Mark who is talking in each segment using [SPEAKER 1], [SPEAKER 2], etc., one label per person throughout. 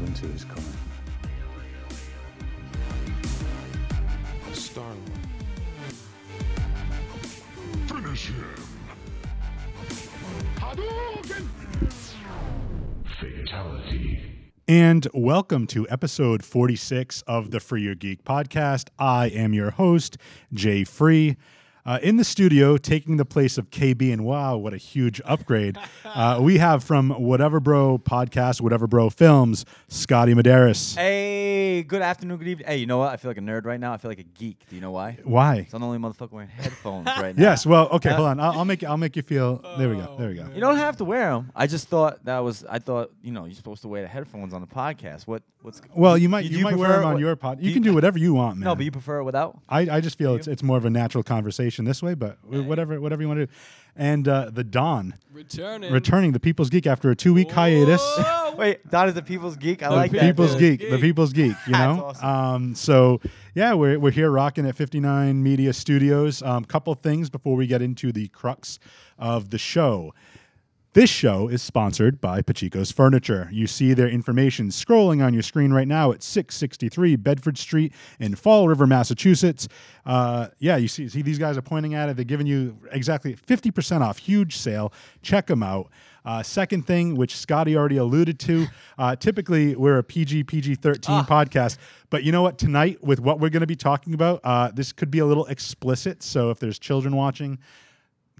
[SPEAKER 1] Winter is coming.
[SPEAKER 2] Star Lord. Finish him! Hadouken! Fatality.
[SPEAKER 3] And welcome to episode 46 of the Free Your Geek podcast. I am your host, Jay Free. Uh, in the studio, taking the place of KB and wow, what a huge upgrade. Uh, we have from Whatever Bro podcast, Whatever Bro films, Scotty Medeiros.
[SPEAKER 4] Hey, good afternoon, good evening. Hey, you know what? I feel like a nerd right now. I feel like a geek. Do you know why?
[SPEAKER 3] Why?
[SPEAKER 4] 'Cause I'm the only motherfucker wearing headphones right now.
[SPEAKER 3] Yes. Well, okay,
[SPEAKER 4] Uh,
[SPEAKER 3] hold on. I'll, I'll make I'll make you feel. There we go. There we go.
[SPEAKER 4] You don't have to wear them. I just thought that was. I thought you know you're supposed to wear the headphones on the podcast. What? What's?
[SPEAKER 3] Well, you might
[SPEAKER 4] do
[SPEAKER 3] you, might wear
[SPEAKER 4] prefer
[SPEAKER 3] them on
[SPEAKER 4] what-
[SPEAKER 3] your pod. You can do whatever you want, man.
[SPEAKER 4] No, but you prefer it without.
[SPEAKER 3] I, I just feel it's, it's more of a natural conversation this way, but wh- whatever whatever you want to do. And uh, the Don
[SPEAKER 5] Returning.
[SPEAKER 3] returning the People's Geek after a two week hiatus.
[SPEAKER 5] Whoa.
[SPEAKER 4] Wait, Don is the people's geek. I like that.
[SPEAKER 3] People's
[SPEAKER 4] dude.
[SPEAKER 3] Geek, the People's Geek, you
[SPEAKER 4] That's
[SPEAKER 3] know.
[SPEAKER 4] awesome.
[SPEAKER 3] Um, so yeah, we're, we're here rocking at 59 Media Studios. Um, couple things before we get into the crux of the show. This show is sponsored by Pachico's Furniture. You see their information scrolling on your screen right now at 663 Bedford Street in Fall River, Massachusetts. Uh, yeah, you see, see these guys are pointing at it. They're giving you exactly 50% off. Huge sale. Check them out. Uh, second thing, which Scotty already alluded to, uh, typically we're a PG PG 13 podcast, but you know what? Tonight, with what we're going to be talking about, uh, this could be a little explicit. So if there's children watching,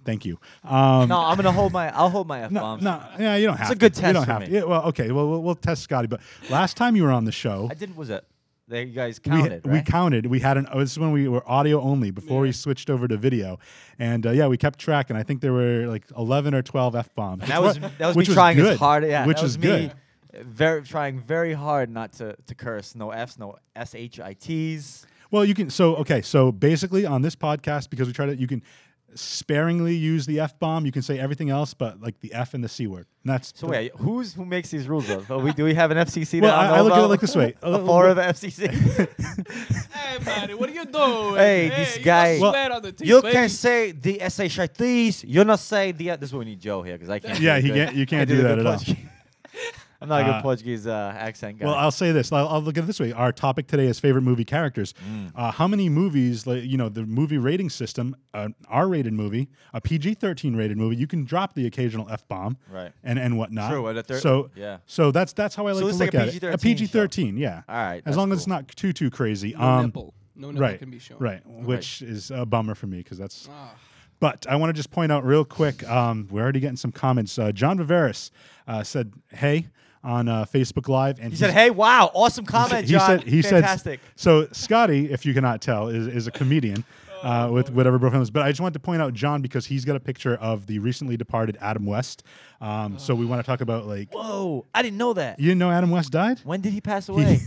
[SPEAKER 3] thank you. Um,
[SPEAKER 4] No, I'm gonna hold my. I'll hold my f
[SPEAKER 3] no,
[SPEAKER 4] bombs.
[SPEAKER 3] no, yeah, you don't have.
[SPEAKER 4] Um, a
[SPEAKER 3] to.
[SPEAKER 4] good
[SPEAKER 3] You
[SPEAKER 4] test
[SPEAKER 3] don't
[SPEAKER 4] for
[SPEAKER 3] have
[SPEAKER 4] me.
[SPEAKER 3] to. Yeah, well, okay, well, we'll, we'll test Scotty. But last time you were on the show,
[SPEAKER 4] I didn't. Was it? That you guys
[SPEAKER 3] we,
[SPEAKER 4] counted.
[SPEAKER 3] we
[SPEAKER 4] right?
[SPEAKER 3] counted. We had an. Oh, this is when we were audio only before we switched over to video, and uh, yeah, we kept track. And I think there were like eleven or twelve f bombs.
[SPEAKER 4] That was that was me trying as hard. Yeah,
[SPEAKER 3] which
[SPEAKER 4] that was
[SPEAKER 3] is
[SPEAKER 4] me
[SPEAKER 3] good.
[SPEAKER 4] Very trying very hard not to to curse. No f's, no s h i t's.
[SPEAKER 3] Well, you can. So okay. So basically, on this podcast, because we try to, you can sparingly use the f bomb. You can say everything else, but like the f and the c word. And that's
[SPEAKER 4] So wait, who's who makes these rules? Of? Are we, do we have an FCC?
[SPEAKER 3] Well,
[SPEAKER 4] that don't know
[SPEAKER 3] I- I look at it
[SPEAKER 4] about?
[SPEAKER 3] like this way. Uh,
[SPEAKER 4] a floor of the FCC.
[SPEAKER 5] Hey, buddy, what are you doing?
[SPEAKER 4] hey, this
[SPEAKER 5] you
[SPEAKER 4] guy.
[SPEAKER 5] don't sweat on the tape,
[SPEAKER 4] you
[SPEAKER 5] baby.
[SPEAKER 4] can say the SHITs. You're not saying the. This is where we need Joe here because I can't.
[SPEAKER 3] Yeah,
[SPEAKER 4] do
[SPEAKER 3] he
[SPEAKER 4] the-
[SPEAKER 3] can't- you can't
[SPEAKER 4] do,
[SPEAKER 3] do
[SPEAKER 4] the
[SPEAKER 3] that
[SPEAKER 4] good
[SPEAKER 3] at all.
[SPEAKER 4] Portuguese. I'm not a
[SPEAKER 3] Uh,
[SPEAKER 4] good Portuguese uh, accent guy.
[SPEAKER 3] Well, I'll say this. I'll, I'll look at it this way. Our topic today is favorite movie characters.
[SPEAKER 4] Mm.
[SPEAKER 3] Uh, how many movies, like, you know, the movie rating system, an R-rated movie, a PG-13 rated movie, you can drop the occasional f-bomb,
[SPEAKER 4] Right.
[SPEAKER 3] And and whatnot.
[SPEAKER 4] True, at a thir-
[SPEAKER 3] so
[SPEAKER 4] yeah.
[SPEAKER 3] So that's that's how I like to
[SPEAKER 4] it's
[SPEAKER 3] look
[SPEAKER 4] like a
[SPEAKER 3] at it. A
[SPEAKER 4] PG-13 show.
[SPEAKER 3] PG-13, yeah.
[SPEAKER 4] All right,
[SPEAKER 3] As
[SPEAKER 4] that's
[SPEAKER 3] long as it's
[SPEAKER 4] cool.
[SPEAKER 3] not too too crazy.
[SPEAKER 5] No nipple. No nipple
[SPEAKER 3] Um, right.
[SPEAKER 5] can be shown.
[SPEAKER 3] Right. Which is a bummer for me because that's.
[SPEAKER 5] Ah.
[SPEAKER 3] But I want to just point out real quick. Um, we're already getting some comments. Uh, John Viveris uh, said, "Hey." On uh, Facebook Live, and
[SPEAKER 4] he said, "Hey, wow, awesome comment,
[SPEAKER 3] he
[SPEAKER 4] John.
[SPEAKER 3] said he
[SPEAKER 4] Fantastic."
[SPEAKER 3] said so scotty if you cannot tell is, is a comedian
[SPEAKER 5] Oh,
[SPEAKER 3] uh, with whatever bro films but i just wanted to point out john because he's got a picture of the recently departed adam west um, so we want to talk about like
[SPEAKER 4] Whoa, I didn't know that.
[SPEAKER 3] you didn't know adam west died
[SPEAKER 4] When did he pass away?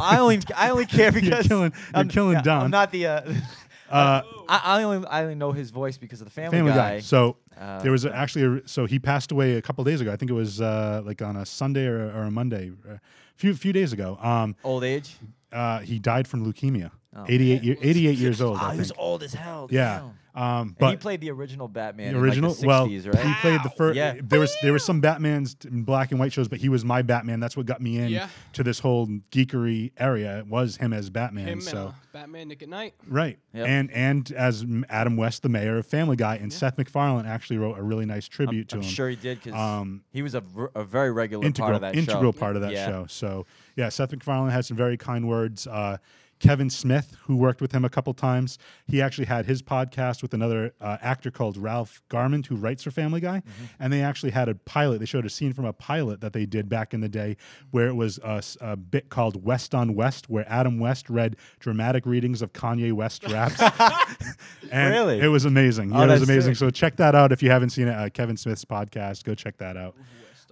[SPEAKER 4] I only I only care because
[SPEAKER 3] killing- you're
[SPEAKER 4] I'm,
[SPEAKER 3] killing
[SPEAKER 4] yeah,
[SPEAKER 3] Don.
[SPEAKER 4] I'm not the. Uh,
[SPEAKER 3] uh,
[SPEAKER 4] I, I only I only know his voice because of the Family,
[SPEAKER 3] family guy,
[SPEAKER 4] guy.
[SPEAKER 3] so
[SPEAKER 4] Uh,
[SPEAKER 3] there was actually a, re- so he passed away a couple days ago i think it was uh, like on a sunday or, or a monday a few few days ago um,
[SPEAKER 4] old age.
[SPEAKER 3] uh, he died from leukemia 88, year, 88 years old
[SPEAKER 4] Oh, Ah,
[SPEAKER 3] I
[SPEAKER 4] he was
[SPEAKER 3] think.
[SPEAKER 4] old as hell.
[SPEAKER 3] yeah
[SPEAKER 4] damn.
[SPEAKER 3] um,
[SPEAKER 4] And
[SPEAKER 3] but
[SPEAKER 4] he played the original Batman.
[SPEAKER 3] The
[SPEAKER 4] in, like,
[SPEAKER 3] original,
[SPEAKER 4] the
[SPEAKER 3] well,
[SPEAKER 4] 60s, right?
[SPEAKER 3] he played the first.
[SPEAKER 4] Yeah.
[SPEAKER 3] There was there were some Batman's t- in black and white shows, but he was my Batman. That's what got me in
[SPEAKER 5] Yeah.
[SPEAKER 3] to this whole geekery area. It was him as Batman.
[SPEAKER 5] Him
[SPEAKER 3] so
[SPEAKER 5] and uh, Batman Nick at Night.
[SPEAKER 3] right,
[SPEAKER 4] Yep.
[SPEAKER 3] and and as M- Adam West, the mayor of Family Guy, and Seth MacFarlane actually wrote a really nice tribute to
[SPEAKER 4] I'm
[SPEAKER 3] him.
[SPEAKER 4] sure he did because
[SPEAKER 3] Um,
[SPEAKER 4] he was a, ver- a very regular
[SPEAKER 3] integral
[SPEAKER 4] part of that
[SPEAKER 3] integral
[SPEAKER 4] show.
[SPEAKER 3] part of that
[SPEAKER 4] Yeah.
[SPEAKER 3] show. So yeah, Seth MacFarlane had some very kind words. Uh, Kevin Smith, who worked with him a couple times, he actually had his podcast with another uh, actor called Ralph Garman, who writes for Family Guy,
[SPEAKER 4] Mm-hmm.
[SPEAKER 3] and they actually had a pilot. They showed a scene from a pilot that they did back in the day, where it was a, s- a bit called West on West, where Adam West read dramatic readings of Kanye West raps. and
[SPEAKER 4] Really? Oh,
[SPEAKER 3] it was amazing. Yeah, it was
[SPEAKER 4] that's
[SPEAKER 3] amazing.
[SPEAKER 4] sick.
[SPEAKER 3] So check that out if you haven't seen it. Uh, Kevin Smith's podcast. Go check that out.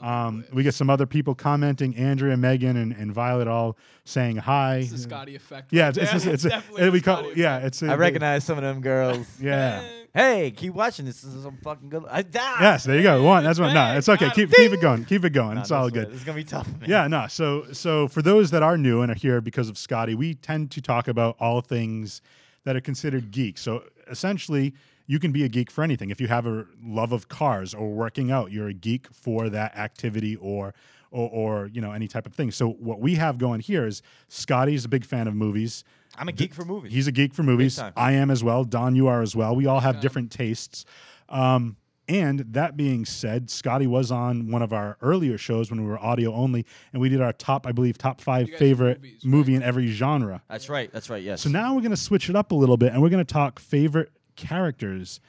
[SPEAKER 3] Um, we get some other people commenting. Andrea, Megan, and, and Violet all saying hi.
[SPEAKER 5] It's the Scotty effect.
[SPEAKER 3] yeah,
[SPEAKER 5] right
[SPEAKER 3] it's, it's, it's,
[SPEAKER 5] there.
[SPEAKER 3] it's,
[SPEAKER 5] definitely
[SPEAKER 3] we
[SPEAKER 5] the
[SPEAKER 3] call
[SPEAKER 5] Scotty
[SPEAKER 3] yeah,
[SPEAKER 5] effect.
[SPEAKER 3] it's
[SPEAKER 4] I recognize some of them girls.
[SPEAKER 3] Yeah.
[SPEAKER 4] Hey, keep watching. This is some fucking good. I ah! die.
[SPEAKER 3] Yes, there you go. One. That's one. No,
[SPEAKER 5] Hey,
[SPEAKER 3] it's okay.
[SPEAKER 5] got
[SPEAKER 3] Keep
[SPEAKER 5] it.
[SPEAKER 3] keep it going. Keep it going.
[SPEAKER 4] Nah,
[SPEAKER 3] it's all
[SPEAKER 4] this one-
[SPEAKER 3] good.
[SPEAKER 4] This is gonna be tough. Man.
[SPEAKER 3] Yeah, no. So so for those that are new and are here because of Scotty, we tend to talk about all things that are considered geek. So essentially, you can be a geek for anything. If you have a love of cars or working out, you're a geek for that activity or or, or you know any type of thing. So what we have going here is Scotty's a big fan of movies.
[SPEAKER 4] I'm a geek for movies.
[SPEAKER 3] He's a geek for movies.
[SPEAKER 4] time.
[SPEAKER 3] I am as well. Don, you are as well. We all have
[SPEAKER 5] Yeah.
[SPEAKER 3] different tastes. Um, and that being said, Scotty was on one of our earlier shows when we were audio only, and we did our top, I believe, top five
[SPEAKER 5] You guys did
[SPEAKER 3] favorite
[SPEAKER 5] movies, right?
[SPEAKER 3] movie in every genre.
[SPEAKER 4] that's right. That's right. Yes.
[SPEAKER 3] So now we're going to switch it up a little bit, and we're going to talk favorite characters,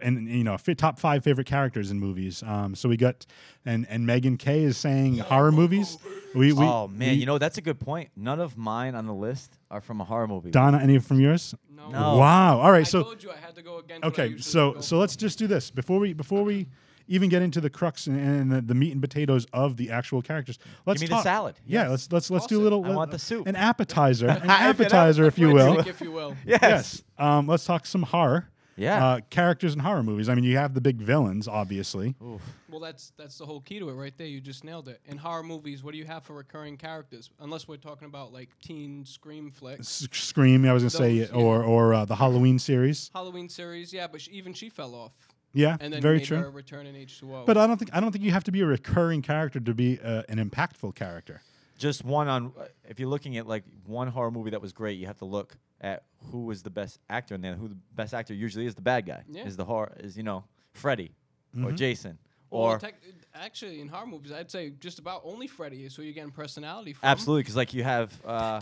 [SPEAKER 3] and and, you know, fi- top five favorite characters in movies. Um, so we got, and and Megan Kay is saying horror movies. We, we
[SPEAKER 4] oh man,
[SPEAKER 3] we-
[SPEAKER 4] you know that's a good point. None of mine on the list are from a horror movie.
[SPEAKER 3] Donna, any from yours?
[SPEAKER 5] No.
[SPEAKER 4] No.
[SPEAKER 3] Wow. All
[SPEAKER 5] I
[SPEAKER 3] right. So
[SPEAKER 5] told you I had to go against. what I
[SPEAKER 3] okay
[SPEAKER 5] usually
[SPEAKER 3] so
[SPEAKER 5] go
[SPEAKER 3] so let's just do this before we before we even get into the crux and, and the, the meat and potatoes of the actual characters let's
[SPEAKER 4] me the
[SPEAKER 3] talk-
[SPEAKER 4] salad.
[SPEAKER 3] yeah
[SPEAKER 4] Yes.
[SPEAKER 3] let's let's let's do a
[SPEAKER 5] Awesome.
[SPEAKER 3] little
[SPEAKER 4] I want the soup.
[SPEAKER 3] an appetizer an
[SPEAKER 4] I-
[SPEAKER 3] appetizer if you
[SPEAKER 5] for.
[SPEAKER 3] will
[SPEAKER 5] Drink, if you will.
[SPEAKER 4] Yes.
[SPEAKER 3] yes um, let's talk some horror
[SPEAKER 4] Yeah.
[SPEAKER 3] uh, characters in horror movies i mean you have the big villains obviously
[SPEAKER 5] Well, that's that's the whole key to it, right there. You just nailed it. In horror movies, what do you have for recurring characters? Unless we're talking about like teen scream flicks,
[SPEAKER 3] S- scream i was going to say
[SPEAKER 5] Those, yeah.
[SPEAKER 3] or or uh, the halloween series
[SPEAKER 5] Halloween series, yeah. But she, even she fell off,
[SPEAKER 3] yeah
[SPEAKER 5] and then
[SPEAKER 3] very
[SPEAKER 5] made
[SPEAKER 3] true
[SPEAKER 5] her return in H two O.
[SPEAKER 3] but i don't think i don't think you have to be a recurring character to be uh, an impactful character
[SPEAKER 4] Just one on. If you're looking at like one horror movie that was great, you have to look at who was the best actor in there. Who the best actor usually is the bad guy.
[SPEAKER 5] Yeah.
[SPEAKER 4] Is the horror is you know Freddy
[SPEAKER 3] Mm-hmm.
[SPEAKER 4] or Jason
[SPEAKER 5] Well,
[SPEAKER 4] or
[SPEAKER 5] tec- actually, in horror movies, I'd say just about only Freddy is who you're getting personality from.
[SPEAKER 4] absolutely because like you have. Uh,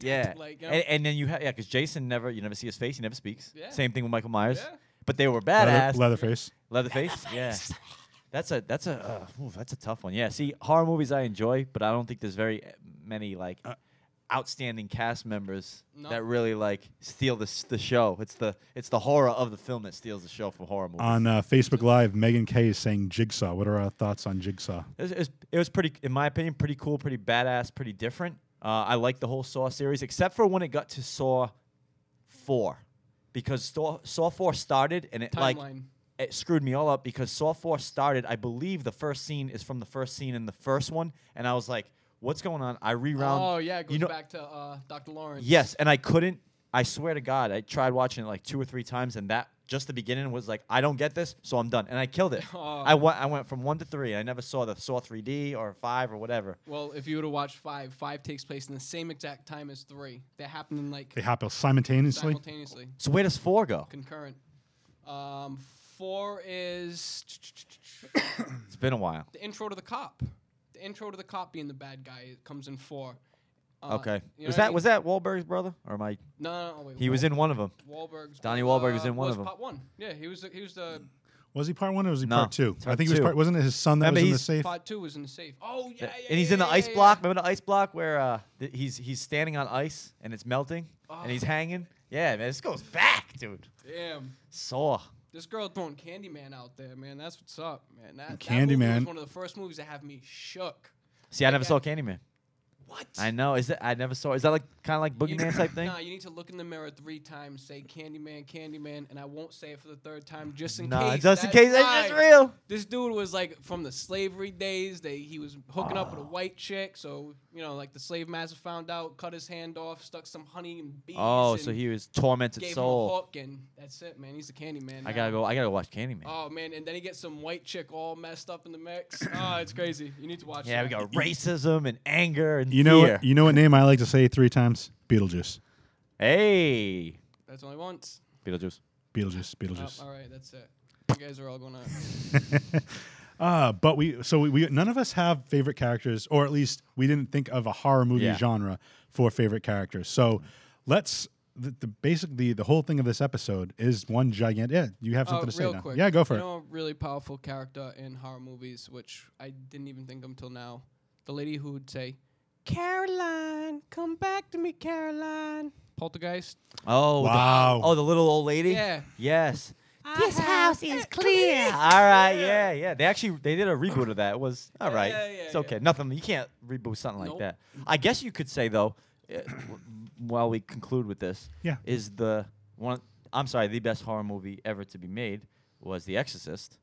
[SPEAKER 4] Yeah,
[SPEAKER 5] Like, you know-
[SPEAKER 4] and, and then you have yeah, because Jason never you never see his face, he never speaks.
[SPEAKER 5] Yeah.
[SPEAKER 4] Same thing with Michael Myers,
[SPEAKER 5] Yeah.
[SPEAKER 4] but they were
[SPEAKER 3] Leather,
[SPEAKER 4] badass.
[SPEAKER 3] leatherface
[SPEAKER 4] Leatherface? Yeah. That's a that's a uh, ooh, that's a tough one. Yeah. See, horror movies I enjoy, but I don't think there's very uh, many like outstanding cast members
[SPEAKER 5] No.
[SPEAKER 4] that really like steal the s- the show. It's the it's the horror of the film that steals the show for horror movies.
[SPEAKER 3] on uh, Facebook Live, Megan Kay is saying Jigsaw. What are our thoughts on Jigsaw?
[SPEAKER 4] It was, it was it was pretty, in my opinion, pretty cool, pretty badass, pretty different. Uh, I like the whole Saw series, except for when it got to Saw Four, because Saw, Saw Four started and it like
[SPEAKER 5] Timeline.
[SPEAKER 4] it screwed me all up because Saw Four started. I believe the first scene is from the first scene in the first one, and I was like, "What's going on?" I reround.
[SPEAKER 5] oh yeah, it goes
[SPEAKER 4] you know,
[SPEAKER 5] back to uh, Dr. Lawrence.
[SPEAKER 4] Yes, and I couldn't. I swear to God, I tried watching it like two or three times, and that just the beginning was like, I don't get this, so I'm done, and I killed it.
[SPEAKER 5] Aw.
[SPEAKER 4] I went, I went from one to three. I never saw the Saw 3D or five or whatever.
[SPEAKER 5] Well, if you were to watch five, five takes place in the same exact time as three. That happened in like
[SPEAKER 3] They happen simultaneously.
[SPEAKER 5] simultaneously,
[SPEAKER 4] So where does four go?
[SPEAKER 5] concurrent. Um, four is
[SPEAKER 4] It's been a while.
[SPEAKER 5] the intro to the cop. The intro to the cop being the bad guy it comes in four. Uh,
[SPEAKER 4] Okay,
[SPEAKER 5] you know
[SPEAKER 4] was
[SPEAKER 5] what I
[SPEAKER 4] that
[SPEAKER 5] mean?
[SPEAKER 4] was that Wahlberg's brother or my?
[SPEAKER 5] No, no, no wait,
[SPEAKER 4] He was in one of them.
[SPEAKER 5] Wahlberg's.
[SPEAKER 4] Donnie Wahlberg was
[SPEAKER 5] uh,
[SPEAKER 4] in one
[SPEAKER 5] was
[SPEAKER 4] of 'em.
[SPEAKER 5] Part one. Yeah, he was. The, he was the
[SPEAKER 3] Was he part one or was he
[SPEAKER 4] No,
[SPEAKER 3] part two?
[SPEAKER 4] it's
[SPEAKER 3] I
[SPEAKER 4] part
[SPEAKER 3] think he was
[SPEAKER 4] two.
[SPEAKER 3] part. Wasn't it his son that
[SPEAKER 4] Remember,
[SPEAKER 3] was in the
[SPEAKER 4] he's
[SPEAKER 3] safe?
[SPEAKER 5] part two was in the safe. Oh yeah, yeah
[SPEAKER 4] and he's
[SPEAKER 5] yeah,
[SPEAKER 4] in the
[SPEAKER 5] yeah,
[SPEAKER 4] ice
[SPEAKER 5] yeah,
[SPEAKER 4] block.
[SPEAKER 5] yeah.
[SPEAKER 4] Remember the ice block where uh, th- he's he's standing on ice and it's melting and
[SPEAKER 5] Oh.
[SPEAKER 4] he's hanging. Yeah, man, this goes back, dude.
[SPEAKER 5] Damn.
[SPEAKER 4] Saw.
[SPEAKER 5] This girl throwing Candyman out there, man. That's what's up, man. That, that movie
[SPEAKER 3] Candyman.
[SPEAKER 5] was one of the first movies that have me shook.
[SPEAKER 4] See, I never
[SPEAKER 5] Yeah.
[SPEAKER 4] saw Candyman.
[SPEAKER 5] What?
[SPEAKER 4] I know. Is that I never saw? Is that like kind of like
[SPEAKER 5] You-
[SPEAKER 4] Boogeyman type thing?
[SPEAKER 5] Nah, you need to look in the mirror three times, say Candyman, Candyman, and I won't say it for the third time just in
[SPEAKER 4] Nah,
[SPEAKER 5] case.
[SPEAKER 4] just in
[SPEAKER 5] That's
[SPEAKER 4] case. That's just
[SPEAKER 5] right.
[SPEAKER 4] real.
[SPEAKER 5] This dude was like from the slavery days. They he was hooking up with a
[SPEAKER 4] Ah.
[SPEAKER 5] white chick, so you know, like the slave master found out, cut his hand off, stuck some honey and bees.
[SPEAKER 4] Oh,
[SPEAKER 5] and
[SPEAKER 4] so he was tormented
[SPEAKER 5] gave him a
[SPEAKER 4] soul.
[SPEAKER 5] hook, and that's it, man. He's the Candyman.
[SPEAKER 4] I
[SPEAKER 5] now.
[SPEAKER 4] gotta go. I gotta watch Candyman.
[SPEAKER 5] Oh man, and then he gets some white chick all messed up in the mix. Oh, it's crazy. You need to watch.
[SPEAKER 4] yeah, we
[SPEAKER 5] that.
[SPEAKER 4] got racism and anger and
[SPEAKER 3] you know
[SPEAKER 4] fear.
[SPEAKER 3] what? You know what name I like to say three times? Beetlejuice.
[SPEAKER 4] Hey,
[SPEAKER 5] That's only once.
[SPEAKER 4] Beetlejuice.
[SPEAKER 3] Beetlejuice.
[SPEAKER 5] Oh,
[SPEAKER 3] Beetlejuice.
[SPEAKER 5] all right, that's it. You guys are all going to.
[SPEAKER 3] Uh, but we so we, we none of us have favorite characters, or at least we didn't think of a horror movie
[SPEAKER 4] Yeah.
[SPEAKER 3] genre for favorite characters. So let's the, the basically the whole thing of this episode is one giant. Yeah, you have something
[SPEAKER 5] Uh,
[SPEAKER 3] to say
[SPEAKER 5] real
[SPEAKER 3] now.
[SPEAKER 5] quick.
[SPEAKER 3] Yeah, go for
[SPEAKER 5] you
[SPEAKER 3] it.
[SPEAKER 5] know, a really powerful character in horror movies, which I didn't even think of until now. The lady who would say, "Caroline, come back to me, Caroline." Poltergeist.
[SPEAKER 4] Oh, the-
[SPEAKER 3] Wow.
[SPEAKER 4] oh, the little old lady.
[SPEAKER 5] Yeah.
[SPEAKER 4] Yes. this house is clear. All right. Yeah. Yeah. They actually they did a reboot of that. It was all right.
[SPEAKER 5] Yeah, yeah,
[SPEAKER 4] it's
[SPEAKER 5] yeah.
[SPEAKER 4] okay. Nothing. You can't reboot something like
[SPEAKER 5] Nope.
[SPEAKER 4] that. I guess you could say though, uh, w- while we conclude with this,
[SPEAKER 3] Yeah.
[SPEAKER 4] is the one. I'm sorry. The best horror movie ever to be made was The Exorcist,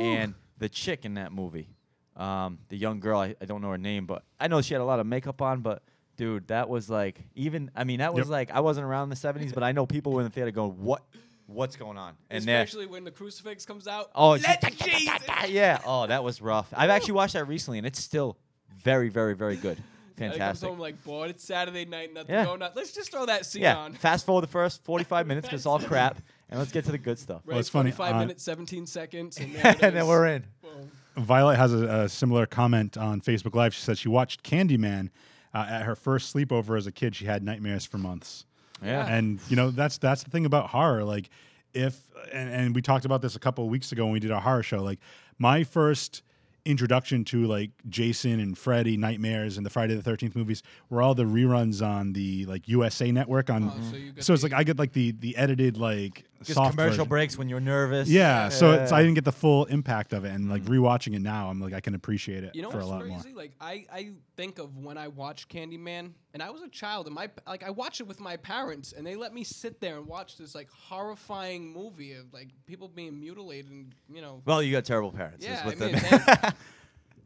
[SPEAKER 4] and the chick in that movie, um, the young girl. I, I don't know her name, but I know she had a lot of makeup on, but. Dude, that was like even. I mean, that was
[SPEAKER 3] Yep.
[SPEAKER 4] like I wasn't around in the '70s, but I know people were in the theater going, "What what's going on. And that
[SPEAKER 5] Especially when the crucifix comes out.
[SPEAKER 4] oh it's
[SPEAKER 5] let
[SPEAKER 4] just-
[SPEAKER 5] Jesus.
[SPEAKER 4] yeah, oh that was rough. I've actually watched that recently, and it's still very, very, very good.
[SPEAKER 5] I comes
[SPEAKER 4] Fantastic.
[SPEAKER 5] home like bored. It's Saturday night, nothing
[SPEAKER 4] Yeah.
[SPEAKER 5] going on. Let's just throw that scene
[SPEAKER 4] Yeah,
[SPEAKER 5] on.
[SPEAKER 4] fast forward the first 45 minutes 'cause it's all crap, and let's get to the good stuff.
[SPEAKER 5] Right,
[SPEAKER 3] it's funny,
[SPEAKER 5] 45
[SPEAKER 3] uh,
[SPEAKER 5] minutes, 17 seconds, and, there it
[SPEAKER 4] and then
[SPEAKER 5] is.
[SPEAKER 4] we're in.
[SPEAKER 5] Boom.
[SPEAKER 3] Violet has a, a similar comment on Facebook Live. She said she watched Candyman uh, at her first sleepover as a kid. She had nightmares for months.
[SPEAKER 4] Yeah.
[SPEAKER 3] and you know that's that's the thing about horror like if and, and we talked about this a couple of weeks ago when we did our horror show like my first introduction to like jason and freddy nightmares and the friday the 13th movies were all the reruns on the like usa network on Mhm.
[SPEAKER 5] Oh, so you
[SPEAKER 3] so,
[SPEAKER 5] got
[SPEAKER 3] it's
[SPEAKER 5] the-
[SPEAKER 3] like i get like the the edited like
[SPEAKER 4] Just
[SPEAKER 3] soft
[SPEAKER 4] commercial
[SPEAKER 3] version.
[SPEAKER 4] breaks when you're nervous.
[SPEAKER 3] yeah so it's i didn't get the full impact of it and like rewatching it now i'm like i can appreciate it
[SPEAKER 5] Hmm. You know
[SPEAKER 3] for a
[SPEAKER 5] what's
[SPEAKER 3] lot more
[SPEAKER 5] crazy? Like I, I think of when I watched Candyman, and I was a child, and my p- like I watched it with my parents, and they let me sit there and watch this like horrifying movie of like people being mutilated, and you know.
[SPEAKER 4] Well, you got terrible parents. is
[SPEAKER 5] yeah, I
[SPEAKER 4] what the-
[SPEAKER 5] mean, thank-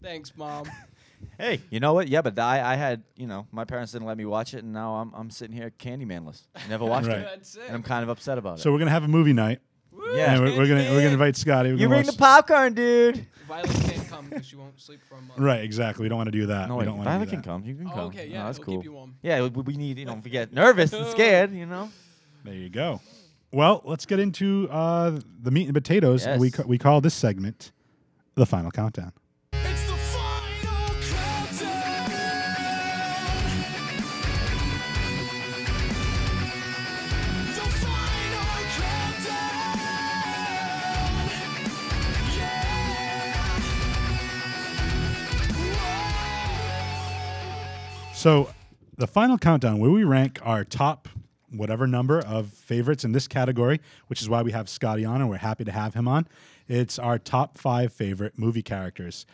[SPEAKER 5] thanks, mom.
[SPEAKER 4] hey, you know what? Yeah, but I, I had, you know, my parents didn't let me watch it, and now I'm, I'm sitting here Candymanless. Never watched
[SPEAKER 3] Right.
[SPEAKER 4] it,
[SPEAKER 5] That's it.
[SPEAKER 4] and I'm kind of upset about
[SPEAKER 3] so
[SPEAKER 4] it.
[SPEAKER 3] we're gonna have a movie night
[SPEAKER 4] Yeah.
[SPEAKER 3] and we're, we're gonna we're gonna invite scotty we're
[SPEAKER 4] You
[SPEAKER 3] gonna
[SPEAKER 4] bring the
[SPEAKER 3] watch-
[SPEAKER 4] popcorn, dude.
[SPEAKER 5] Violet can't come because she won't sleep for a month.
[SPEAKER 3] right exactly we don't want to do that
[SPEAKER 4] No,
[SPEAKER 3] we
[SPEAKER 4] wait,
[SPEAKER 3] don't want
[SPEAKER 4] Violet
[SPEAKER 3] to do
[SPEAKER 4] can
[SPEAKER 3] that.
[SPEAKER 4] come. You can
[SPEAKER 5] Oh,
[SPEAKER 4] come.
[SPEAKER 5] okay,
[SPEAKER 4] No,
[SPEAKER 5] yeah,
[SPEAKER 4] that's
[SPEAKER 5] it'll keep
[SPEAKER 4] cool.
[SPEAKER 5] you warm.
[SPEAKER 4] Yeah, we, we need, you know, if we get nervous and scared, you know.
[SPEAKER 3] There you go. Well, let's get into uh, the meat and potatoes. and We,
[SPEAKER 4] Yes.
[SPEAKER 3] ca- we call this segment the final countdown.
[SPEAKER 2] It's the final countdown. The final countdown.
[SPEAKER 3] So, the final countdown, where we rank our top whatever number of favorites in this category, which is why we have Scotty on and we're happy to have him on. It's our top five favorite movie characters.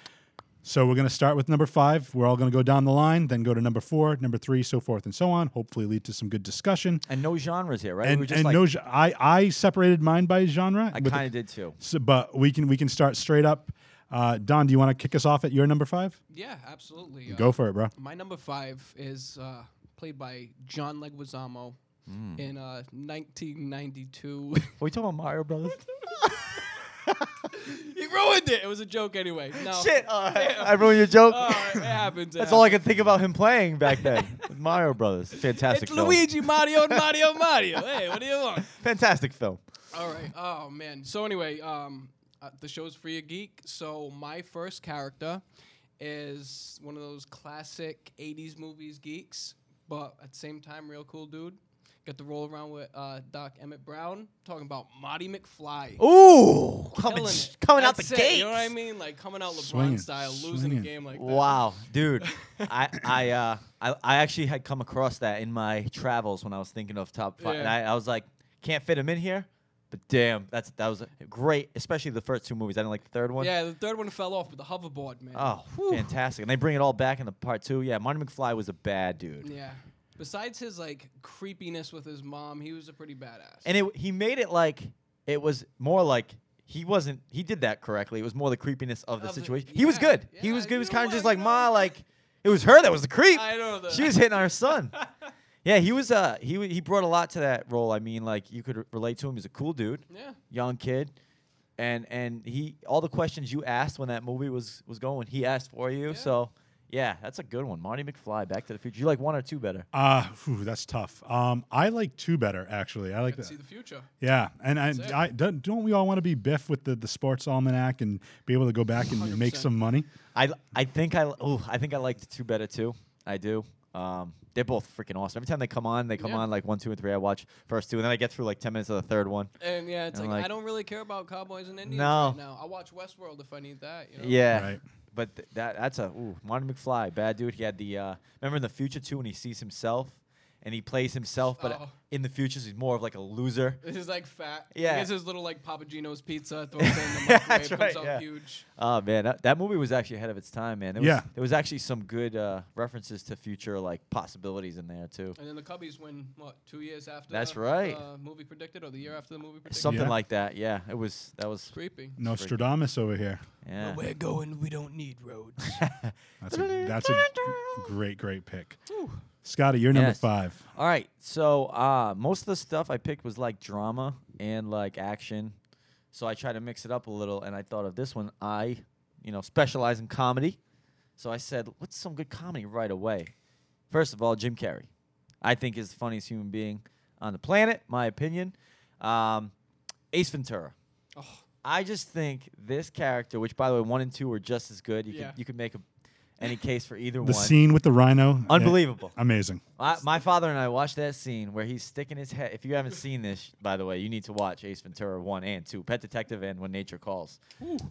[SPEAKER 3] So, we're going to start with number five. We're all going to go down the line, then go to number four, number three, so forth and so on. Hopefully, lead to some good discussion.
[SPEAKER 4] And no genres here, right?
[SPEAKER 3] And,
[SPEAKER 4] We're just
[SPEAKER 3] and
[SPEAKER 4] like,
[SPEAKER 3] no, ge- I, I separated mine by genre.
[SPEAKER 4] I
[SPEAKER 3] with the-
[SPEAKER 4] kind of did too.
[SPEAKER 3] So, but we can we can start straight up. Uh, Don, do you want to kick us off at your number five?
[SPEAKER 5] Yeah, absolutely. Uh,
[SPEAKER 3] Go for it, bro.
[SPEAKER 5] My number five is uh, played by John Leguizamo
[SPEAKER 4] Mm.
[SPEAKER 5] in uh, 1992.
[SPEAKER 4] Are we talking about Mario Brothers?
[SPEAKER 5] he ruined it. It was a joke anyway. No.
[SPEAKER 4] Shit, all right. I ruined your joke.
[SPEAKER 5] Oh, All right, it happens.
[SPEAKER 4] That's all I could think about him playing back then. Mario Brothers. Fantastic
[SPEAKER 5] It's
[SPEAKER 4] film.
[SPEAKER 5] Luigi, Mario, and Mario, Mario. Hey, what do you want?
[SPEAKER 4] Fantastic film.
[SPEAKER 5] All right. Oh man. So anyway, um, uh, the show's free a geek. So my first character is one of those classic '80s movies geeks, but at the same time, real cool dude. Got to roll around with uh, Doc Emmett Brown, talking about Marty McFly.
[SPEAKER 4] Ooh, coming,
[SPEAKER 5] Killing
[SPEAKER 4] s-
[SPEAKER 5] it.
[SPEAKER 4] coming out the
[SPEAKER 5] That's it,
[SPEAKER 4] gate.
[SPEAKER 5] You know what I mean? Like coming out LeBron
[SPEAKER 3] Swinging,
[SPEAKER 5] style, losing
[SPEAKER 3] swinging.
[SPEAKER 5] a game like that.
[SPEAKER 4] Wow, dude, I I uh I, I actually had come across that in my travels when I was thinking of top five, and
[SPEAKER 5] Yeah.
[SPEAKER 4] I, I was like, can't fit him in here, but damn, that's that was a great, especially the first two movies. I didn't like the third one.
[SPEAKER 5] Yeah, the third one fell off with the hoverboard, man.
[SPEAKER 4] Oh, fantastic! And they bring it all back in the part two. Yeah, Marty McFly was a bad dude,
[SPEAKER 5] Yeah. Besides his like creepiness with his mom, he was a pretty badass.
[SPEAKER 4] and it he made it like it was more like. He wasn't. He did that correctly. It was more the creepiness of the
[SPEAKER 5] Of the-
[SPEAKER 4] situation. he was
[SPEAKER 5] yeah,
[SPEAKER 4] good. he was good.
[SPEAKER 5] yeah,
[SPEAKER 4] He
[SPEAKER 5] you
[SPEAKER 4] was
[SPEAKER 5] know
[SPEAKER 4] kind of
[SPEAKER 5] what,
[SPEAKER 4] just
[SPEAKER 5] you
[SPEAKER 4] like
[SPEAKER 5] know
[SPEAKER 4] ma,
[SPEAKER 5] what?"
[SPEAKER 4] like it was her that was the creep.
[SPEAKER 5] I know that.
[SPEAKER 4] she was hitting on her son. Yeah, he was. Uh, he wa- he brought a lot to that role. I mean, like you could r- relate to him. He's a cool dude,
[SPEAKER 5] Yeah.
[SPEAKER 4] young kid, and and he all the questions you asked when that movie was was going, he asked for you. So yeah, that's a good one, Marty McFly, Back to the Future. You like one or two better?
[SPEAKER 3] Uh, whew, that's tough. Um, I like two better actually. I like
[SPEAKER 5] Could
[SPEAKER 3] that.
[SPEAKER 5] see the future.
[SPEAKER 3] Yeah, and I,
[SPEAKER 5] it.
[SPEAKER 3] I don't, don't we all want to be Biff with the, the sports almanac and be able to go back and make
[SPEAKER 5] 100%.
[SPEAKER 3] some money?
[SPEAKER 4] I l- I think I oh I think I liked two better too. I do. Um, they're both freaking awesome. Every time they come on, they come
[SPEAKER 5] Yeah.
[SPEAKER 4] on like one, two, and three. I watch first two, and then I get through like ten minutes of the third one.
[SPEAKER 5] And yeah, it's
[SPEAKER 4] And,
[SPEAKER 5] like,
[SPEAKER 4] like-
[SPEAKER 5] I don't really care about cowboys and Indians
[SPEAKER 4] No.
[SPEAKER 5] right now. I watch Westworld if I need that. You know?
[SPEAKER 4] Yeah.
[SPEAKER 3] Right.
[SPEAKER 4] But th- that that's a ooh, Marty McFly, bad dude. He had the uh, remember in the future too when he sees himself and he plays himself, but
[SPEAKER 5] Oh.
[SPEAKER 4] in the future he's more of like a loser.
[SPEAKER 5] This is like fat.
[SPEAKER 4] Yeah.
[SPEAKER 5] He gets his little like Papagino's pizza, throws it in the microwave,
[SPEAKER 4] That's
[SPEAKER 5] comes
[SPEAKER 4] right,
[SPEAKER 5] out
[SPEAKER 4] yeah.
[SPEAKER 5] huge.
[SPEAKER 4] Oh man, that, that movie was actually ahead of its time, man. There was,
[SPEAKER 3] Yeah.
[SPEAKER 4] there was actually some good uh, references to future like possibilities in there too,
[SPEAKER 5] And then the Cubbies win what two years after.
[SPEAKER 4] That's
[SPEAKER 5] the,
[SPEAKER 4] right.
[SPEAKER 5] Uh, movie predicted or the year after the movie predicted.
[SPEAKER 4] something
[SPEAKER 3] Yeah.
[SPEAKER 4] like that. Yeah, it was that was
[SPEAKER 5] creepy.
[SPEAKER 3] Nostradamus over here.
[SPEAKER 4] yeah.
[SPEAKER 5] Where we're going, we don't need roads.
[SPEAKER 3] That's a, that's a great great pick. Scotty, you're number
[SPEAKER 4] Yes.
[SPEAKER 3] five.
[SPEAKER 4] All right, so uh, most of the stuff I picked was like drama. and like action. So I tried to mix it up a little, and I thought of this one. I, you know, specialize in comedy, so I said, "What's some good comedy right away?" First of all, Jim Carrey, I think is the funniest human being on the planet. My opinion. Um, Ace Ventura.
[SPEAKER 5] Oh,
[SPEAKER 4] I just think this character, which by the way, one and two are just as good. You
[SPEAKER 5] Yeah.
[SPEAKER 4] could you could make a, any case for either
[SPEAKER 3] The
[SPEAKER 4] one.
[SPEAKER 3] scene with the rhino,
[SPEAKER 4] Unbelievable.
[SPEAKER 3] eh, amazing.
[SPEAKER 4] My, my father and I watched that scene where he's sticking his head. If you haven't seen this, by the way, you need to watch Ace Ventura one and two, Pet Detective and When Nature Calls.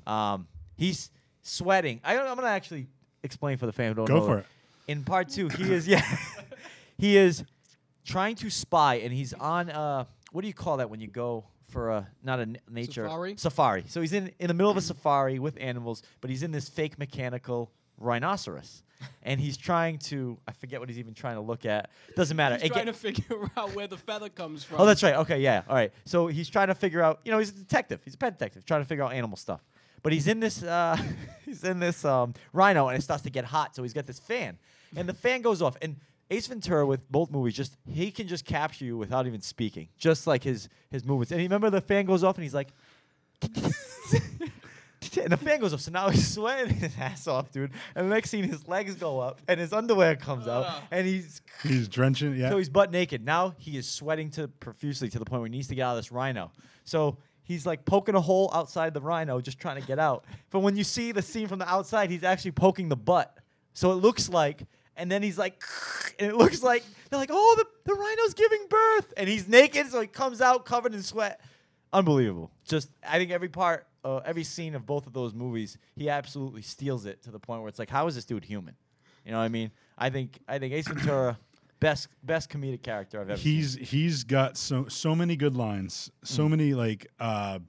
[SPEAKER 4] Um, he's sweating. I don't, I'm gonna actually explain for the fan who don't
[SPEAKER 3] Go
[SPEAKER 4] know.
[SPEAKER 3] for it.
[SPEAKER 4] In part two, he is yeah, he is trying to spy, and he's on uh, what do you call that when you go for a not a n- nature
[SPEAKER 5] Safari? Hmm.
[SPEAKER 4] Safari. So he's in in the middle of a safari with animals, but he's in this fake mechanical rhinoceros. And he's trying to I forget what he's even trying to look at. Doesn't matter.
[SPEAKER 5] he's
[SPEAKER 4] It
[SPEAKER 5] trying
[SPEAKER 4] get-
[SPEAKER 5] to figure out where the feather comes from.
[SPEAKER 4] Oh, that's right. Okay, yeah. All right. So he's trying to figure out. You know, he's a detective. He's a pet detective, trying to figure out animal stuff. But he's in this. Uh, he's in this um, rhino, and it starts to get hot. So he's got this fan, and the fan goes off. And Ace Ventura with both movies, just he can just capture you without even speaking, just like his his movements. And you remember the fan goes off, and he's like. And the fan goes up, so now he's sweating his ass off, dude. And the next scene, his legs go up, and his underwear comes out,
[SPEAKER 5] Ugh.
[SPEAKER 4] and he's
[SPEAKER 3] He's drenching. Yeah,
[SPEAKER 4] so he's butt naked. Now he is sweating to profusely to the point where he needs to get out of this rhino. So he's like poking a hole outside the rhino, just trying to get out. But when you see the scene from the outside, he's actually poking the butt. So it looks like, and then he's like, and it looks like they're like, oh, the, the rhino's giving birth, and he's naked, so he comes out covered in sweat. Unbelievable. Just I think every part, uh, every scene of both of those movies, he absolutely steals it to the point where it's like, how is this dude human? You know what I mean? I think I think Ace Ventura, best best comedic character I've ever seen.
[SPEAKER 3] he's he's got so so many good lines,
[SPEAKER 4] Mm.
[SPEAKER 3] so many like uh,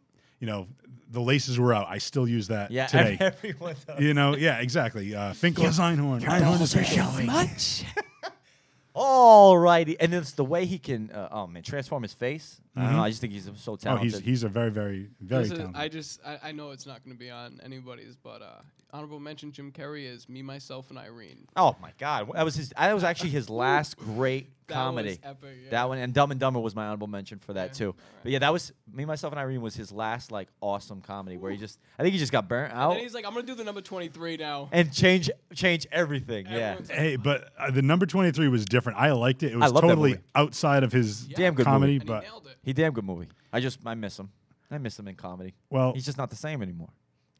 [SPEAKER 3] you know, the laces were out. I still use that
[SPEAKER 4] Yeah,
[SPEAKER 3] today.
[SPEAKER 4] everyone does.
[SPEAKER 3] you know, yeah, exactly. Uh, Finkel is Einhorn. Einhorn is showing.
[SPEAKER 4] much. All righty, and it's the way he can. Uh, oh man, transform his face. I don't know. I just think he's so
[SPEAKER 3] Mm-hmm. Oh,
[SPEAKER 4] talented.
[SPEAKER 3] he's he's a very very very
[SPEAKER 5] This is-
[SPEAKER 3] talented.
[SPEAKER 5] I just I, I know it's not going to be on anybody's, but uh, honorable mention Jim Carrey is me, myself, and Irene.
[SPEAKER 4] oh my god, that was his. That was actually his last great
[SPEAKER 5] That
[SPEAKER 4] comedy.
[SPEAKER 5] was epic. yeah.
[SPEAKER 4] That one and Dumb and Dumber was my honorable mention for that
[SPEAKER 5] Yeah,
[SPEAKER 4] too.
[SPEAKER 5] alright.
[SPEAKER 4] But yeah, that was me, myself, and Irene was his last like awesome comedy where he just I think he just got burnt out
[SPEAKER 5] And he's like, I'm gonna do the number 23 now.
[SPEAKER 4] and change change everything. Yeah,
[SPEAKER 5] Everyone's like,
[SPEAKER 3] Hey, but uh, the number twenty three was different. I liked it. It
[SPEAKER 4] I
[SPEAKER 3] was
[SPEAKER 4] love that
[SPEAKER 3] totally
[SPEAKER 4] movie.
[SPEAKER 3] outside of his
[SPEAKER 5] Yeah.
[SPEAKER 4] Damn good
[SPEAKER 3] comedy,
[SPEAKER 5] and he
[SPEAKER 3] but
[SPEAKER 5] nailed it.
[SPEAKER 4] he damn good movie. I just I miss him. I miss him in comedy.
[SPEAKER 3] Well-
[SPEAKER 4] he's just not the same anymore.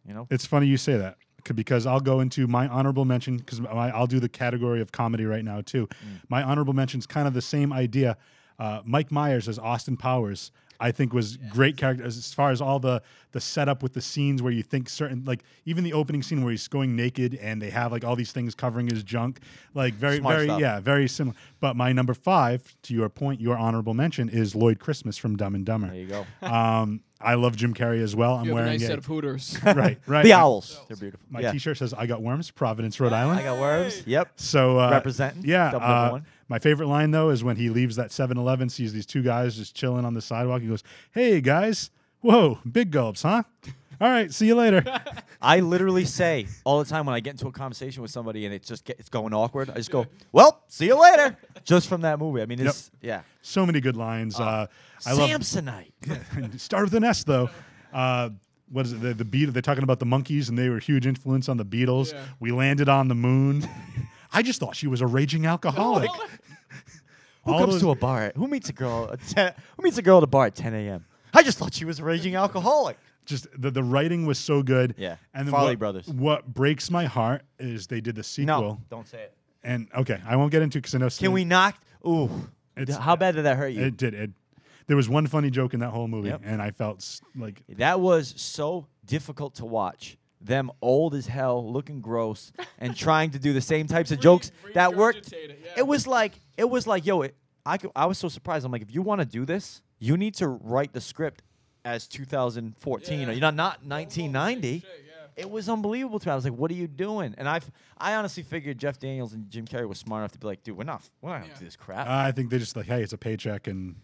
[SPEAKER 4] You know.
[SPEAKER 3] It's funny you say that c- because I'll go into my honorable mention because I'll do the category of comedy right now too.
[SPEAKER 5] Mm.
[SPEAKER 3] My honorable mention's kind of the same idea. Uh, Mike Myers as Austin Powers, I think, was great character as, as far as all the the setup with the scenes where you think certain like even the opening scene where he's going naked and they have like all these things covering his junk, like very
[SPEAKER 4] Smart
[SPEAKER 3] very
[SPEAKER 4] stuff.
[SPEAKER 3] yeah very similar. But my number five, to your point, your honorable mention is Lloyd Christmas from Dumb and Dumber.
[SPEAKER 4] There you go.
[SPEAKER 3] Um, I love Jim Carrey as well. I'm
[SPEAKER 5] You have a
[SPEAKER 3] wearing
[SPEAKER 5] nice
[SPEAKER 3] it.
[SPEAKER 5] set of Hooters.
[SPEAKER 3] right, right.
[SPEAKER 4] the
[SPEAKER 3] I-
[SPEAKER 4] owls. They're beautiful.
[SPEAKER 3] my
[SPEAKER 4] yeah.
[SPEAKER 3] T-shirt says "I got worms," Providence, Rhode
[SPEAKER 4] I
[SPEAKER 3] Island.
[SPEAKER 4] got worms. Yep.
[SPEAKER 3] So uh,
[SPEAKER 4] Representing.
[SPEAKER 3] yeah.
[SPEAKER 4] Double
[SPEAKER 3] uh,
[SPEAKER 4] one.
[SPEAKER 3] my favorite line though is when he leaves that 7-Eleven, sees these two guys just chilling on the sidewalk. He goes, "Hey guys, whoa, big gulps, huh? All right, see you later."
[SPEAKER 4] I literally say all the time when I get into a conversation with somebody and it's just get, it's going awkward. I just go, "Well, see you later." Just from that movie. I mean, it's
[SPEAKER 3] so many good lines.
[SPEAKER 4] Ah.
[SPEAKER 3] Uh,
[SPEAKER 4] yeah.
[SPEAKER 3] I love.
[SPEAKER 4] Samsonite.
[SPEAKER 3] Start with an S though. Uh, what is it? The, the Beat- They're talking about the monkeys, and they were a huge influence on the Beatles.
[SPEAKER 5] Yeah.
[SPEAKER 3] We landed on the moon. I just thought she was a raging alcoholic.
[SPEAKER 4] Who
[SPEAKER 3] All
[SPEAKER 4] comes
[SPEAKER 3] those-
[SPEAKER 4] to a bar? At, who meets a girl? At 10, who meets a girl at a bar at 10 a.m.? I just thought she was a raging alcoholic.
[SPEAKER 3] just the, the writing was so good.
[SPEAKER 4] Yeah.
[SPEAKER 3] And then
[SPEAKER 4] Farley
[SPEAKER 3] what,
[SPEAKER 4] Brothers.
[SPEAKER 3] What breaks my heart is they did the sequel.
[SPEAKER 4] No, don't say it.
[SPEAKER 3] And okay, I won't get into because I know.
[SPEAKER 4] Can we knock? Ooh,
[SPEAKER 3] It's-
[SPEAKER 4] how bad did that hurt you?
[SPEAKER 3] It did. It. There was one funny joke in that whole movie,
[SPEAKER 4] Yep.
[SPEAKER 3] and I felt s- like
[SPEAKER 4] That was so difficult to watch. Them old as hell, looking gross, and trying to do the same types of jokes that worked.
[SPEAKER 5] regurgitate it, yeah.
[SPEAKER 4] was like it was like yo, it, I could, I was so surprised. I'm like, if you want to do this, you need to write the script as 2014 or
[SPEAKER 5] Yeah.
[SPEAKER 4] you're not not 1990.
[SPEAKER 5] Shit, yeah.
[SPEAKER 4] It was unbelievable to me. I was like, "What are you doing?" And I, I honestly figured Jeff Daniels and Jim Carrey was smart enough to be like, "Dude, we're not, we're not gonna
[SPEAKER 5] Yeah.
[SPEAKER 4] do this crap."
[SPEAKER 3] I think they just like, hey, it's a paycheck, and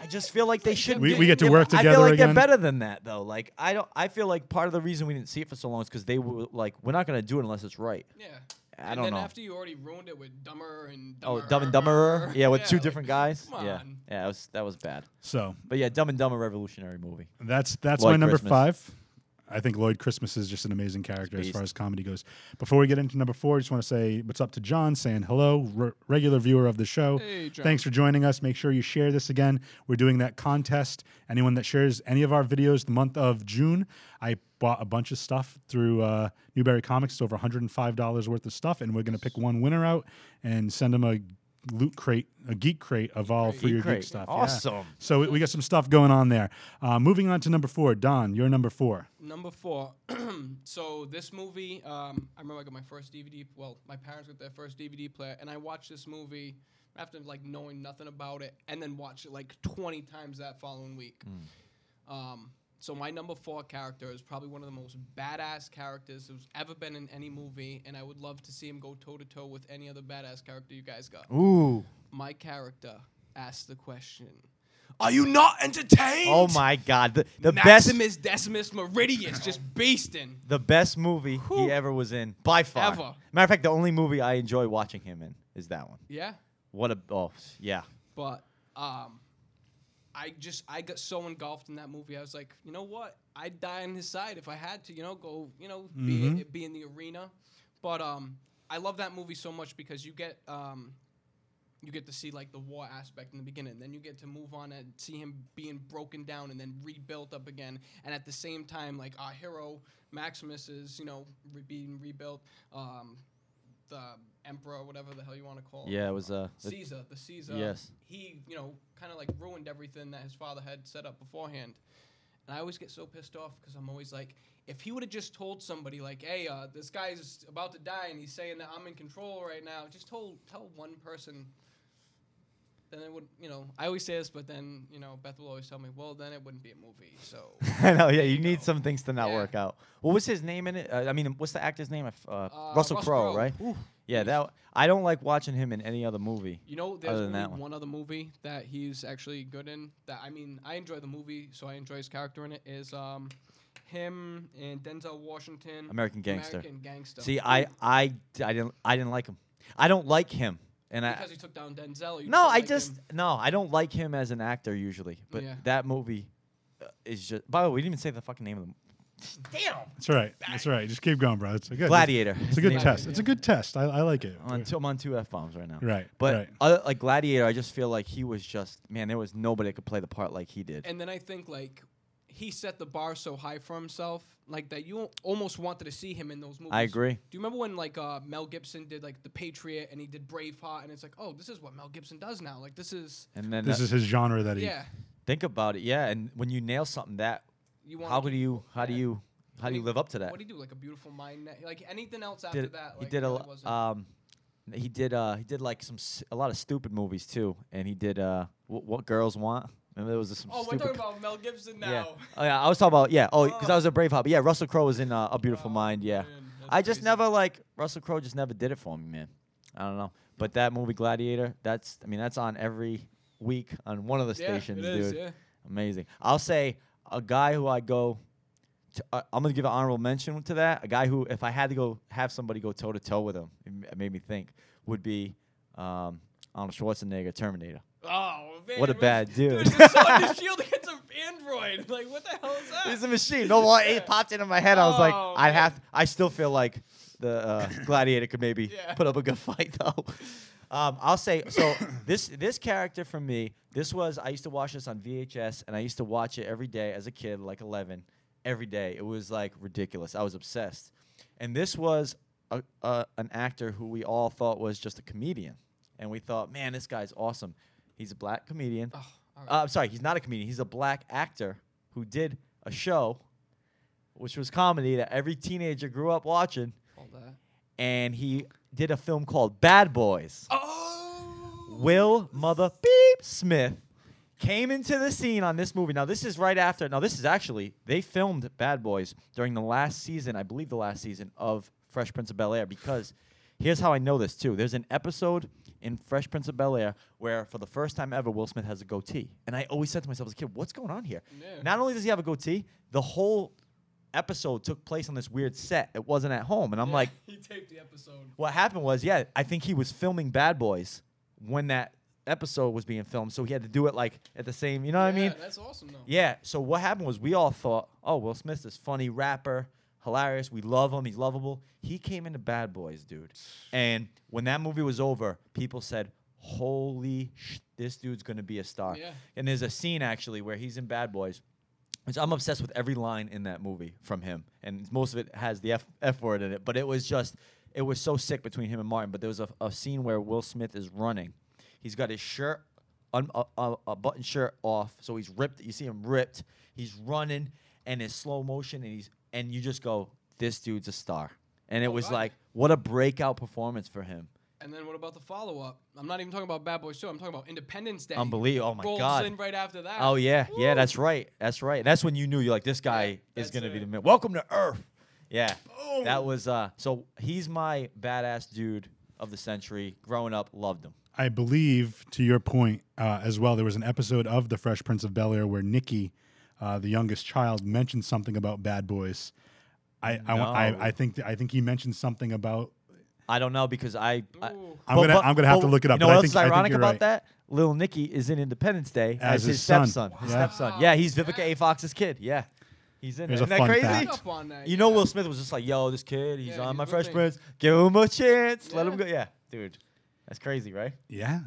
[SPEAKER 4] I just feel like they should.
[SPEAKER 3] We-
[SPEAKER 4] be-
[SPEAKER 3] we get to
[SPEAKER 4] yeah,
[SPEAKER 3] work
[SPEAKER 4] I
[SPEAKER 3] together
[SPEAKER 4] feel like
[SPEAKER 3] again.
[SPEAKER 4] they're better than that, though. Like I don't. I feel like part of the reason we didn't see it for so long is because they were like, "We're not gonna do it unless it's right,"
[SPEAKER 5] Yeah.
[SPEAKER 4] I
[SPEAKER 5] and
[SPEAKER 4] don't
[SPEAKER 5] then
[SPEAKER 4] know.
[SPEAKER 5] after you already ruined it with Dumber and
[SPEAKER 4] oh,
[SPEAKER 5] Dumber.
[SPEAKER 4] Dumb and Dumberer. Yeah, with two
[SPEAKER 5] like,
[SPEAKER 4] different guys.
[SPEAKER 5] come
[SPEAKER 4] Yeah,
[SPEAKER 5] on.
[SPEAKER 4] yeah, that was that was bad.
[SPEAKER 3] So
[SPEAKER 4] But yeah, Dumb and Dumber revolutionary movie.
[SPEAKER 3] That's that's
[SPEAKER 4] Lloyd
[SPEAKER 3] my number
[SPEAKER 4] Christmas.
[SPEAKER 3] five. I think Lloyd Christmas is just an amazing character as
[SPEAKER 4] beast.
[SPEAKER 3] far as comedy goes. Before we get into number four, I just want to say what's up to John, saying hello, re- regular viewer of the show.
[SPEAKER 5] Hey, John.
[SPEAKER 3] Thanks for joining us. Make sure you share this again. We're doing that contest. Anyone that shares any of our videos the month of June, I bought a bunch of stuff through uh, Newberry Comics. It's over $105 worth of stuff, and we're going to pick one winner out and send them a loot crate, a geek crate of all for your
[SPEAKER 4] Great.
[SPEAKER 3] geek stuff. Yeah.
[SPEAKER 4] Awesome.
[SPEAKER 3] So we, we got some stuff going on there. Uh, moving on to number four, Don, you're number four.
[SPEAKER 5] Number four. so this movie, um, I remember I got my first DVD. Well, my parents got their first DVD player, and I watched this movie after like knowing nothing about it, and then watched it like 20 times that following week. Um, so my number four character is probably one of the most badass characters who's ever been in any movie, and I would love to see him go toe to toe with any other badass character you guys got.
[SPEAKER 4] Ooh.
[SPEAKER 5] My character asked the question. Are you not entertained?
[SPEAKER 4] Oh my God. The, the best.
[SPEAKER 5] Maximus Decimus Meridius just beasting.
[SPEAKER 4] The best movie he ever was in by far.
[SPEAKER 5] Ever.
[SPEAKER 4] Matter of fact, the only movie I enjoy watching him in is that one.
[SPEAKER 5] Yeah,
[SPEAKER 4] What a oh yeah.
[SPEAKER 5] but um, I just I got so engulfed in that movie. I was like, you know what? I'd die on his side if I had to. You know, go you know be be in the arena. But um, I love that movie so much because you get um, you get to see like the war aspect in the beginning. Then you get to move on and see him being broken down and then rebuilt up again. And at the same time, like our hero Maximus is, you know, re- being rebuilt. Um, the emperor, whatever the hell you want to call. him.
[SPEAKER 4] Yeah, it was uh the-
[SPEAKER 5] Caesar, the Caesar.
[SPEAKER 4] Yes.
[SPEAKER 5] He, you know, kind of like ruined everything that his father had set up beforehand. And I always get so pissed off because I'm always like, if he would have just told somebody like, "Hey, uh, this guy's about to die," and he's saying that I'm in control right now, just told tell one person. Then it would, you know. I always say this, but then you know, Beth will always tell me, "Well, then it wouldn't be a movie." So
[SPEAKER 4] I know, yeah, you need some things to not
[SPEAKER 5] Yeah.
[SPEAKER 4] work out. What was his name in it? Uh, I mean, what's the actor's name? I f- Uh,
[SPEAKER 5] Russell
[SPEAKER 4] Russell Crowe,
[SPEAKER 5] Crowe.
[SPEAKER 4] right? Yeah, that I don't like watching him in any other movie.
[SPEAKER 5] you know,
[SPEAKER 4] Other
[SPEAKER 5] there's
[SPEAKER 4] than
[SPEAKER 5] only
[SPEAKER 4] that
[SPEAKER 5] one.
[SPEAKER 4] one.
[SPEAKER 5] other movie that he's actually good in. That I mean, I enjoy the movie, so I enjoy his character in it. Is um, him and Denzel Washington.
[SPEAKER 4] American Gangster.
[SPEAKER 5] American Gangster.
[SPEAKER 4] See, I, I d- I didn't I didn't like him. I don't like him. And I
[SPEAKER 5] because he took down Denzel. you
[SPEAKER 4] No,
[SPEAKER 5] don't
[SPEAKER 4] I
[SPEAKER 5] like
[SPEAKER 4] just
[SPEAKER 5] him.
[SPEAKER 4] no, I don't like him as an actor usually. But
[SPEAKER 5] Yeah.
[SPEAKER 4] that movie uh, is just By the way, we didn't even say the fucking name of the
[SPEAKER 3] That's all right. That's all right. Just keep going, bro. It's a good
[SPEAKER 4] Gladiator.
[SPEAKER 3] It's a
[SPEAKER 4] His
[SPEAKER 3] good
[SPEAKER 4] name-
[SPEAKER 3] test. It's a good test. I, I like it.
[SPEAKER 4] I'm on two, I'm on two f bombs right now.
[SPEAKER 3] Right,
[SPEAKER 4] But
[SPEAKER 3] right.
[SPEAKER 4] other- like Gladiator, I just feel like he was just man. There was nobody that could play the part like he did.
[SPEAKER 5] And then I think like he set the bar so high for himself, like that you almost wanted to see him in those movies.
[SPEAKER 4] I agree.
[SPEAKER 5] Do you remember when like uh, Mel Gibson did like The Patriot and he did Braveheart, and it's like, oh, this is what Mel Gibson does now. Like this is,
[SPEAKER 4] And then
[SPEAKER 3] This
[SPEAKER 4] uh,
[SPEAKER 3] is his genre that he.
[SPEAKER 5] yeah.
[SPEAKER 4] think about it. Yeah, and when you nail something that,
[SPEAKER 5] You
[SPEAKER 4] how
[SPEAKER 5] to
[SPEAKER 4] do you how do
[SPEAKER 5] yeah.
[SPEAKER 4] you how do you
[SPEAKER 5] mean,
[SPEAKER 4] live up to that?
[SPEAKER 5] What do you do? Like a beautiful mind, Ne- like anything else after
[SPEAKER 4] did,
[SPEAKER 5] that? Like,
[SPEAKER 4] he did a
[SPEAKER 5] really
[SPEAKER 4] lo-
[SPEAKER 5] wasn't-
[SPEAKER 4] um, he did uh he did like some s- a lot of stupid movies too, and he did uh what, what girls want. Remember there was some
[SPEAKER 5] oh, we're
[SPEAKER 4] stupid.
[SPEAKER 5] talking about Mel Gibson now.
[SPEAKER 4] Yeah. Oh yeah, I was talking about yeah. Oh, because I was a Braveheart. But yeah, Russell Crowe was in uh, A Beautiful Mind. Yeah,
[SPEAKER 5] Oh, man, that's
[SPEAKER 4] I just
[SPEAKER 5] crazy.
[SPEAKER 4] never like Russell Crowe. Just never did it for me, man. I don't know. But that movie Gladiator, that's I mean that's on every week on one of the
[SPEAKER 5] Yeah, it
[SPEAKER 4] stations,
[SPEAKER 5] is,
[SPEAKER 4] dude.
[SPEAKER 5] yeah.
[SPEAKER 4] Amazing. I'll say a guy who I go. To, uh, I'm gonna give an honorable mention to that. A guy who, if I had to go have somebody go toe to toe with him, it m- it made me think would be um, Arnold Schwarzenegger, Terminator.
[SPEAKER 5] Oh man,
[SPEAKER 4] What a
[SPEAKER 5] man.
[SPEAKER 4] bad dude.
[SPEAKER 5] Dude, just on the shield against an android. Like, what the hell is that?
[SPEAKER 4] He's a machine. No, well, it popped into my head. I was like,
[SPEAKER 5] Oh,
[SPEAKER 4] I
[SPEAKER 5] man.
[SPEAKER 4] have. I still feel like the uh, gladiator could maybe
[SPEAKER 5] Yeah.
[SPEAKER 4] put up a good fight though. Um, I'll say so. This this character for me, this was I used to watch this on VHS, and I used to watch it every day as a kid, like 11, every day. It was like ridiculous. I was obsessed, and this was a, a, an actor who we all thought was just a comedian, and we thought, man, this guy's awesome. He's a black comedian.
[SPEAKER 5] all
[SPEAKER 4] Uh, I'm sorry, he's not a comedian. He's a black actor who did a show, which was comedy that every teenager grew up watching,
[SPEAKER 5] All that.
[SPEAKER 4] and he did a film called Bad Boys.
[SPEAKER 5] Oh.
[SPEAKER 4] Will Mother Beep Smith came into the scene on this movie. Now this is right after. Now this is actually they filmed Bad Boys during the last season, I believe the last season of Fresh Prince of Bel Air because here's how I know this too. There's an episode in Fresh Prince of Bel Air where for the first time ever Will Smith has a goatee, and I always said to myself as a kid, "What's going on here?"
[SPEAKER 5] Yeah.
[SPEAKER 4] Not only does he have a goatee, the whole episode took place on this weird set. It wasn't at home, and I'm like,
[SPEAKER 5] he taped the episode.
[SPEAKER 4] what happened was, yeah, I think he was filming Bad Boys when that episode was being filmed, so he had to do it like at the same. You know what I
[SPEAKER 5] yeah,
[SPEAKER 4] mean?
[SPEAKER 5] that's awesome though.
[SPEAKER 4] Yeah. So what happened was we all thought, oh, Will Smith's this funny rapper, hilarious. We love him. He's lovable. He came into Bad Boys, dude. And when that movie was over, people said, holy, sh- this dude's gonna be a star.
[SPEAKER 5] Yeah.
[SPEAKER 4] And there's a scene actually where he's in Bad Boys. which I'm obsessed with every line in that movie from him, and most of it has the f f word in it. But it was just, it was so sick between him and Martin. But there was a, a scene where Will Smith is running. He's got his shirt, un, a, a, a button shirt off, so he's ripped. You see him ripped. He's running, and it's slow motion, and he's and you just go, this dude's a star. And it was
[SPEAKER 5] God.
[SPEAKER 4] like, what a breakout performance for him.
[SPEAKER 5] And then what about the follow up? I'm not even talking about Bad Boys Show. I'm talking about Independence Day.
[SPEAKER 4] Unbelievable. Oh my
[SPEAKER 5] Rolls
[SPEAKER 4] God.
[SPEAKER 5] in right after that.
[SPEAKER 4] Oh yeah, yeah,
[SPEAKER 5] Woo.
[SPEAKER 4] that's right, that's right. That's when you knew you're like, this guy is
[SPEAKER 5] that's
[SPEAKER 4] gonna be
[SPEAKER 5] it.
[SPEAKER 4] the man. Welcome to Earth. Yeah, that was uh. So he's my badass dude of the century. Growing up, loved him.
[SPEAKER 3] I believe, to your point uh, as well, there was an episode of The Fresh Prince of Bel Air where Nikki, uh, the youngest child, mentioned something about Bad Boys. I I, wa-
[SPEAKER 4] No.
[SPEAKER 3] I, I think I think he mentioned something about.
[SPEAKER 4] I don't know because I. I
[SPEAKER 5] Ooh.
[SPEAKER 3] I'm gonna I'm gonna have to look it up.
[SPEAKER 4] You know
[SPEAKER 3] but
[SPEAKER 4] what
[SPEAKER 3] I
[SPEAKER 4] else
[SPEAKER 3] think,
[SPEAKER 4] is
[SPEAKER 3] I think
[SPEAKER 4] ironic
[SPEAKER 3] you're
[SPEAKER 4] about
[SPEAKER 3] right.
[SPEAKER 4] that? Little Nicky is in Independence Day
[SPEAKER 3] As
[SPEAKER 4] as,
[SPEAKER 3] his
[SPEAKER 4] his,
[SPEAKER 3] son.
[SPEAKER 4] stepson. His
[SPEAKER 3] Wow.
[SPEAKER 4] stepson. Yeah, he's Vivica A. Fox's kid. Yeah, he's in.
[SPEAKER 3] Here's
[SPEAKER 4] There. Isn't
[SPEAKER 3] a
[SPEAKER 4] that
[SPEAKER 3] fun
[SPEAKER 4] crazy?
[SPEAKER 3] fact.
[SPEAKER 5] Up on that,
[SPEAKER 4] You know,
[SPEAKER 5] yeah.
[SPEAKER 4] Will Smith was just like, "Yo, this kid, he's
[SPEAKER 5] Yeah,
[SPEAKER 4] on
[SPEAKER 5] he's
[SPEAKER 4] my Fresh
[SPEAKER 5] moving.
[SPEAKER 4] Prince. Give him a chance. Let him
[SPEAKER 5] Yeah.
[SPEAKER 4] go." Yeah, dude, that's crazy, right?
[SPEAKER 3] Yeah,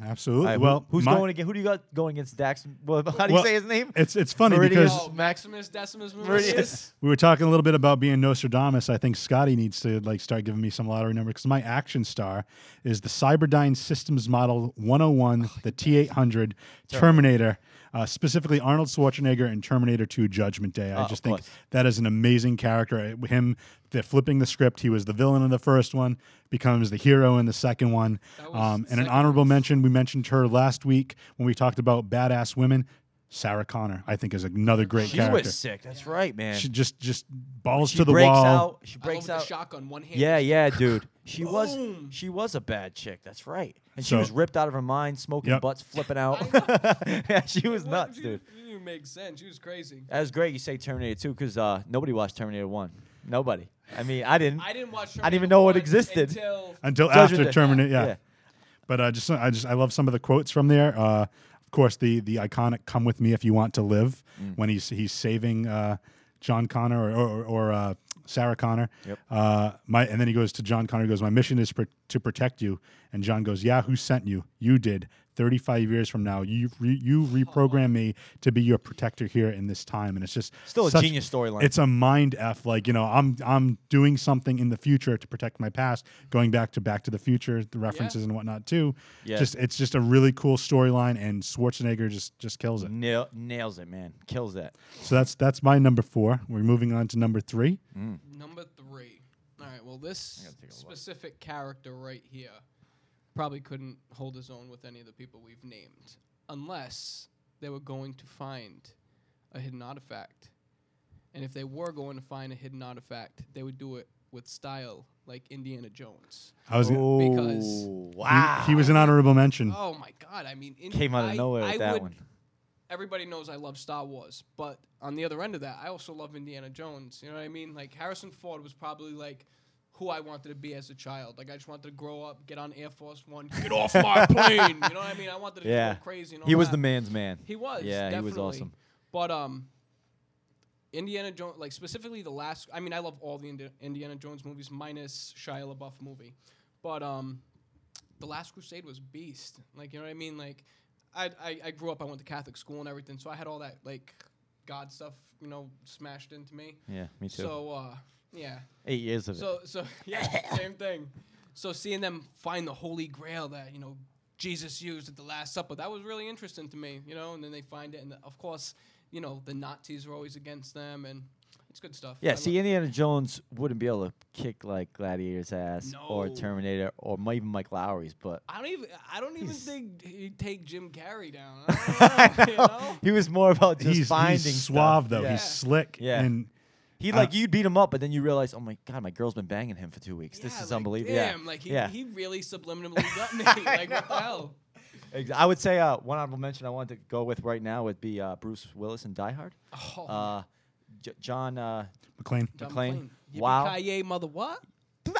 [SPEAKER 4] All
[SPEAKER 3] absolutely.
[SPEAKER 4] right, who-
[SPEAKER 3] well,
[SPEAKER 4] who's
[SPEAKER 3] my-
[SPEAKER 4] going against? Who do you got going against? Dax? Well, how do you
[SPEAKER 3] Well,
[SPEAKER 4] say his name?
[SPEAKER 3] It's it's funny
[SPEAKER 4] Meridian-
[SPEAKER 3] because
[SPEAKER 5] Oh, Maximus Decimus
[SPEAKER 4] Meridian.
[SPEAKER 5] Meridius.
[SPEAKER 3] we were talking a little bit about being Nostradamus. I think Scotty needs to like start giving me some lottery number because my action star is the Cyberdyne Systems Model
[SPEAKER 4] Oh,
[SPEAKER 3] 101, the T800 Terminator, uh, specifically Arnold Schwarzenegger in Terminator 2: Judgment Day. I
[SPEAKER 4] Oh, of
[SPEAKER 3] just think
[SPEAKER 4] course.
[SPEAKER 3] that is an amazing character. I- Him, the flipping the script. He was the villain in the first one, becomes the hero in the second one.
[SPEAKER 5] That was
[SPEAKER 3] Um,
[SPEAKER 5] the
[SPEAKER 3] and an
[SPEAKER 5] second
[SPEAKER 3] honorable mention. We mentioned her last week when we talked about badass women. Sarah Connor, I think, is another great
[SPEAKER 4] she
[SPEAKER 3] character.
[SPEAKER 4] was sick. That's right, man.
[SPEAKER 3] She just just balls
[SPEAKER 4] She
[SPEAKER 3] to the
[SPEAKER 4] breaks
[SPEAKER 3] wall.
[SPEAKER 4] out. She
[SPEAKER 5] I love
[SPEAKER 4] breaks
[SPEAKER 5] the
[SPEAKER 4] out.
[SPEAKER 5] shotgun one hand.
[SPEAKER 4] Yeah, yeah, dude. She was
[SPEAKER 5] Boom.
[SPEAKER 4] she was a bad chick. That's right. And she
[SPEAKER 3] So-
[SPEAKER 4] was ripped out of her mind, smoking
[SPEAKER 3] Yep.
[SPEAKER 4] butts, flipping out. yeah, she was nuts, dude.
[SPEAKER 5] It didn't even make sense. She was crazy.
[SPEAKER 4] That was great. You say Terminator 2 because uh, nobody watched Terminator 1. Nobody. I mean, I didn't.
[SPEAKER 5] I didn't watch.
[SPEAKER 4] I didn't even
[SPEAKER 5] Terminator
[SPEAKER 4] know it
[SPEAKER 5] one
[SPEAKER 4] existed.
[SPEAKER 5] until
[SPEAKER 3] until
[SPEAKER 4] Judgment
[SPEAKER 3] after
[SPEAKER 4] Day.
[SPEAKER 3] Terminator. Yeah.
[SPEAKER 4] Yeah.
[SPEAKER 3] But uh, just I just I love some of the quotes from there. Uh, of course, the the iconic "Come with me if you want to live"
[SPEAKER 4] Mm.
[SPEAKER 3] when he's he's saving uh, John Connor or or, or uh, Sarah Connor.
[SPEAKER 4] Yep.
[SPEAKER 3] Uh, my and then he goes to John Connor. He goes, "My mission is pro- to protect you." And John goes, "Yeah, who sent you? You did." 35 years from now, you re- you reprogram me to be your protector here in this time, and it's just
[SPEAKER 4] Oh. Still a
[SPEAKER 3] such-
[SPEAKER 4] genius storyline.
[SPEAKER 3] It's a mind f. Like you know, I'm I'm doing something in the future to protect my past. Going back to Back to the Future, the references and whatnot too.
[SPEAKER 4] Yeah.
[SPEAKER 3] Just it's just a really cool storyline, and Schwarzenegger just just kills it.
[SPEAKER 4] Nail, nails it, man. Kills that.
[SPEAKER 3] So that's that's my number four. We're moving on to number three.
[SPEAKER 4] Mm-hmm.
[SPEAKER 5] number three. All right. Well, this
[SPEAKER 4] gotta take a look.
[SPEAKER 5] specific character right here probably couldn't hold his own with any of the people we've named, unless they were going to find a hidden artifact. And if they were going to find a hidden artifact, they would do it with style, like Indiana Jones.
[SPEAKER 3] I was he-
[SPEAKER 5] Because-
[SPEAKER 4] Oh,
[SPEAKER 3] he,
[SPEAKER 4] wow.
[SPEAKER 3] was an honorable mention.
[SPEAKER 5] Oh my God! I mean, in-
[SPEAKER 4] Came out of
[SPEAKER 5] I-
[SPEAKER 4] nowhere with
[SPEAKER 5] I
[SPEAKER 4] that
[SPEAKER 5] would-
[SPEAKER 4] one.
[SPEAKER 5] Everybody knows I love Star Wars, but on the other end of that, I also love Indiana Jones. You know what I mean? Like Harrison Ford was probably like who I wanted to be as a child. Like I just wanted to grow up, get on Air Force One, get off my plane. You know what I mean? I wanted to
[SPEAKER 4] Yeah.
[SPEAKER 5] go crazy. And all
[SPEAKER 4] He was
[SPEAKER 5] that.
[SPEAKER 4] the man's man.
[SPEAKER 5] He was.
[SPEAKER 4] Yeah, he was
[SPEAKER 5] definitely.
[SPEAKER 4] awesome.
[SPEAKER 5] But um, Indiana Jones, like specifically the last. I mean, I love all the Indi- Indiana Jones movies, minus Shia LaBeouf movie. But um, the Last Crusade was beast. Like you know what I mean? Like, I I, I grew up. I went to Catholic school and everything, so I had all that like God stuff, you know, smashed into me.
[SPEAKER 4] Yeah, me too.
[SPEAKER 5] So uh, yeah.
[SPEAKER 4] Eight years of it.
[SPEAKER 5] So so yeah, same thing. So seeing them find the holy grail that, you know, Jesus used at the last supper, that was really interesting to me, you know, and then they find it and of course, you know, the Nazis were always against them and it's good stuff. I
[SPEAKER 4] Yeah,
[SPEAKER 5] lo-
[SPEAKER 4] see, Indiana Jones wouldn't be able to kick like Gladiator's ass or
[SPEAKER 5] No.
[SPEAKER 4] Terminator or mi- even Mike Lowry's, but
[SPEAKER 5] I don't even I don't even think he'd take Jim Carrey down.
[SPEAKER 4] I
[SPEAKER 5] I don't know, you know?
[SPEAKER 4] he was more about just
[SPEAKER 3] he's,
[SPEAKER 4] finding
[SPEAKER 3] he's suave
[SPEAKER 4] stuff.
[SPEAKER 3] though.
[SPEAKER 4] Yeah.
[SPEAKER 3] He's slick.
[SPEAKER 4] Yeah.
[SPEAKER 3] And
[SPEAKER 4] he like you'd beat him up, but then you realize, oh my god, my girl's been banging him for two weeks. this
[SPEAKER 5] Yeah,
[SPEAKER 4] is
[SPEAKER 5] like,
[SPEAKER 4] unbelievable.
[SPEAKER 5] Damn,
[SPEAKER 4] yeah,
[SPEAKER 5] like he,
[SPEAKER 4] yeah.
[SPEAKER 5] he really subliminally got me. Like what the hell?
[SPEAKER 4] Ex- I would say uh, one honorable mention I wanted to go with right now would be uh, Bruce Willis in Die Hard.
[SPEAKER 5] Oh,
[SPEAKER 4] Uh, J- John. Uh,
[SPEAKER 3] McLean.
[SPEAKER 5] John
[SPEAKER 4] McClane.
[SPEAKER 5] McClane.
[SPEAKER 4] Wow.
[SPEAKER 5] Yippee-ki-yay, mother what?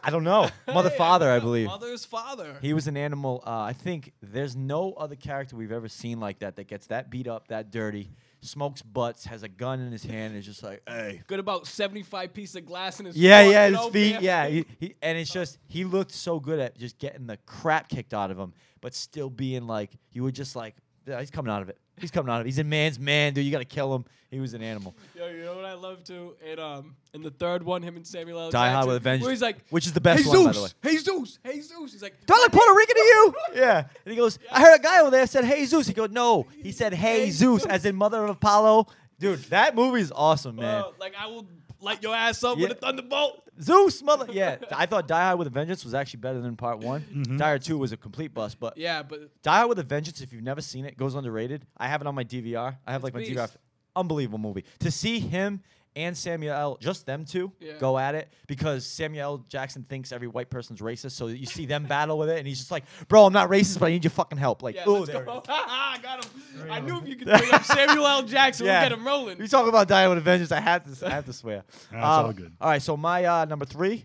[SPEAKER 4] I don't know. Mother,
[SPEAKER 5] Hey,
[SPEAKER 4] father, I
[SPEAKER 5] yeah,
[SPEAKER 4] believe.
[SPEAKER 5] Mother's father.
[SPEAKER 4] He was an animal. Uh, I think there's no other character we've ever seen like that that gets that beat up, that dirty, smokes butts, has a gun in his hand, and is just like, hey.
[SPEAKER 5] Good about 75 piece of glass in his
[SPEAKER 4] Yeah,
[SPEAKER 5] foot,
[SPEAKER 4] yeah,
[SPEAKER 5] you
[SPEAKER 4] his
[SPEAKER 5] know,
[SPEAKER 4] feet.
[SPEAKER 5] man.
[SPEAKER 4] Yeah, he, he, and it's just he looked so good at just getting the crap kicked out of him, but still being like, you were just like, "Yeah, he's coming out of it. He's coming out of it. He's a man's man, dude. You gotta kill him. He was an animal.
[SPEAKER 5] Yo, you know what I love too? And um, in the third one, him and Samuel L.
[SPEAKER 4] Die Hard
[SPEAKER 5] Jackson,
[SPEAKER 4] with a Vengeance,
[SPEAKER 5] Where he's like,
[SPEAKER 4] which is the best
[SPEAKER 5] hey
[SPEAKER 4] one, by the
[SPEAKER 5] Zeus, hey Zeus, hey Zeus. He's like,
[SPEAKER 4] Do I look Puerto Rican to you? Yeah. And he goes, I heard a guy over there said, Hey Zeus. He goes, No. He said, Hey
[SPEAKER 5] Hey,
[SPEAKER 4] Zeus,
[SPEAKER 5] Zeus.
[SPEAKER 4] as in mother of Apollo. Dude, that movie's awesome, man.
[SPEAKER 5] "Uh, like I will light your ass up
[SPEAKER 4] Yeah.
[SPEAKER 5] with a thunderbolt.
[SPEAKER 4] Zeus, mother. Yeah, I thought Die Hard with a Vengeance was actually better than Part One. Die Hard Two was a complete bust, but
[SPEAKER 5] Yeah, but
[SPEAKER 4] Die Hard with a Vengeance, if you've never seen it, goes underrated. I have it on my DVR. I have
[SPEAKER 5] It's
[SPEAKER 4] like my
[SPEAKER 5] beast.
[SPEAKER 4] DVR. Unbelievable movie. To see him and Samuel, L., just them two,
[SPEAKER 5] Yeah.
[SPEAKER 4] go at it because Samuel L. Jackson thinks every white person's racist, so you see them battle with it, and he's just like, "Bro, I'm not racist, but I need your fucking help." Like,
[SPEAKER 5] yeah,
[SPEAKER 4] oh,
[SPEAKER 5] let's
[SPEAKER 4] there.
[SPEAKER 5] go. I got him. I knew if you could bring up Samuel L. Jackson,
[SPEAKER 4] Yeah.
[SPEAKER 5] we'll get him rolling.
[SPEAKER 4] We talk about Die Hard with a Vengeance. I have to. I have to swear.
[SPEAKER 3] That's
[SPEAKER 4] Um,
[SPEAKER 3] all good.
[SPEAKER 4] All right, so my uh, number three.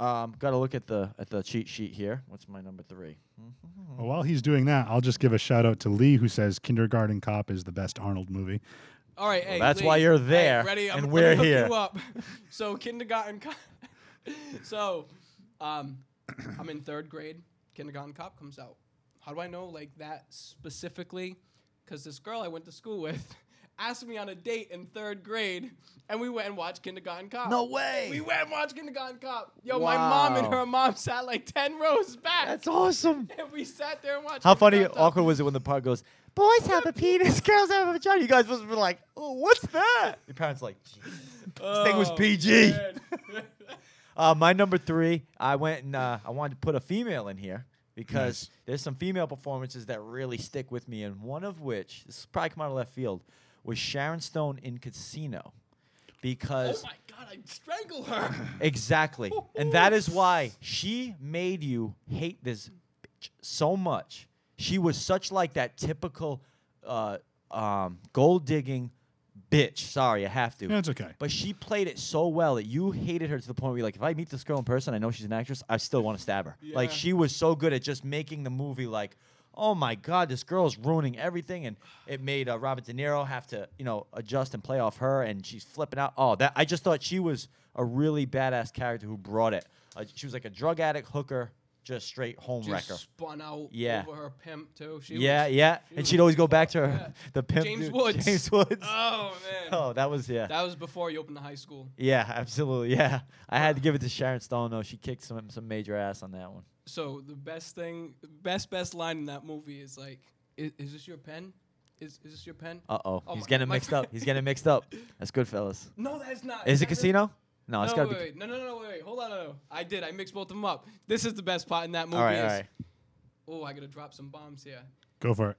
[SPEAKER 4] Um, got to look at the at the cheat sheet here. What's my number three?
[SPEAKER 3] Well, while he's doing that, I'll just give a shout out to Lee, who says Kindergarten Cop is the best Arnold movie.
[SPEAKER 5] All right, hey,
[SPEAKER 4] that's
[SPEAKER 5] Lee.
[SPEAKER 4] why you're
[SPEAKER 5] All right,
[SPEAKER 4] there,
[SPEAKER 5] ready? I'm
[SPEAKER 4] and
[SPEAKER 5] gonna
[SPEAKER 4] we're
[SPEAKER 5] hook
[SPEAKER 4] here.
[SPEAKER 5] You up. So kindergarten. Co- so, um, I'm in third grade. Kindergarten cop comes out. How do I know like that specifically? Because this girl I went to school with asked me on a date in third grade, and we went and watched Kindergarten Cop.
[SPEAKER 4] No way.
[SPEAKER 5] We went and watched Kindergarten Cop. Yo, my mom and
[SPEAKER 4] Wow.
[SPEAKER 5] her mom sat like ten rows back,
[SPEAKER 4] That's awesome.
[SPEAKER 5] and we sat there and watched.
[SPEAKER 4] How funny,
[SPEAKER 5] Kindergarten Cop.
[SPEAKER 4] awkward was it when the part goes, "Boys have a penis, girls have a vagina." You guys must have been like, "Oh, what's that?" Your parents like, "Jesus." "This thing was
[SPEAKER 5] Oh,
[SPEAKER 4] PG."
[SPEAKER 5] man.
[SPEAKER 4] Uh, my number three, I went and uh, I wanted to put a female in here because
[SPEAKER 3] Nice.
[SPEAKER 4] there's some female performances that really stick with me, and one of which, this is probably come out of left field, was Sharon Stone in Casino,
[SPEAKER 5] oh
[SPEAKER 4] because
[SPEAKER 3] Oh
[SPEAKER 5] my god, I'd strangle her.
[SPEAKER 4] Exactly. and that is why she made you hate this bitch so much. She was such like that typical uh, um, gold digging bitch. Sorry, I have to.
[SPEAKER 3] Yeah, it's okay.
[SPEAKER 4] But she played it so well that you hated her to the point where you're like, if I meet this girl in person, I know she's an actress, I still want to stab her. Like
[SPEAKER 5] Yeah.
[SPEAKER 4] she was so good at just making the movie like, oh my god, this girl's ruining everything, and it made uh, Robert De Niro have to you know adjust and play off her, and she's flipping out. Oh, that I just thought she was a really badass character who brought it. Uh, she was like a drug addict, hooker, just straight home
[SPEAKER 5] just
[SPEAKER 4] wrecker.
[SPEAKER 5] spun out
[SPEAKER 4] Yeah.
[SPEAKER 5] over her pimp too. She
[SPEAKER 4] Yeah,
[SPEAKER 5] was,
[SPEAKER 4] yeah,
[SPEAKER 5] she
[SPEAKER 4] and
[SPEAKER 5] was-
[SPEAKER 4] she'd always go back to her, the pimp
[SPEAKER 5] James
[SPEAKER 4] dude,
[SPEAKER 5] Woods.
[SPEAKER 4] James Woods.
[SPEAKER 5] Oh man,
[SPEAKER 4] oh, that was yeah.
[SPEAKER 5] that was before you opened the high school.
[SPEAKER 4] Yeah, absolutely. Yeah, I had to give it to Sharon Stone though. She kicked some some major ass on that one.
[SPEAKER 5] So the best thing, best best line in that movie is like, "Is, is this your pen? Is is this your pen?
[SPEAKER 4] Uh oh,
[SPEAKER 5] Oh
[SPEAKER 4] he's
[SPEAKER 5] my-
[SPEAKER 4] getting
[SPEAKER 5] my-
[SPEAKER 4] mixed up. He's getting mixed up. That's good, fellas.
[SPEAKER 5] no, that's not.
[SPEAKER 4] Is it
[SPEAKER 5] that
[SPEAKER 4] Casino? No, it's
[SPEAKER 5] No,
[SPEAKER 4] gotta
[SPEAKER 5] wait,
[SPEAKER 4] be.
[SPEAKER 5] wait, no, no, no, wait, wait. Hold on, no, no. I did. I mixed both of them up. This is the best part in that movie.
[SPEAKER 4] All right,
[SPEAKER 5] is,
[SPEAKER 4] all right.
[SPEAKER 5] Oh, I gotta drop some bombs here.
[SPEAKER 3] Go for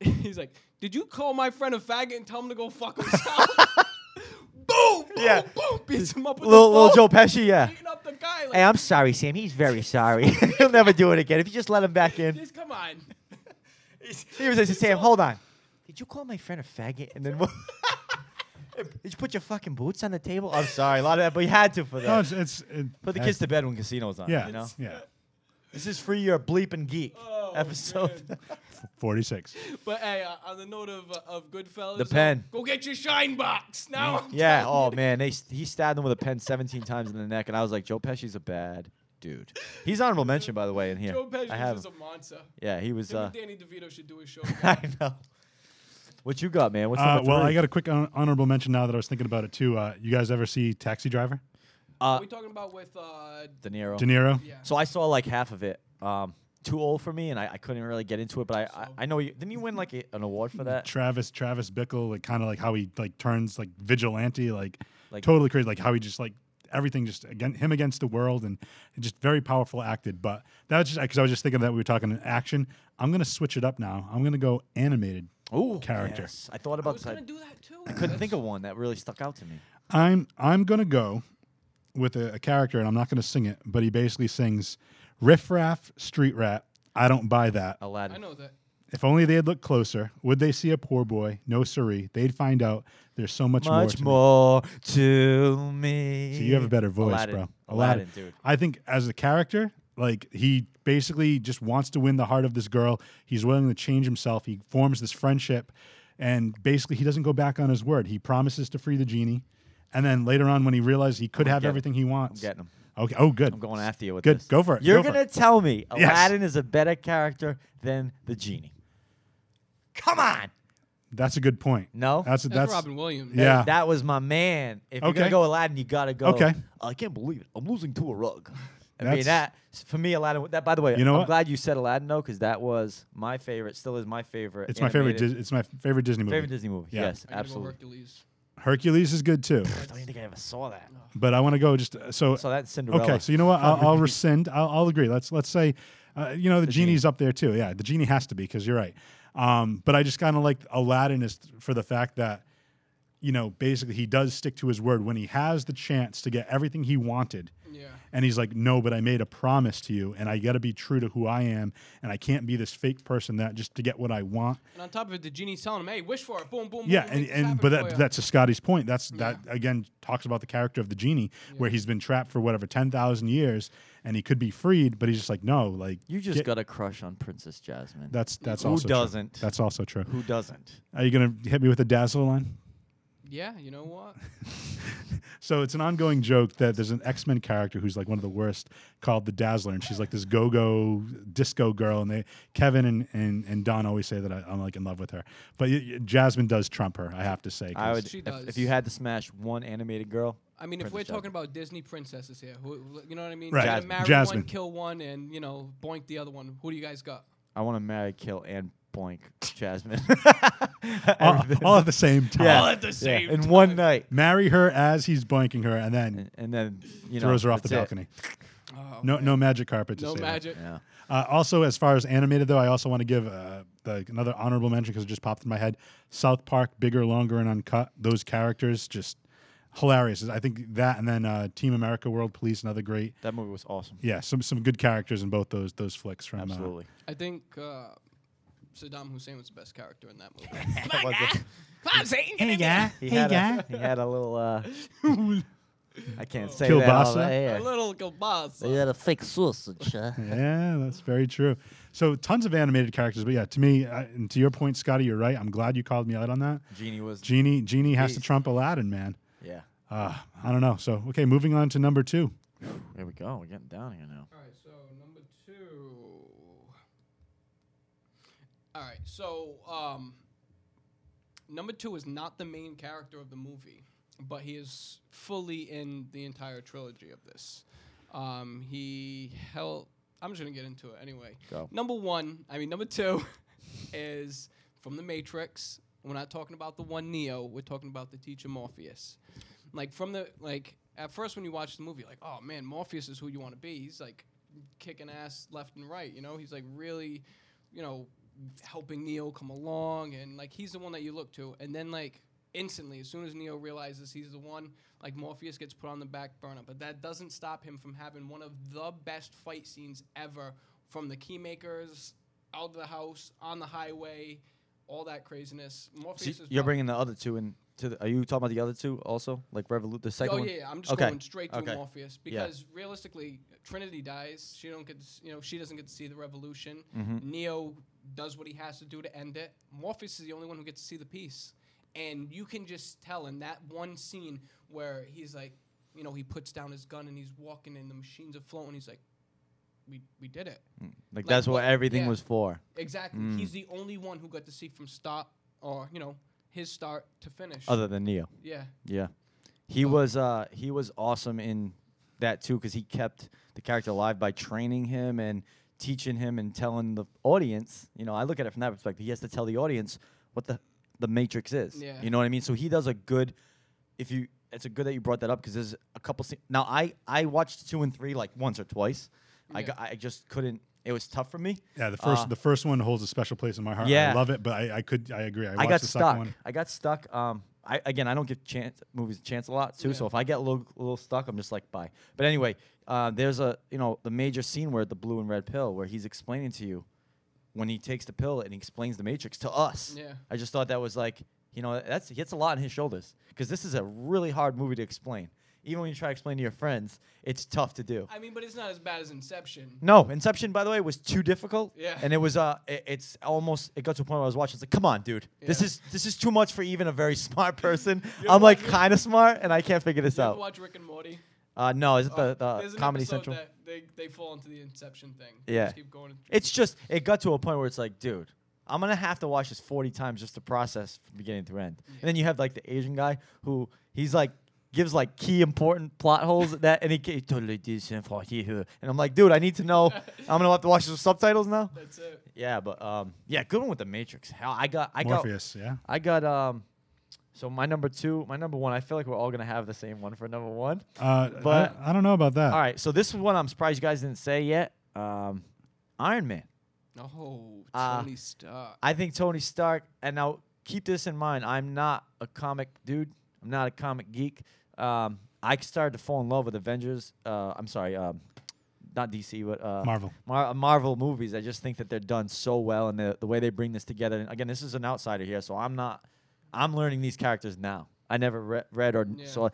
[SPEAKER 3] it.
[SPEAKER 5] He's like, "Did you call my friend a faggot and tell him to go fuck himself?" boom, boom,
[SPEAKER 4] Yeah.
[SPEAKER 5] boom, beats him up with
[SPEAKER 4] Little,
[SPEAKER 5] the
[SPEAKER 4] little Joe
[SPEAKER 5] phone,
[SPEAKER 4] Pesci, yeah.
[SPEAKER 5] beating up the guy. Like,
[SPEAKER 4] Hey, I'm sorry, Sam. He's very sorry. He'll never do it again. If you just let him back in.
[SPEAKER 5] Just come on.
[SPEAKER 4] He was like, Sam, hold on. Did you call my friend a faggot? And then what? Did you put your fucking boots on the table? I'm sorry, a lot of that, but you had to for that.
[SPEAKER 3] No, it's, it's it,
[SPEAKER 4] Put the
[SPEAKER 3] that-
[SPEAKER 4] kids to bed when Casino's on.
[SPEAKER 3] Yeah,
[SPEAKER 4] you know.
[SPEAKER 3] yeah.
[SPEAKER 4] This is free your bleeping geek
[SPEAKER 5] Oh,
[SPEAKER 4] episode.
[SPEAKER 5] man.
[SPEAKER 3] Forty-six.
[SPEAKER 5] But hey, uh, on the note of uh, of Goodfellas,
[SPEAKER 4] The
[SPEAKER 5] uh,
[SPEAKER 4] pen. Mm.
[SPEAKER 5] go get your shine box now. I'm
[SPEAKER 4] Yeah.
[SPEAKER 5] telling
[SPEAKER 4] Oh
[SPEAKER 5] you.
[SPEAKER 4] man, they s- he stabbed him with a pen 17 times in the neck, and I was like, Joe Pesci's a bad dude. He's honorable mention, by the way, in here.
[SPEAKER 5] Joe Pesci
[SPEAKER 4] I have.
[SPEAKER 5] is a monster.
[SPEAKER 4] yeah, he was.
[SPEAKER 5] Him
[SPEAKER 4] Uh,
[SPEAKER 5] and Danny DeVito should do a show.
[SPEAKER 4] I know. What you got, man? What's
[SPEAKER 3] Uh,
[SPEAKER 4] number
[SPEAKER 3] well,
[SPEAKER 4] three?
[SPEAKER 3] I got a quick hon- honorable mention now that I was thinking about it too. Uh, you guys ever see Taxi Driver?
[SPEAKER 5] Are
[SPEAKER 4] uh,
[SPEAKER 5] we talking about with uh,
[SPEAKER 4] De Niro.
[SPEAKER 3] De Niro.
[SPEAKER 5] yeah.
[SPEAKER 4] So I saw like half of it. Um, too old for me, and I, I couldn't really get into it. But I, I, I know you didn't you win like a, an award
[SPEAKER 3] Hmm.
[SPEAKER 4] for that?
[SPEAKER 3] Travis Travis Bickle, like kind of like how he like turns like vigilante, like,
[SPEAKER 4] Like-
[SPEAKER 3] totally crazy, like how he just like everything just again him against the world and just very powerful acted. But that was just because I was just thinking that we were talking action. I'm gonna switch it up now. I'm gonna go animated.
[SPEAKER 4] Ooh,
[SPEAKER 3] Character.
[SPEAKER 4] yes. I thought
[SPEAKER 5] I
[SPEAKER 4] about
[SPEAKER 5] was
[SPEAKER 4] this. I
[SPEAKER 5] gonna do that too.
[SPEAKER 4] couldn't think of one that really stuck out to me.
[SPEAKER 3] I'm I'm gonna go with a, a character, and I'm not gonna sing it, but he basically sings riff raff street rat. I don't buy that.
[SPEAKER 4] Aladdin.
[SPEAKER 5] I know that.
[SPEAKER 3] If only they had looked closer, would they see a poor boy? No, siree. They'd find out there's so much, more.
[SPEAKER 4] Much
[SPEAKER 3] to me.
[SPEAKER 4] more to me.
[SPEAKER 3] So you have a better voice,
[SPEAKER 4] Aladdin.
[SPEAKER 3] bro.
[SPEAKER 4] Aladdin, dude.
[SPEAKER 3] I think as a character, like he basically just wants to win the heart of this girl. He's willing to change himself. He forms this friendship, and basically he doesn't go back on his word. He promises to free the genie, and then later on, when he realizes he could have
[SPEAKER 4] getting him.
[SPEAKER 3] everything he wants,
[SPEAKER 4] getting him.
[SPEAKER 3] Okay. Oh, good.
[SPEAKER 4] I'm going after you with
[SPEAKER 3] Good.
[SPEAKER 4] this.
[SPEAKER 3] Go for it.
[SPEAKER 4] You're
[SPEAKER 3] Go for
[SPEAKER 4] gonna
[SPEAKER 3] it.
[SPEAKER 4] tell me
[SPEAKER 3] Yes.
[SPEAKER 4] Aladdin is a better character than the genie. Come on.
[SPEAKER 3] That's a good point.
[SPEAKER 4] No?
[SPEAKER 3] That's
[SPEAKER 5] That's,
[SPEAKER 3] that's
[SPEAKER 5] Robin Williams.
[SPEAKER 3] Yeah.
[SPEAKER 4] That was my man. If you're
[SPEAKER 3] Okay.
[SPEAKER 4] gonna go Aladdin, you gotta go.
[SPEAKER 3] Okay.
[SPEAKER 4] I can't believe it. I'm losing to a rug. I mean
[SPEAKER 3] That's-
[SPEAKER 4] that for me, Aladdin. That by the way,
[SPEAKER 3] You know
[SPEAKER 4] I'm
[SPEAKER 3] what?
[SPEAKER 4] glad you said Aladdin though, because that was my favorite. Still is my favorite.
[SPEAKER 3] It's my favorite.
[SPEAKER 4] animated-
[SPEAKER 3] Dis- it's my favorite Disney movie.
[SPEAKER 4] favorite Disney movie.
[SPEAKER 3] Yeah.
[SPEAKER 4] Yes,
[SPEAKER 5] I gotta go
[SPEAKER 4] absolutely.
[SPEAKER 5] Hercules.
[SPEAKER 3] Hercules is good too,
[SPEAKER 4] I don't even think I ever saw that.
[SPEAKER 3] but I want to go just uh, so.
[SPEAKER 4] So that's Cinderella.
[SPEAKER 3] okay. So you know what? I'll, I'll rescind. I'll, I'll agree. Let's let's say, uh, you know, the, genie's up there too. Yeah, the genie has to be because you're right. Um, but I just kind of like Aladdin is for the fact that, you know, basically he does stick to his word when he has the chance to get everything he wanted.
[SPEAKER 5] Yeah.
[SPEAKER 3] And he's like, no, but I made a promise to you, and I got to be true to who I am, and I can't be this fake person that just to get what I want.
[SPEAKER 5] And on top of it, the genie's telling him, "Hey, wish for it. Boom, boom,
[SPEAKER 3] Yeah,
[SPEAKER 5] boom.
[SPEAKER 3] and,
[SPEAKER 5] make this
[SPEAKER 3] and
[SPEAKER 5] happen
[SPEAKER 3] but
[SPEAKER 5] for
[SPEAKER 3] that,
[SPEAKER 5] ya."
[SPEAKER 3] that's to Scotty's point. That's that again talks about the character of the genie, where he's been trapped for whatever ten thousand years, and he could be freed, but he's just like, no, like
[SPEAKER 4] You just
[SPEAKER 3] get-
[SPEAKER 4] got a crush on Princess Jasmine.
[SPEAKER 3] that's that's
[SPEAKER 4] Who
[SPEAKER 3] also true.
[SPEAKER 4] doesn't?
[SPEAKER 3] That's also true.
[SPEAKER 4] Who doesn't?
[SPEAKER 3] Are you gonna hit me with a dazzle line?
[SPEAKER 5] yeah. You know what?
[SPEAKER 3] So it's an ongoing joke that there's an X Men character who's like one of the worst, called the Dazzler, and she's like this go-go disco girl, and they Kevin and and, and Don always say that I, I'm like in love with her, but y- y- Jasmine does trump her. I have to say, 'cause
[SPEAKER 4] I would.
[SPEAKER 5] She
[SPEAKER 4] If, if
[SPEAKER 5] does.
[SPEAKER 4] you had to smash one animated girl,
[SPEAKER 5] I mean, if
[SPEAKER 4] Princess
[SPEAKER 5] we're talking
[SPEAKER 4] Jasmine.
[SPEAKER 5] about Disney princesses here, who, who- you know what I mean?
[SPEAKER 3] Right.
[SPEAKER 5] You gotta
[SPEAKER 3] Jasmine.
[SPEAKER 5] Marry
[SPEAKER 3] Jasmine.
[SPEAKER 5] one, kill one, and you know, boink the other one. Who do you guys got?
[SPEAKER 4] I want to marry, kill, and boink Jasmine.
[SPEAKER 3] all,
[SPEAKER 4] Everything.
[SPEAKER 3] all at the same time.
[SPEAKER 4] yeah.
[SPEAKER 5] All at the same
[SPEAKER 4] In one
[SPEAKER 5] time.
[SPEAKER 4] night.
[SPEAKER 3] marry her as he's boinking her, and then
[SPEAKER 4] And, and then, you know.
[SPEAKER 3] throws her off the
[SPEAKER 4] that's it.
[SPEAKER 3] balcony.
[SPEAKER 5] Oh,
[SPEAKER 3] No, no magic carpet. To
[SPEAKER 5] no
[SPEAKER 3] save her.
[SPEAKER 5] magic.
[SPEAKER 4] Yeah.
[SPEAKER 3] Uh, also, as far as animated though, I also want to give uh, like another honorable mention because it just popped in my head. South Park, bigger, longer, and uncut. Those characters just hilarious. I think that, and then uh, Team America, World Police, another great.
[SPEAKER 4] That movie was awesome.
[SPEAKER 3] Yeah, some some good characters in both those those flicks from. uh,
[SPEAKER 4] Absolutely.
[SPEAKER 5] I think uh, Saddam Hussein was the best character in that movie.
[SPEAKER 4] Hey, guy. He had, a, he had a little. Uh, I can't say that. on
[SPEAKER 3] Kielbasa?
[SPEAKER 4] air.
[SPEAKER 5] A little kielbasa.
[SPEAKER 1] They had a fake sausage, huh?
[SPEAKER 3] yeah, that's very true. So tons of animated characters, but yeah, to me, uh, and to your point, Scotty, you're right. I'm glad you called me out on that.
[SPEAKER 4] Genie was.
[SPEAKER 3] Genie, Genie has to
[SPEAKER 4] Beast.
[SPEAKER 3] trump Aladdin, man.
[SPEAKER 4] yeah.
[SPEAKER 3] Uh,
[SPEAKER 4] Ah,
[SPEAKER 3] I don't know. So okay, moving on to number two.
[SPEAKER 4] There we go. We're getting down here now.
[SPEAKER 5] All right, so number two. All right, so um, number two is not the main character of the movie, but he is fully in the entire trilogy of this. Um, he helped. I'm just gonna get into it anyway.
[SPEAKER 4] Go.
[SPEAKER 5] Number one, I mean number two, is from the Matrix. We're not talking about the one Neo. We're talking about the teacher Morpheus. Like from the like at first when you watch the movie, you're like oh man, Morpheus is who you want to be. He's like kicking ass left and right. You know, he's like really, you know, helping Neo come along, and like he's the one that you look to. And then like instantly, as soon as Neo realizes he's the one, like Morpheus gets put on the back burner. But that doesn't stop him from having one of the best fight scenes ever from the Keymakers out of the house on the highway. All that craziness.
[SPEAKER 4] So
[SPEAKER 5] Morpheus is
[SPEAKER 4] you're
[SPEAKER 5] probably-
[SPEAKER 4] bringing the other two in. To the, are you talking about the other two also? Like Revolut, the second
[SPEAKER 5] Oh
[SPEAKER 4] one?
[SPEAKER 5] yeah, yeah, I'm just
[SPEAKER 4] Okay.
[SPEAKER 5] going straight to
[SPEAKER 4] Okay.
[SPEAKER 5] Morpheus
[SPEAKER 4] Yeah.
[SPEAKER 5] because realistically, Trinity dies. She don't get, to, s- you know, she doesn't get to see the revolution.
[SPEAKER 4] Mm-hmm.
[SPEAKER 5] Neo does what he has to do to end it. Morpheus is the only one who gets to see the peace, and you can just tell in that one scene where he's like, you know, he puts down his gun and he's walking, and the machines are floating. He's like, "We we did it."
[SPEAKER 4] Like,
[SPEAKER 5] Like
[SPEAKER 4] that's what,
[SPEAKER 5] what-
[SPEAKER 4] everything
[SPEAKER 5] yeah.
[SPEAKER 4] was for.
[SPEAKER 5] Exactly. He's
[SPEAKER 4] Mm.
[SPEAKER 5] the only one who got to see from start or you know his start to finish.
[SPEAKER 4] Other than Neo.
[SPEAKER 5] yeah.
[SPEAKER 4] Yeah, he was uh, he was awesome in that too because he kept the character alive by training him and teaching him and telling the audience. You know, I look at it from that perspective. He has to tell the audience what the the Matrix is.
[SPEAKER 5] Yeah.
[SPEAKER 4] You know what I mean? So he does a good. If you, it's a good that you brought that up because there's a couple. sce- now I I watched two and three like once or twice. I
[SPEAKER 5] Yeah.
[SPEAKER 4] got, I just couldn't. It was tough for me.
[SPEAKER 3] Yeah, the first
[SPEAKER 4] Uh,
[SPEAKER 3] the first one holds a special place in my heart. I
[SPEAKER 4] yeah.
[SPEAKER 3] love it, but I, I could I agree. I,
[SPEAKER 4] I
[SPEAKER 3] watched
[SPEAKER 4] got
[SPEAKER 3] the
[SPEAKER 4] stuck.
[SPEAKER 3] second one.
[SPEAKER 4] I got stuck. Um, I again, I don't give chance movies a chance a lot too. So
[SPEAKER 5] Yeah.
[SPEAKER 4] if I get a little, a little stuck, I'm just like bye. But anyway, uh, there's a you know the major scene where the blue and red pill where he's explaining to you when he takes the pill and he explains the Matrix to us.
[SPEAKER 5] Yeah.
[SPEAKER 4] I just thought that was like, you know, that's hits a lot on his shoulders because this is a really hard movie to explain. Even when you try to explain to your friends, it's tough to do.
[SPEAKER 5] I mean, but it's not as bad as Inception.
[SPEAKER 4] No, Inception, by the way, was too difficult.
[SPEAKER 5] Yeah.
[SPEAKER 4] And it was uh, it, it's almost it got to a point where I was watching. It's like, come on, dude, this
[SPEAKER 5] Yeah.
[SPEAKER 4] is this is too much for even a very smart person. I'm like kind of smart, and I can't figure this
[SPEAKER 5] You ever
[SPEAKER 4] out.
[SPEAKER 5] watch Rick and Morty?
[SPEAKER 4] Uh, no, is it the,
[SPEAKER 5] Oh, There's
[SPEAKER 4] the
[SPEAKER 5] an
[SPEAKER 4] Comedy
[SPEAKER 5] episode
[SPEAKER 4] Central?
[SPEAKER 5] That they, they fall into the Inception thing.
[SPEAKER 4] Yeah.
[SPEAKER 5] Just keep going.
[SPEAKER 4] It's just it got to a point where it's like, dude, I'm gonna have to watch this 40 times just to process from beginning to end. And then you have like the Asian guy who he's like gives like key important plot holes that and he ca- totally decent for here. And I'm like, dude, I need to know. I'm gonna have to watch this with subtitles now.
[SPEAKER 5] That's it.
[SPEAKER 4] Yeah, but um, yeah, good one with the Matrix. Hell, I got, I
[SPEAKER 3] Morpheus, yeah.
[SPEAKER 4] got, I got um. So my number two, my number one. I feel like we're all gonna have the same one for number one.
[SPEAKER 3] Uh,
[SPEAKER 4] But-
[SPEAKER 3] I, I don't know about that.
[SPEAKER 4] All right, so this is one I'm surprised you guys didn't say yet. Um, Iron Man.
[SPEAKER 5] Oh,
[SPEAKER 4] Uh,
[SPEAKER 5] Tony Stark.
[SPEAKER 4] I think Tony Stark. And now keep this in mind. I'm not a comic dude. I'm not a comic geek. Um, I started to fall in love with Avengers. Uh, I'm sorry, um, not DC, but uh,
[SPEAKER 3] Marvel.
[SPEAKER 4] Mar- uh, Marvel movies. I just think that they're done so well, and the, the way they bring this together. And again, this is an outsider here, so I'm not. I'm learning these characters now. I never re- read or n-
[SPEAKER 5] Yeah.
[SPEAKER 4] saw,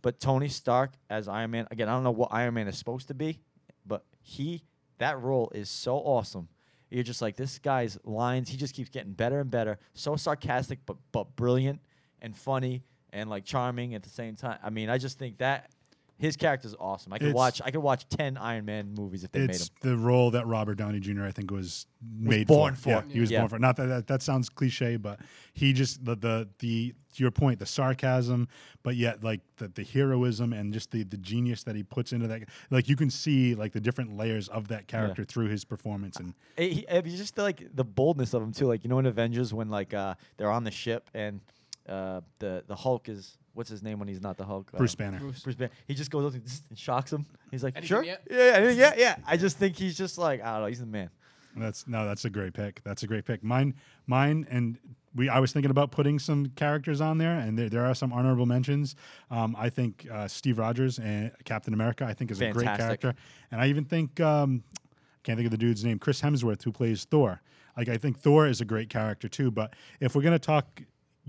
[SPEAKER 4] but Tony Stark as Iron Man. Again, I don't know what Iron Man is supposed to be, but he that role is so awesome. You're just like this guy's lines. He just keeps getting better and better. So sarcastic, but but brilliant and funny and like charming at the same time. I mean, I just think that. His character's awesome. I could
[SPEAKER 3] It's-
[SPEAKER 4] watch. I could watch ten Iron Man movies if they made them.
[SPEAKER 3] It's the role that Robert Downey Jr. I think was made
[SPEAKER 4] born for.
[SPEAKER 3] Yeah, he was
[SPEAKER 4] Yeah.
[SPEAKER 3] born for. it. Not that, that that sounds cliche, but he just the the the to your point the sarcasm, but yet like the, the heroism and just the the genius that he puts into that. Like you can see like the different layers of that character through his performance and
[SPEAKER 4] It, he, it was just like the boldness of him too. Like you know in Avengers when like uh, they're on the ship and uh, the the Hulk is what's his name when he's not the Hulk.
[SPEAKER 3] Bruce
[SPEAKER 4] Um,
[SPEAKER 3] Banner.
[SPEAKER 4] Bruce Banner. He just goes up and, and shocks him. He's like,
[SPEAKER 5] Anything
[SPEAKER 4] sure,
[SPEAKER 5] yet?
[SPEAKER 4] yeah, yeah, yeah, yeah. I just think he's just like I don't know. He's the man.
[SPEAKER 3] That's no, that's a great pick. That's a great pick. Mine, mine, and we. I was thinking about putting some characters on there, and there, there are some honorable mentions. Um, I think uh, Steve Rogers and Captain America. I think is a great
[SPEAKER 4] Fantastic.
[SPEAKER 3] character, and I even think um, I can't think of the dude's name. Chris Hemsworth, who plays Thor. Like I think Thor is a great character too. But if we're gonna talk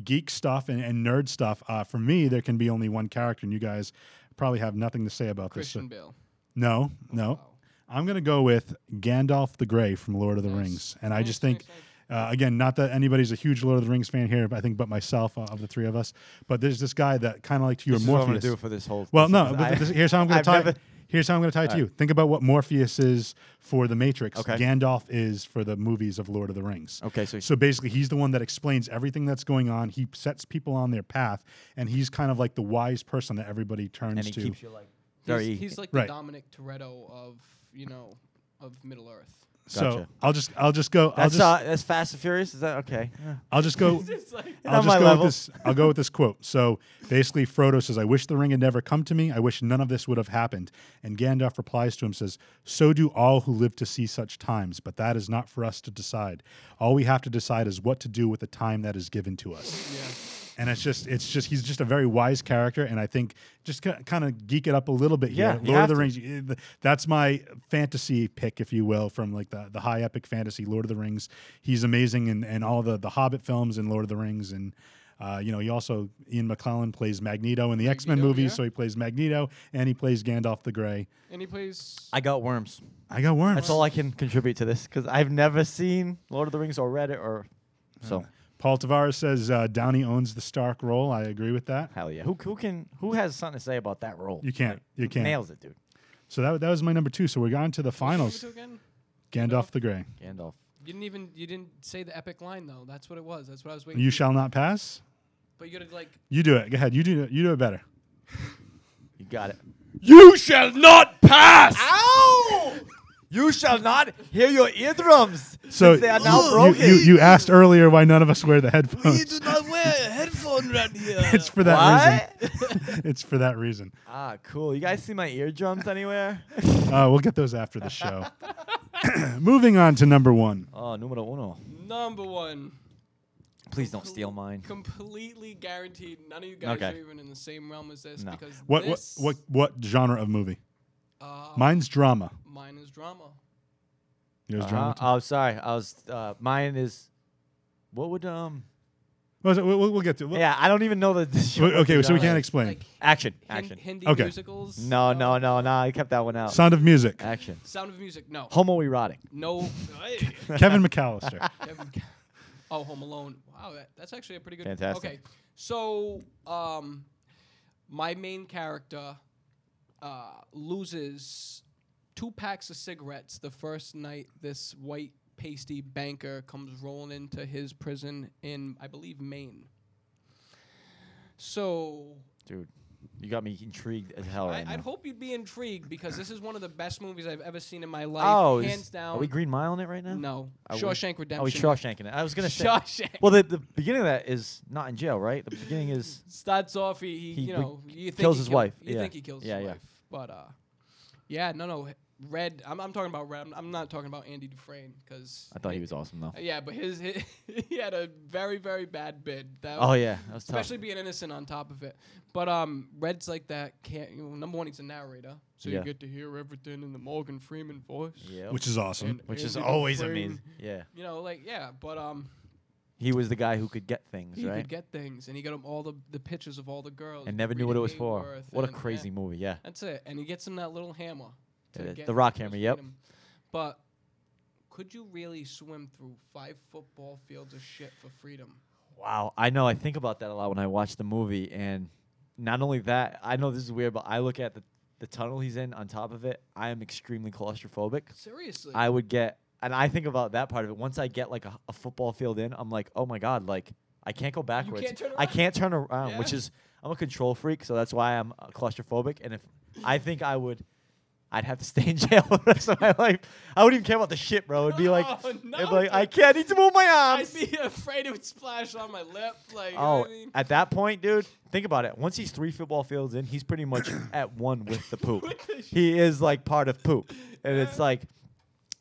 [SPEAKER 3] geek stuff and, and nerd stuff, uh, for me there can be only one character, and you guys probably have nothing to say about this.
[SPEAKER 5] Christian
[SPEAKER 3] So-
[SPEAKER 5] Bale.
[SPEAKER 3] no,
[SPEAKER 5] Oh,
[SPEAKER 3] no. I'm gonna go with Gandalf the Grey from Lord of the Rings, and I just
[SPEAKER 5] Nice,
[SPEAKER 3] think,
[SPEAKER 5] nice,
[SPEAKER 3] uh, again, not that anybody's a huge Lord of the Rings fan here, but I think, but myself uh, of the three of us. But there's this guy that kind of like to your
[SPEAKER 4] This is what I'm
[SPEAKER 3] Morpheus.
[SPEAKER 4] gonna do for this whole.
[SPEAKER 3] well,
[SPEAKER 4] this-
[SPEAKER 3] no,
[SPEAKER 4] because
[SPEAKER 3] but
[SPEAKER 4] I-
[SPEAKER 3] this- here's how I'm gonna
[SPEAKER 4] I've
[SPEAKER 3] tie.
[SPEAKER 4] never-
[SPEAKER 3] Here's how I'm gonna tie it to you. Think about what Morpheus is for the Matrix.
[SPEAKER 4] Okay.
[SPEAKER 3] Gandalf is for the movies of Lord of the Rings.
[SPEAKER 4] Okay, so-
[SPEAKER 3] so basically, he's the one that explains everything that's going on. He sets people on their path, and he's kind of like the wise person that everybody turns
[SPEAKER 4] and he
[SPEAKER 3] to.
[SPEAKER 4] keeps you like very.
[SPEAKER 5] He's, he's like
[SPEAKER 3] Right.
[SPEAKER 5] the Dominic Toretto of, you know, of Middle Earth.
[SPEAKER 3] so
[SPEAKER 4] Gotcha.
[SPEAKER 3] I'll just I'll just go. I'll
[SPEAKER 4] that's
[SPEAKER 3] just,
[SPEAKER 4] uh, that's Fast and Furious. Is that okay?
[SPEAKER 3] I'll just go.
[SPEAKER 5] It's like,
[SPEAKER 3] I'll
[SPEAKER 4] on
[SPEAKER 3] just
[SPEAKER 4] my
[SPEAKER 3] go
[SPEAKER 4] level.
[SPEAKER 3] with this. I'll go with this quote. So basically, Frodo says, "I wish the ring had never come to me. I wish none of this would have happened." And Gandalf replies to him, says, "So do all who live to see such times, but that is not for us to decide. All we have to decide is what to do with the time that is given to us."
[SPEAKER 5] yeah.
[SPEAKER 3] And it's just, it's just, he's just a very wise character, and I think just kind of geek it up a little bit
[SPEAKER 4] Yeah,
[SPEAKER 3] here.
[SPEAKER 4] you
[SPEAKER 3] Lord of
[SPEAKER 4] have
[SPEAKER 3] the
[SPEAKER 4] to.
[SPEAKER 3] Rings. eh, th- That's my fantasy pick, if you will, from like the, the high epic fantasy Lord of the Rings. He's amazing in, in all the the Hobbit films and Lord of the Rings, and uh, you know he also Ian McClellan plays Magneto in the X Men
[SPEAKER 5] Magneto,
[SPEAKER 3] movies,
[SPEAKER 5] yeah.
[SPEAKER 3] so he plays Magneto and he plays Gandalf the Grey.
[SPEAKER 5] And he plays.
[SPEAKER 4] I got worms.
[SPEAKER 3] I got worms.
[SPEAKER 4] That's all I can contribute to this because I've never seen Lord of the Rings or read it or. So
[SPEAKER 3] Paul Tavares says uh, Downey owns the Stark role. I agree with that.
[SPEAKER 4] hell yeah. Who who can who has something to say about that role?
[SPEAKER 3] You can't. You can't.
[SPEAKER 4] Nails it, dude.
[SPEAKER 3] So that, that was my number two. So we're on to the
[SPEAKER 5] Who
[SPEAKER 3] finals.
[SPEAKER 5] was it again?
[SPEAKER 3] Gandalf the Grey.
[SPEAKER 4] Gandalf.
[SPEAKER 5] You didn't even you didn't say the epic line though. That's what it was. That's what I was waiting.
[SPEAKER 3] You
[SPEAKER 5] for.
[SPEAKER 3] shall not pass.
[SPEAKER 5] But you gotta like.
[SPEAKER 3] You do it. Go ahead. You do. it. You do it better.
[SPEAKER 4] You got it.
[SPEAKER 1] You shall not pass!
[SPEAKER 4] Ow! You shall not hear your eardrums
[SPEAKER 3] So
[SPEAKER 4] since they are now
[SPEAKER 3] you-
[SPEAKER 4] broken.
[SPEAKER 3] You, you asked earlier why none of us wear the headphones.
[SPEAKER 1] You do not wear a headphone right here.
[SPEAKER 3] It's for that
[SPEAKER 4] what?
[SPEAKER 3] reason. it's for that reason.
[SPEAKER 4] ah, cool. You guys see my eardrums anywhere?
[SPEAKER 3] Uh, we'll get those after the show. Moving on to number one.
[SPEAKER 4] oh, numero uno.
[SPEAKER 5] Number one,
[SPEAKER 4] Please don't steal mine.
[SPEAKER 5] completely guaranteed. None of you guys
[SPEAKER 4] Okay.
[SPEAKER 5] are even in the same realm as this
[SPEAKER 4] No.
[SPEAKER 5] because
[SPEAKER 3] What what
[SPEAKER 5] this,
[SPEAKER 3] what what genre of movie?
[SPEAKER 5] Uh,
[SPEAKER 3] Mine's drama.
[SPEAKER 5] mine is drama.
[SPEAKER 3] It was
[SPEAKER 4] Uh-huh.
[SPEAKER 3] John.
[SPEAKER 4] Oh, sorry. I was. Uh, mine is. What would um?
[SPEAKER 3] Was it- We'll, we'll get to. it.
[SPEAKER 4] Yeah, I don't even know the.
[SPEAKER 3] Well, Okay, so we
[SPEAKER 4] John.
[SPEAKER 3] can't explain.
[SPEAKER 5] Like
[SPEAKER 4] Action.
[SPEAKER 5] Hin-
[SPEAKER 4] Action.
[SPEAKER 5] Hindi
[SPEAKER 3] Okay.
[SPEAKER 5] musicals.
[SPEAKER 4] No,
[SPEAKER 5] uh,
[SPEAKER 4] no, no, no. I kept that one
[SPEAKER 5] um,
[SPEAKER 4] out.
[SPEAKER 3] Sound of Music.
[SPEAKER 4] Action.
[SPEAKER 5] Sound of Music. No.
[SPEAKER 4] Homoerotic.
[SPEAKER 5] No. Hey,
[SPEAKER 3] Kevin McAllister.
[SPEAKER 5] Kevin Ca- oh, Home Alone. Wow, that, that's actually a pretty good.
[SPEAKER 4] Fantastic.
[SPEAKER 5] Okay, so um, my main character uh, loses two packs of cigarettes the first night this white pasty banker comes rolling into his prison in, I believe, Maine. So
[SPEAKER 4] Dude, you got me intrigued as hell
[SPEAKER 5] I,
[SPEAKER 4] right
[SPEAKER 5] I'd
[SPEAKER 4] now.
[SPEAKER 5] hope you'd be intrigued because this is one of the best movies I've ever seen in my life,
[SPEAKER 4] Oh, is-
[SPEAKER 5] hands down.
[SPEAKER 4] Are we Green Mile in it right now?
[SPEAKER 5] no,
[SPEAKER 4] Are we- oh,
[SPEAKER 5] Shawshank
[SPEAKER 4] Are we
[SPEAKER 5] Redemption.
[SPEAKER 4] Shawshanking it? I was gonna say.
[SPEAKER 5] Shawshank.
[SPEAKER 4] Well, the, the beginning of that is not in jail, right? The beginning is
[SPEAKER 5] starts off he, he,
[SPEAKER 4] He
[SPEAKER 5] you
[SPEAKER 4] re-
[SPEAKER 5] know you think
[SPEAKER 4] kills
[SPEAKER 5] he
[SPEAKER 4] his
[SPEAKER 5] kill-
[SPEAKER 4] wife,
[SPEAKER 5] You
[SPEAKER 4] yeah.
[SPEAKER 5] think he kills
[SPEAKER 4] Yeah,
[SPEAKER 5] his
[SPEAKER 4] yeah.
[SPEAKER 5] wife, but uh, yeah, no, no. h- Red. I'm, I'm talking about Red. I'm, I'm not talking about Andy Dufresne because
[SPEAKER 4] I thought he was awesome though.
[SPEAKER 5] Yeah, but his, his he had a very very bad bid. That
[SPEAKER 4] Oh yeah, that was tough.
[SPEAKER 5] Especially being innocent on top of it, but um, Red's like that. Can't you know, number one, he's a narrator, so
[SPEAKER 4] Yeah.
[SPEAKER 5] you get to hear everything in the Morgan Freeman voice,
[SPEAKER 4] yeah,
[SPEAKER 3] which is awesome.
[SPEAKER 5] And
[SPEAKER 4] which is
[SPEAKER 5] Andy
[SPEAKER 4] always
[SPEAKER 5] Dufresne,
[SPEAKER 4] amazing. Yeah,
[SPEAKER 5] You know, like yeah, but um,
[SPEAKER 4] he was the guy who could get things
[SPEAKER 5] he
[SPEAKER 4] right,
[SPEAKER 5] could get things, and he got 'em all the, the pictures of all the girls,
[SPEAKER 4] and never knew what
[SPEAKER 5] Rita
[SPEAKER 4] it was for.
[SPEAKER 5] Hayworth
[SPEAKER 4] What a
[SPEAKER 5] and- yeah.
[SPEAKER 4] crazy movie. Yeah,
[SPEAKER 5] That's it. And he gets him that little hammer.
[SPEAKER 4] It is.
[SPEAKER 5] get
[SPEAKER 4] The rock
[SPEAKER 5] his
[SPEAKER 4] hammer, yep.
[SPEAKER 5] freedom. But could you really swim through five football fields of shit for freedom?
[SPEAKER 4] Wow, I know. I think about that a lot when I watch the movie, and not only that, I know this is weird, but I look at the the tunnel he's in. On top of it, I am extremely claustrophobic.
[SPEAKER 5] Seriously.
[SPEAKER 4] I would get, and I think about that part of it. Once I get like a, a football field in, I'm like, oh my god, like I can't go backwards.
[SPEAKER 5] turn
[SPEAKER 4] I can't turn around,
[SPEAKER 5] Yeah.
[SPEAKER 4] which is I'm a control freak, so that's why I'm uh, claustrophobic. And if I think I would. I'd have to stay in jail the rest of my life. I wouldn't even care about the shit, bro. It'd be like,
[SPEAKER 5] Oh,
[SPEAKER 4] it'd
[SPEAKER 5] no,
[SPEAKER 4] be like I
[SPEAKER 5] dude.
[SPEAKER 4] can't I need to move my arms.
[SPEAKER 5] I'd be afraid it would splash on my lip. Like, you know
[SPEAKER 4] Oh,
[SPEAKER 5] what I mean?
[SPEAKER 4] at that point, dude, think about it. Once he's three football fields in, he's pretty much at one with the poop.
[SPEAKER 5] With the
[SPEAKER 4] he is like part of poop, and it's like,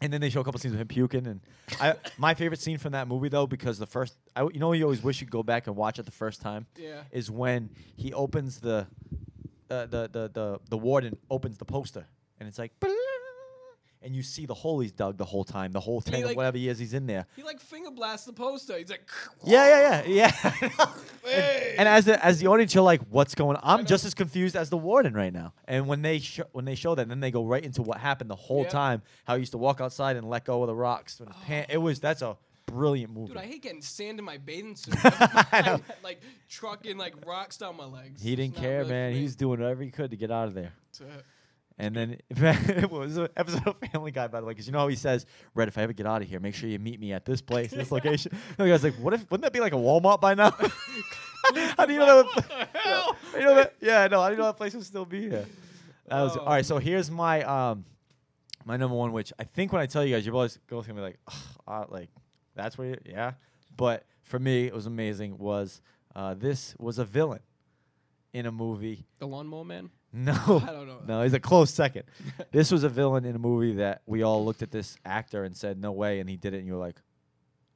[SPEAKER 4] and then they show a couple scenes of him puking. And I, my favorite scene from that movie though, because the first, I, you know, you always wish you'd go back and watch it the first time.
[SPEAKER 5] Yeah.
[SPEAKER 4] Is when he opens the, uh, the the the the warden opens the poster, and it's like. And you see the hole he's dug the whole time, the whole ten,
[SPEAKER 5] like-
[SPEAKER 4] whatever he is, he's in there.
[SPEAKER 5] He like finger blasts the poster. He's like,
[SPEAKER 4] Yeah, yeah, yeah, yeah.
[SPEAKER 5] Hey.
[SPEAKER 4] and, and as the, as the audience, you're like, "What's going?" on? I'm just as confused as the warden right now. And when they sh- when they show that, then they go right into what happened the whole
[SPEAKER 5] Yep. Oh.
[SPEAKER 4] time. How he used to walk outside and let go of the rocks. When his pant- it was that's a brilliant movie.
[SPEAKER 5] Dude, I hate getting sand in my bathing suit. I like trucking like rocks down my legs.
[SPEAKER 4] he
[SPEAKER 5] It's
[SPEAKER 4] didn't
[SPEAKER 5] not
[SPEAKER 4] care,
[SPEAKER 5] really
[SPEAKER 4] man.
[SPEAKER 5] for me.
[SPEAKER 4] He was doing whatever he could to get out of there.
[SPEAKER 5] That's it.
[SPEAKER 4] And then it was an episode of Family Guy, by the way, because you know how he says, "Red, if I ever get out of here, make sure you meet me at this place, this location." And the guy's like, "What if? Wouldn't that be like a Walmart by now?" how do you know that?
[SPEAKER 5] hell?
[SPEAKER 4] You know that? Yeah, no, I didn't know that place would still be here. That was all
[SPEAKER 5] Oh.
[SPEAKER 4] right. So here's my um, my number one, which I think when I tell you guys, you're always going to be like, "Ugh, uh, like that's where, you, yeah. But for me, it was amazing. Was uh, this was a villain in a movie?
[SPEAKER 5] The lawnmower man.
[SPEAKER 4] No,
[SPEAKER 5] I don't know.
[SPEAKER 4] No, he's a close second. this was a villain in a movie that we all looked at this actor and said, "No way," and he did it, and you were like,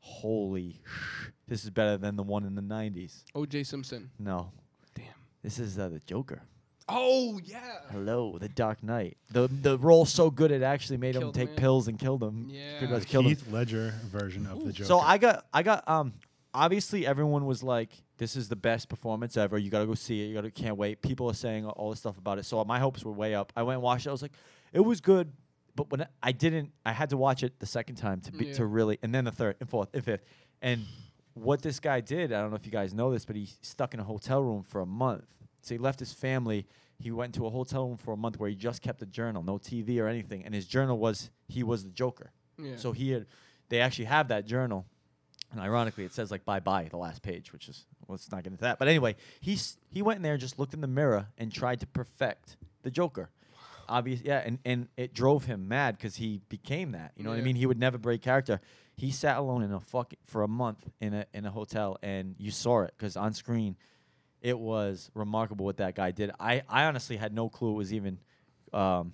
[SPEAKER 4] "Holy, sh- this is better than the one in the '90s."
[SPEAKER 5] O.J. Simpson.
[SPEAKER 4] No,
[SPEAKER 5] Damn.
[SPEAKER 4] this is uh, the Joker.
[SPEAKER 5] Oh yeah.
[SPEAKER 4] Hello, the Dark Knight. The the role so good it actually made him
[SPEAKER 5] Killed the
[SPEAKER 4] take
[SPEAKER 5] man.
[SPEAKER 4] pills and killed him.
[SPEAKER 5] Yeah.
[SPEAKER 4] Pretty much killed him.
[SPEAKER 3] Keith Ledger version of the Joker.
[SPEAKER 4] So I got I got um obviously everyone was like this is the best performance ever. You got to go see it. You got to can't wait. People are saying all this stuff about it. So my hopes were way up. I went and watched it. I was like it was good, but when I didn't I had to watch it the second time to be,
[SPEAKER 5] Yeah.
[SPEAKER 4] to really and then the third and fourth and fifth. And what this guy did, I don't know if you guys know this, but he stuck in a hotel room for a month. So he left his family. He went to a hotel room for a month where he just kept a journal, no TV or anything. And his journal was he was the Joker.
[SPEAKER 5] Yeah.
[SPEAKER 4] So he had, they actually have that journal, and ironically, it says like bye bye the last page, which is let's not get into that. But anyway, he s- he went in there, just looked in the mirror, and tried to perfect the Joker. Obvious, yeah, and and it drove him mad because he became that. You know what I
[SPEAKER 5] Yeah.
[SPEAKER 4] mean? He would never break character. He sat alone in a fuck for a month in a in a hotel, and you saw it because on screen, it was remarkable what that guy did. I I honestly had no clue it was even, um,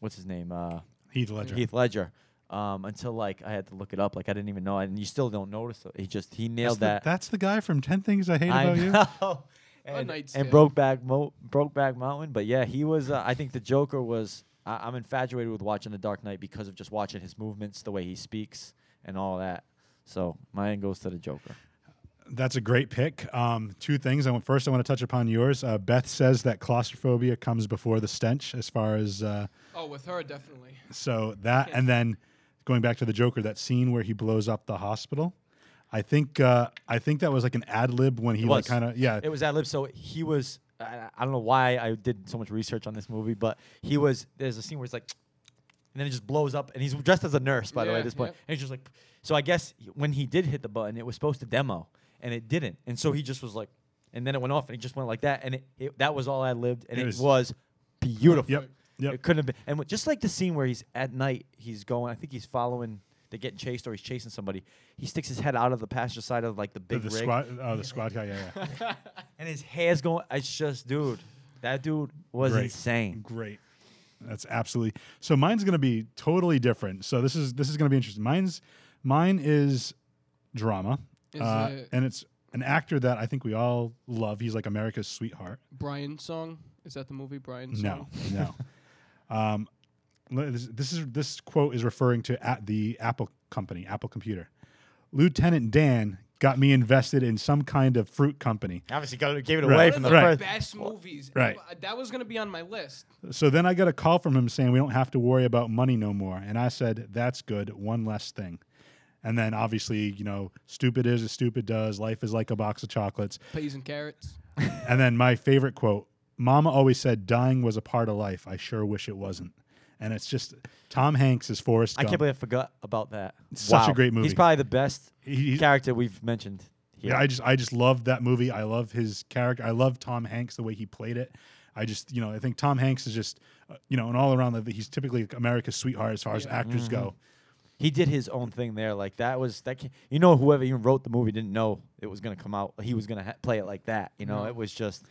[SPEAKER 4] what's his name? Uh,
[SPEAKER 3] Heath Ledger.
[SPEAKER 4] Heath Ledger. Um, until like I had to look it up, like I didn't even know, and you still don't notice it. He just he
[SPEAKER 3] that's
[SPEAKER 4] nailed
[SPEAKER 3] the,
[SPEAKER 4] that.
[SPEAKER 3] that's the guy from Ten Things I Hate
[SPEAKER 4] I
[SPEAKER 3] About You.
[SPEAKER 4] know.
[SPEAKER 5] A
[SPEAKER 4] And,
[SPEAKER 5] Knight's
[SPEAKER 4] and
[SPEAKER 5] Tale.
[SPEAKER 4] broke back, mo- broke back mountain. But yeah, he was. Uh, I think the Joker was I, I'm infatuated with watching The Dark Knight because of just watching his movements, the way he speaks, and all that. So mine goes to the Joker.
[SPEAKER 3] That's a great pick. Um, two things. I want first. I want to touch upon yours. Uh, Beth says that claustrophobia comes before the stench, as far as uh,
[SPEAKER 5] Oh, with her definitely.
[SPEAKER 3] so that, and then going back to the Joker, that scene where he blows up the hospital. I think uh, I think that was like an ad lib when he like
[SPEAKER 4] was.
[SPEAKER 3] kind of yeah
[SPEAKER 4] It was ad lib. So he was. I, I don't know why I did so much research on this movie, but he was. There's a scene where he's like, and then it just blows up, and he's dressed as a nurse, by the way,
[SPEAKER 5] Yeah,
[SPEAKER 4] at this point.
[SPEAKER 5] yep.
[SPEAKER 4] And he's just like, so I guess when he did hit the button, it was supposed to demo, and it didn't, and so he just was like, and then it went off, and he just went like that, and it, it that was all ad libbed, and
[SPEAKER 3] It
[SPEAKER 4] it,
[SPEAKER 3] was-
[SPEAKER 4] was, beautiful.
[SPEAKER 3] Yep, yep.
[SPEAKER 4] It couldn't have been. And with- just like the scene where he's at night, he's going. I think he's following. They're getting chased, or he's chasing somebody. He sticks his head out of the passenger side of like the
[SPEAKER 3] the,
[SPEAKER 4] big
[SPEAKER 3] the
[SPEAKER 4] rig
[SPEAKER 3] squad oh, the squad guy yeah, yeah.
[SPEAKER 4] and his hair's going. It's just, dude, that dude was
[SPEAKER 3] Great.
[SPEAKER 4] insane.
[SPEAKER 3] Great. That's absolutely. So mine's going to be totally different. So this is this is going to be interesting. Mine's mine is drama,
[SPEAKER 5] Is
[SPEAKER 3] uh,
[SPEAKER 5] it-
[SPEAKER 3] and it's an actor that I think we all love. He's like America's sweetheart.
[SPEAKER 5] Brian song. Is that the movie Brian
[SPEAKER 3] No,
[SPEAKER 5] song?
[SPEAKER 3] no. um, le- this, this is this quote is referring to at the Apple company, Apple Computer. Lieutenant Dan got me invested in some kind of fruit company.
[SPEAKER 4] Obviously, got gave it
[SPEAKER 3] Right,
[SPEAKER 4] away from the
[SPEAKER 3] right.
[SPEAKER 4] first.
[SPEAKER 5] Best movies.
[SPEAKER 3] Right.
[SPEAKER 5] Uh, That was gonna be on my list.
[SPEAKER 3] So then I got a call from him saying we don't have to worry about money no more, and I said that's good, one less thing. And then obviously, you know, stupid is as stupid does. Life is like a box of chocolates.
[SPEAKER 5] Peas and carrots.
[SPEAKER 3] And then my favorite quote: Mama always said dying was a part of life. I sure wish it wasn't. And it's just Tom Hanks is Forrest
[SPEAKER 4] I
[SPEAKER 3] Gump.
[SPEAKER 4] can't believe I forgot about that.
[SPEAKER 3] Such a great movie.
[SPEAKER 4] He's probably the best
[SPEAKER 3] He-
[SPEAKER 4] character we've mentioned here.
[SPEAKER 3] Yeah, I just I just love that movie. I love his character. I love Tom Hanks the way he played it. I just you know I think Tom Hanks is just uh, you know an all around he's typically America's sweetheart as far as actors go.
[SPEAKER 4] Mm-hmm. he did his own thing there. Like that was that. ca- You know, whoever even wrote the movie didn't know it was gonna come out. He was gonna ha- play it like that. You know, it was just.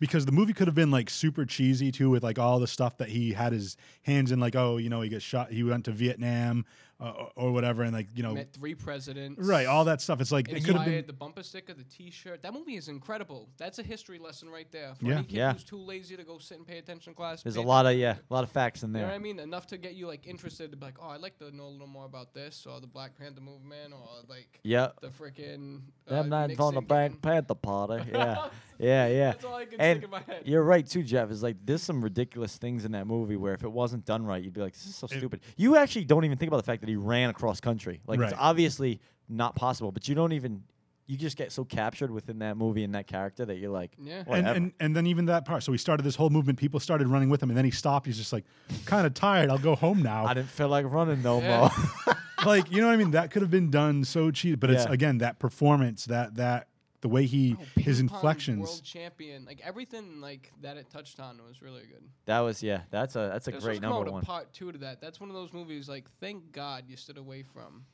[SPEAKER 3] Because the movie could have been like super cheesy too, with like all the stuff that he had his hands in, like oh you know he got shot, he went to Vietnam uh, or, or whatever, and like you know
[SPEAKER 5] Met three presidents.
[SPEAKER 3] Oh. right all that stuff. It's like it could have
[SPEAKER 5] Inspired
[SPEAKER 3] been
[SPEAKER 5] the bumper sticker, the T-shirt. That movie is incredible. That's a history lesson right there. For
[SPEAKER 3] Yeah.
[SPEAKER 5] any kid
[SPEAKER 4] Yeah.
[SPEAKER 5] who's too lazy to go sit and pay attention in class.
[SPEAKER 4] There's
[SPEAKER 5] pay
[SPEAKER 4] a lot of yeah, a lot of facts in
[SPEAKER 5] You know
[SPEAKER 4] there.
[SPEAKER 5] what I mean? Enough to get you like interested to be like, oh, I'd like to know a little more about this or the Black Panther movement or like
[SPEAKER 4] Yeah.
[SPEAKER 5] the freaking.
[SPEAKER 4] Them nines on the
[SPEAKER 5] Uh, Nixon
[SPEAKER 4] Black
[SPEAKER 5] getting-
[SPEAKER 4] Panther party. Yeah. yeah, yeah.
[SPEAKER 5] That's all I can
[SPEAKER 4] and
[SPEAKER 5] think in my head.
[SPEAKER 4] You're right too, Jeff. It's like there's some ridiculous things in that movie where if it wasn't done right, you'd be like, This is so stupid. You actually don't even think about the fact that he ran across country. Like it's
[SPEAKER 3] Right.
[SPEAKER 4] obviously not possible, but you don't even you just get so captured within that movie and that character that you're like,
[SPEAKER 5] Yeah. And-
[SPEAKER 3] and,
[SPEAKER 4] whatever.
[SPEAKER 3] and and then even that part. So he started this whole movement. People started running with him, and then he stopped. He's just like kind of tired. I'll go home now.
[SPEAKER 4] I didn't feel like running no
[SPEAKER 5] Yeah.
[SPEAKER 4] more.
[SPEAKER 3] like you know what I mean? That could have been done so cheap, but it's
[SPEAKER 4] Yeah.
[SPEAKER 3] again that performance, that that the way he
[SPEAKER 5] Oh,
[SPEAKER 3] his
[SPEAKER 5] ping pong World
[SPEAKER 3] inflections.
[SPEAKER 5] champion, like everything, like that it touched on was really good.
[SPEAKER 4] that was yeah, that's a that's a
[SPEAKER 5] There's
[SPEAKER 4] great
[SPEAKER 5] supposed to come
[SPEAKER 4] number
[SPEAKER 5] out a
[SPEAKER 4] one.
[SPEAKER 5] part two to that. That's one of those movies. Like, thank God you stood away from.